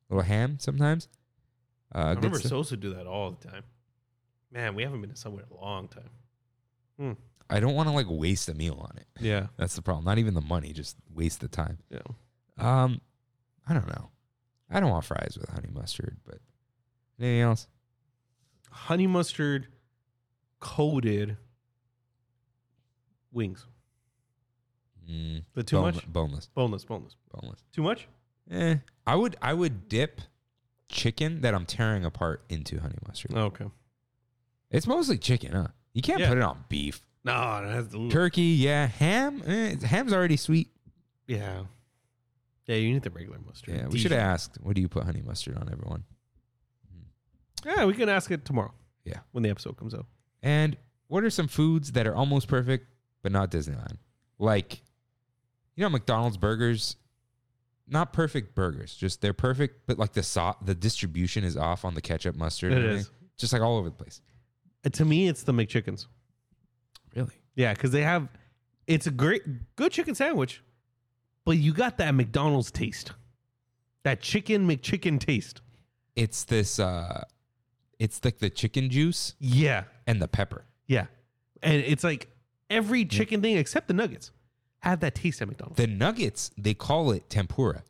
Speaker 1: little ham sometimes. Uh,
Speaker 2: I
Speaker 1: good
Speaker 2: remember
Speaker 1: stuff.
Speaker 2: Sosa do that all the time. Man, we haven't been to somewhere in a long time.
Speaker 1: I don't want to like waste a meal on it.
Speaker 2: Yeah.
Speaker 1: That's the problem. Not even the money, just waste the time.
Speaker 2: Yeah.
Speaker 1: Um, I don't know. I don't want fries with honey mustard, but anything else?
Speaker 2: Honey mustard coated wings.
Speaker 1: Mm,
Speaker 2: But too
Speaker 1: bone-
Speaker 2: much?
Speaker 1: Boneless.
Speaker 2: Boneless, boneless.
Speaker 1: Boneless.
Speaker 2: Too much?
Speaker 1: Eh, I would I would dip chicken that I'm tearing apart into honey mustard.
Speaker 2: Oh, Okay.
Speaker 1: It's mostly chicken, huh? You can't
Speaker 2: Yeah.
Speaker 1: put it on beef.
Speaker 2: No, it has to.
Speaker 1: Turkey, yeah. Ham, eh, ham's already sweet.
Speaker 2: Yeah. Yeah, you need the regular mustard.
Speaker 1: Yeah, we should have asked, what do you put honey mustard on everyone?
Speaker 2: Yeah, we can ask it tomorrow.
Speaker 1: Yeah.
Speaker 2: When the episode comes out.
Speaker 1: And what are some foods that are almost perfect but not Disneyland? Like, you know, McDonald's burgers, not perfect burgers, just they're perfect, but like the sau the distribution is off on the ketchup, mustard. and
Speaker 2: It
Speaker 1: everything. just like all over the place.
Speaker 2: Uh, to me, it's the McChickens.
Speaker 1: Really?
Speaker 2: Yeah, because they have it's a great good chicken sandwich, but you got that McDonald's taste. That chicken McChicken taste.
Speaker 1: It's this. uh It's like the chicken juice
Speaker 2: Yeah.
Speaker 1: and the pepper.
Speaker 2: Yeah. And it's like every chicken thing except the nuggets have that taste at McDonald's.
Speaker 1: The nuggets, they call it tempura.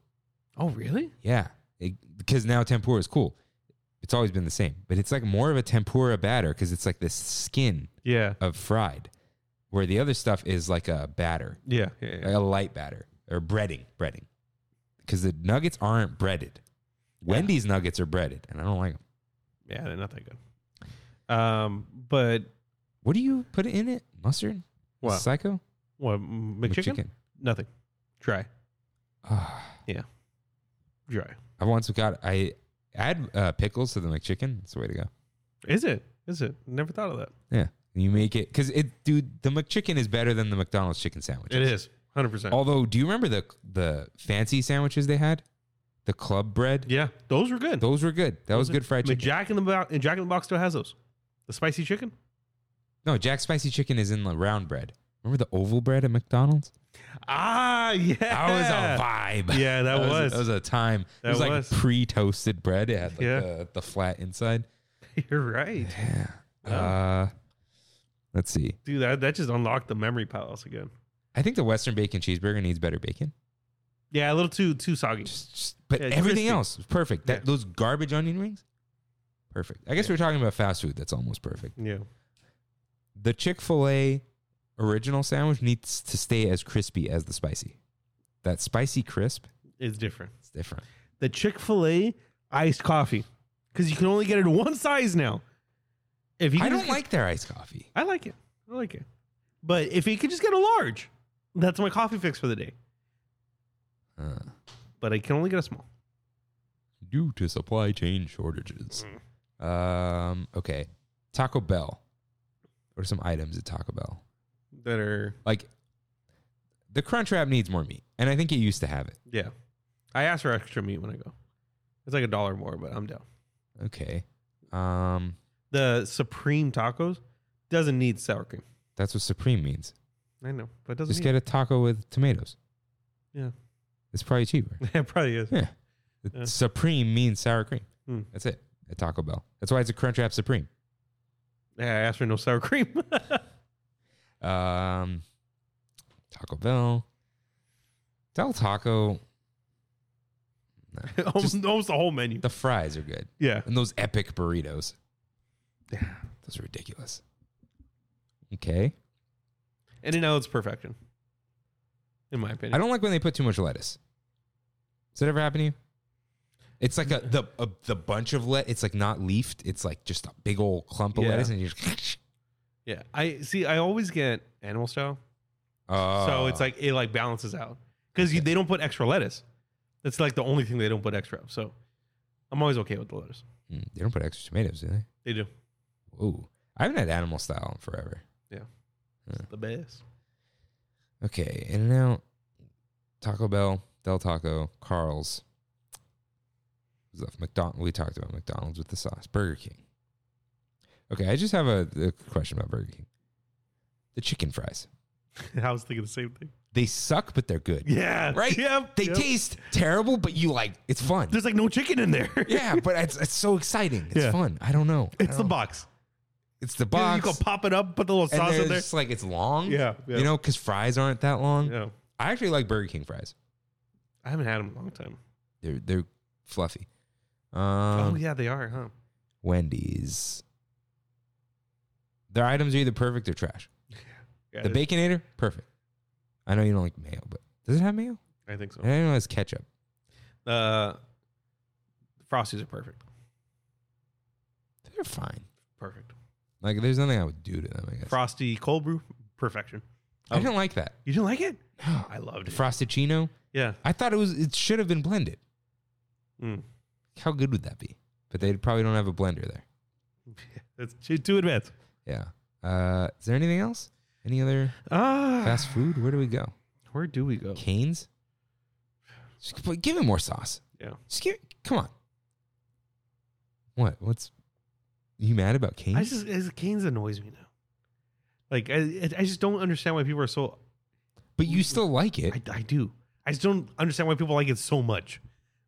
Speaker 2: oh, really?
Speaker 1: Yeah, It- because now tempura is cool. It's always been the same, but it's like more of a tempura batter because it's like this skin
Speaker 2: Yeah.
Speaker 1: of fried, where the other stuff is like a batter,
Speaker 2: Yeah. Yeah. yeah.
Speaker 1: like a light batter or breading, breading. Because the nuggets aren't breaded. Wendy's nuggets are breaded, and I don't like them.
Speaker 2: Yeah, they're not that good. Um, but
Speaker 1: What do you put in it? Mustard?
Speaker 2: what?
Speaker 1: Psycho?
Speaker 2: What McChicken?
Speaker 1: McChicken.
Speaker 2: Nothing. Dry.
Speaker 1: Ah.
Speaker 2: Dry.
Speaker 1: I once got I add uh, pickles to the McChicken. It's the way to go.
Speaker 2: Is it? Is it? Never thought of that.
Speaker 1: Yeah, you make it because it, dude. The McChicken is better than the McDonald's chicken sandwich.
Speaker 2: It is. 100%.
Speaker 1: Although, do you remember the the fancy sandwiches they had? The club bread.
Speaker 2: yeah, those were good.
Speaker 1: Those were good. That was good fried
Speaker 2: But
Speaker 1: chicken.
Speaker 2: Jack in the Box and Jack in the Box still has those. The spicy chicken?
Speaker 1: no, Jack spicy chicken is in the round bread. Remember the oval bread at McDonald's?
Speaker 2: Ah, yeah.
Speaker 1: That was a vibe.
Speaker 2: Yeah, that was.
Speaker 1: That was a time.
Speaker 2: That
Speaker 1: it was like
Speaker 2: was.
Speaker 1: pre-toasted bread. It had like
Speaker 2: Yeah.
Speaker 1: the, the flat inside.
Speaker 2: You're right.
Speaker 1: Yeah. Uh,
Speaker 2: Wow.
Speaker 1: let's see.
Speaker 2: Dude, that, that just unlocked the memory palace again.
Speaker 1: I think the Western bacon cheeseburger needs better bacon.
Speaker 2: Yeah, a little too too soggy.
Speaker 1: Just, just- but
Speaker 2: Yeah,
Speaker 1: everything
Speaker 2: crispy.
Speaker 1: else was perfect. That
Speaker 2: Yeah.
Speaker 1: those garbage onion rings, perfect. I guess we we're talking about fast food. That's almost perfect.
Speaker 2: Yeah.
Speaker 1: The Chick Fil A original sandwich needs to stay as crispy as the spicy. That spicy crisp,
Speaker 2: It's different.
Speaker 1: it's different.
Speaker 2: The Chick-fil-A iced coffee. Because you can only get it in one size now. If you
Speaker 1: I
Speaker 2: can
Speaker 1: don't
Speaker 2: just get-
Speaker 1: like their iced coffee.
Speaker 2: I like it. I like it. But if you could just get a large, that's my coffee fix for the day.
Speaker 1: Uh,
Speaker 2: But I can only get a small.
Speaker 1: due to supply chain shortages.
Speaker 2: Mm.
Speaker 1: Um. Okay. Taco Bell. What are some items at Taco Bell?
Speaker 2: That are
Speaker 1: Like the Crunch Wrap needs more meat, and I think it used to have it.
Speaker 2: yeah. I ask for extra meat when I go. It's like a dollar more, but I'm down.
Speaker 1: Okay. Um.
Speaker 2: The Supreme Tacos doesn't need sour cream.
Speaker 1: That's what supreme means.
Speaker 2: I know, but it doesn't.
Speaker 1: Just
Speaker 2: need
Speaker 1: get a taco with tomatoes.
Speaker 2: Yeah.
Speaker 1: It's probably cheaper.
Speaker 2: it. it probably is.
Speaker 1: Yeah. The
Speaker 2: Yeah.
Speaker 1: Supreme means sour cream.
Speaker 2: Hmm.
Speaker 1: That's it. At Taco Bell. That's why it's a Crunchwrap Supreme.
Speaker 2: Yeah, I asked for no sour cream.
Speaker 1: Um, Taco Bell. Del Taco. No.
Speaker 2: almost,
Speaker 1: Just
Speaker 2: almost the whole menu.
Speaker 1: the fries are good.
Speaker 2: yeah.
Speaker 1: And those epic burritos.
Speaker 2: Yeah.
Speaker 1: Those are ridiculous. Okay.
Speaker 2: And now it's perfection. In my opinion.
Speaker 1: I don't like when they put too much lettuce. Does that ever happen to you? It's like a the a, the bunch of let. It's like not leafed. It's like just a big old clump of
Speaker 2: Yeah.
Speaker 1: lettuce, and you just.
Speaker 2: yeah. I see I always get animal style.
Speaker 1: Oh.
Speaker 2: so it's like it like balances out. Because they don't put extra lettuce. That's like the only thing they don't put extra of. So I'm always okay with the lettuce.
Speaker 1: Mm, they don't put extra tomatoes, do they?
Speaker 2: They do.
Speaker 1: Ooh, I haven't had animal style in forever.
Speaker 2: It's the best.
Speaker 1: Okay, In and Out, Taco Bell, Del Taco, Carl's. Who's left? McDonald. We talked about McDonald's with the sauce. Burger King. Okay, I just have a, a question about Burger King. The chicken fries.
Speaker 2: I was thinking the same thing.
Speaker 1: They suck, but they're good.
Speaker 2: Yeah.
Speaker 1: Right?
Speaker 2: Yep.
Speaker 1: They
Speaker 2: yep.
Speaker 1: taste terrible, but you like it's fun.
Speaker 2: There's like no chicken in there.
Speaker 1: yeah, but it's, it's so exciting. It's
Speaker 2: Yeah.
Speaker 1: fun. I don't know. I
Speaker 2: It's the
Speaker 1: don't-
Speaker 2: box.
Speaker 1: It's the
Speaker 2: You know,
Speaker 1: box.
Speaker 2: You can pop it up, put the little
Speaker 1: and
Speaker 2: sauce in there.
Speaker 1: there's like it's long.
Speaker 2: Yeah, yeah.
Speaker 1: You know, because fries aren't that long.
Speaker 2: Yeah.
Speaker 1: I actually like Burger King fries.
Speaker 2: I haven't had them in a long time.
Speaker 1: They're they're fluffy. Um,
Speaker 2: oh yeah, they are, huh?
Speaker 1: Wendy's. Their items are either perfect or trash.
Speaker 2: Yeah,
Speaker 1: The
Speaker 2: it-
Speaker 1: Baconator, perfect. I know you don't like mayo, but does it have mayo?
Speaker 2: I think so.
Speaker 1: I know it has ketchup.
Speaker 2: Uh, Frosties are perfect.
Speaker 1: They're fine.
Speaker 2: Perfect.
Speaker 1: Like there's nothing I would do to them. I guess.
Speaker 2: Frosty cold brew, perfection.
Speaker 1: I didn't like that.
Speaker 2: You didn't like it? I loved
Speaker 1: The
Speaker 2: it.
Speaker 1: Frosticino.
Speaker 2: yeah.
Speaker 1: I thought it was. It should have been blended.
Speaker 2: Mm.
Speaker 1: How good would that be? But they probably don't have a blender there.
Speaker 2: That's too, too advanced.
Speaker 1: Yeah. Uh, is there anything else? Any other
Speaker 2: Ah,
Speaker 1: fast food? Where do we go?
Speaker 2: Where do we go?
Speaker 1: Canes. Just put- give it more sauce.
Speaker 2: Yeah.
Speaker 1: Just give, come on. What? What's? You mad about Canes?
Speaker 2: I just as Canes annoys me now. Like I, I just don't understand why people are so.
Speaker 1: but you still like it,
Speaker 2: I, I do. I just don't understand why people like it so much.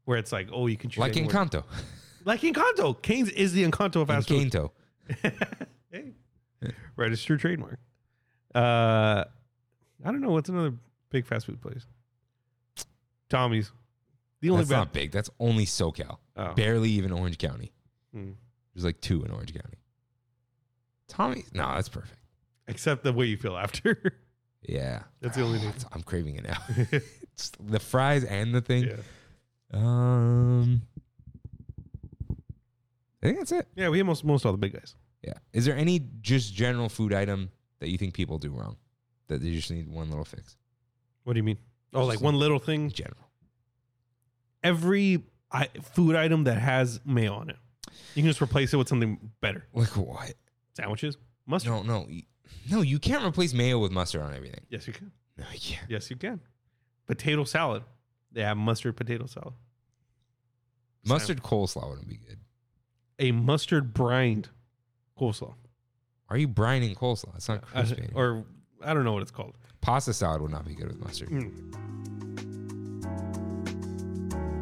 Speaker 2: Where it's like, oh, you can choose
Speaker 1: like
Speaker 2: anywhere.
Speaker 1: Encanto,
Speaker 2: like Encanto. Canes is the Encanto of fast food.
Speaker 1: Encanto.
Speaker 2: hey, register trademark. Uh, I don't know what's another big fast food place. Tommy's, the only
Speaker 1: That's
Speaker 2: bad.
Speaker 1: not big. That's only SoCal.
Speaker 2: Oh.
Speaker 1: Barely even Orange County.
Speaker 2: Mm.
Speaker 1: There's like two in Orange County. Tommy, no, that's perfect.
Speaker 2: Except the way you feel after.
Speaker 1: Yeah, Ah,
Speaker 2: That's the only thing.
Speaker 1: That's- I'm craving it now. It's the fries and the thing.
Speaker 2: yeah.
Speaker 1: Um, I think that's it.
Speaker 2: yeah, we almost most all the big guys.
Speaker 1: Yeah. Is there any just general food item that you think people do wrong that they just need one little fix?
Speaker 2: What do you mean? Oh, like
Speaker 1: Just-
Speaker 2: one little
Speaker 1: In
Speaker 2: thing.
Speaker 1: general.
Speaker 2: Every I, food item that has mayo on it, you can just replace it with something better.
Speaker 1: Like what?
Speaker 2: Sandwiches, mustard.
Speaker 1: No, no. y- No, you can't replace mayo with mustard on everything.
Speaker 2: Yes, you can.
Speaker 1: No, you can't.
Speaker 2: Yes, you can. Potato salad. They have mustard potato salad.
Speaker 1: Mustard coleslaw wouldn't be good.
Speaker 2: a mustard brined coleslaw
Speaker 1: Are you brining coleslaw? It's not
Speaker 2: Uh,
Speaker 1: crispy. or
Speaker 2: or I don't know what it's called.
Speaker 1: pasta salad would not be good with mustard.
Speaker 2: Hmm.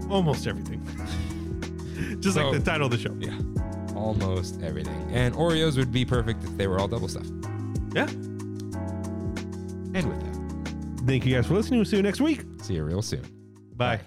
Speaker 2: Almost everything. Just
Speaker 1: So-
Speaker 2: like the title of the show.
Speaker 1: Yeah. Almost everything. And Oreos would be perfect if they were all double stuffed.
Speaker 2: Yeah.
Speaker 1: And with that,
Speaker 2: Thank you guys for listening. We'll see you next week.
Speaker 1: see you real soon.
Speaker 2: Bye.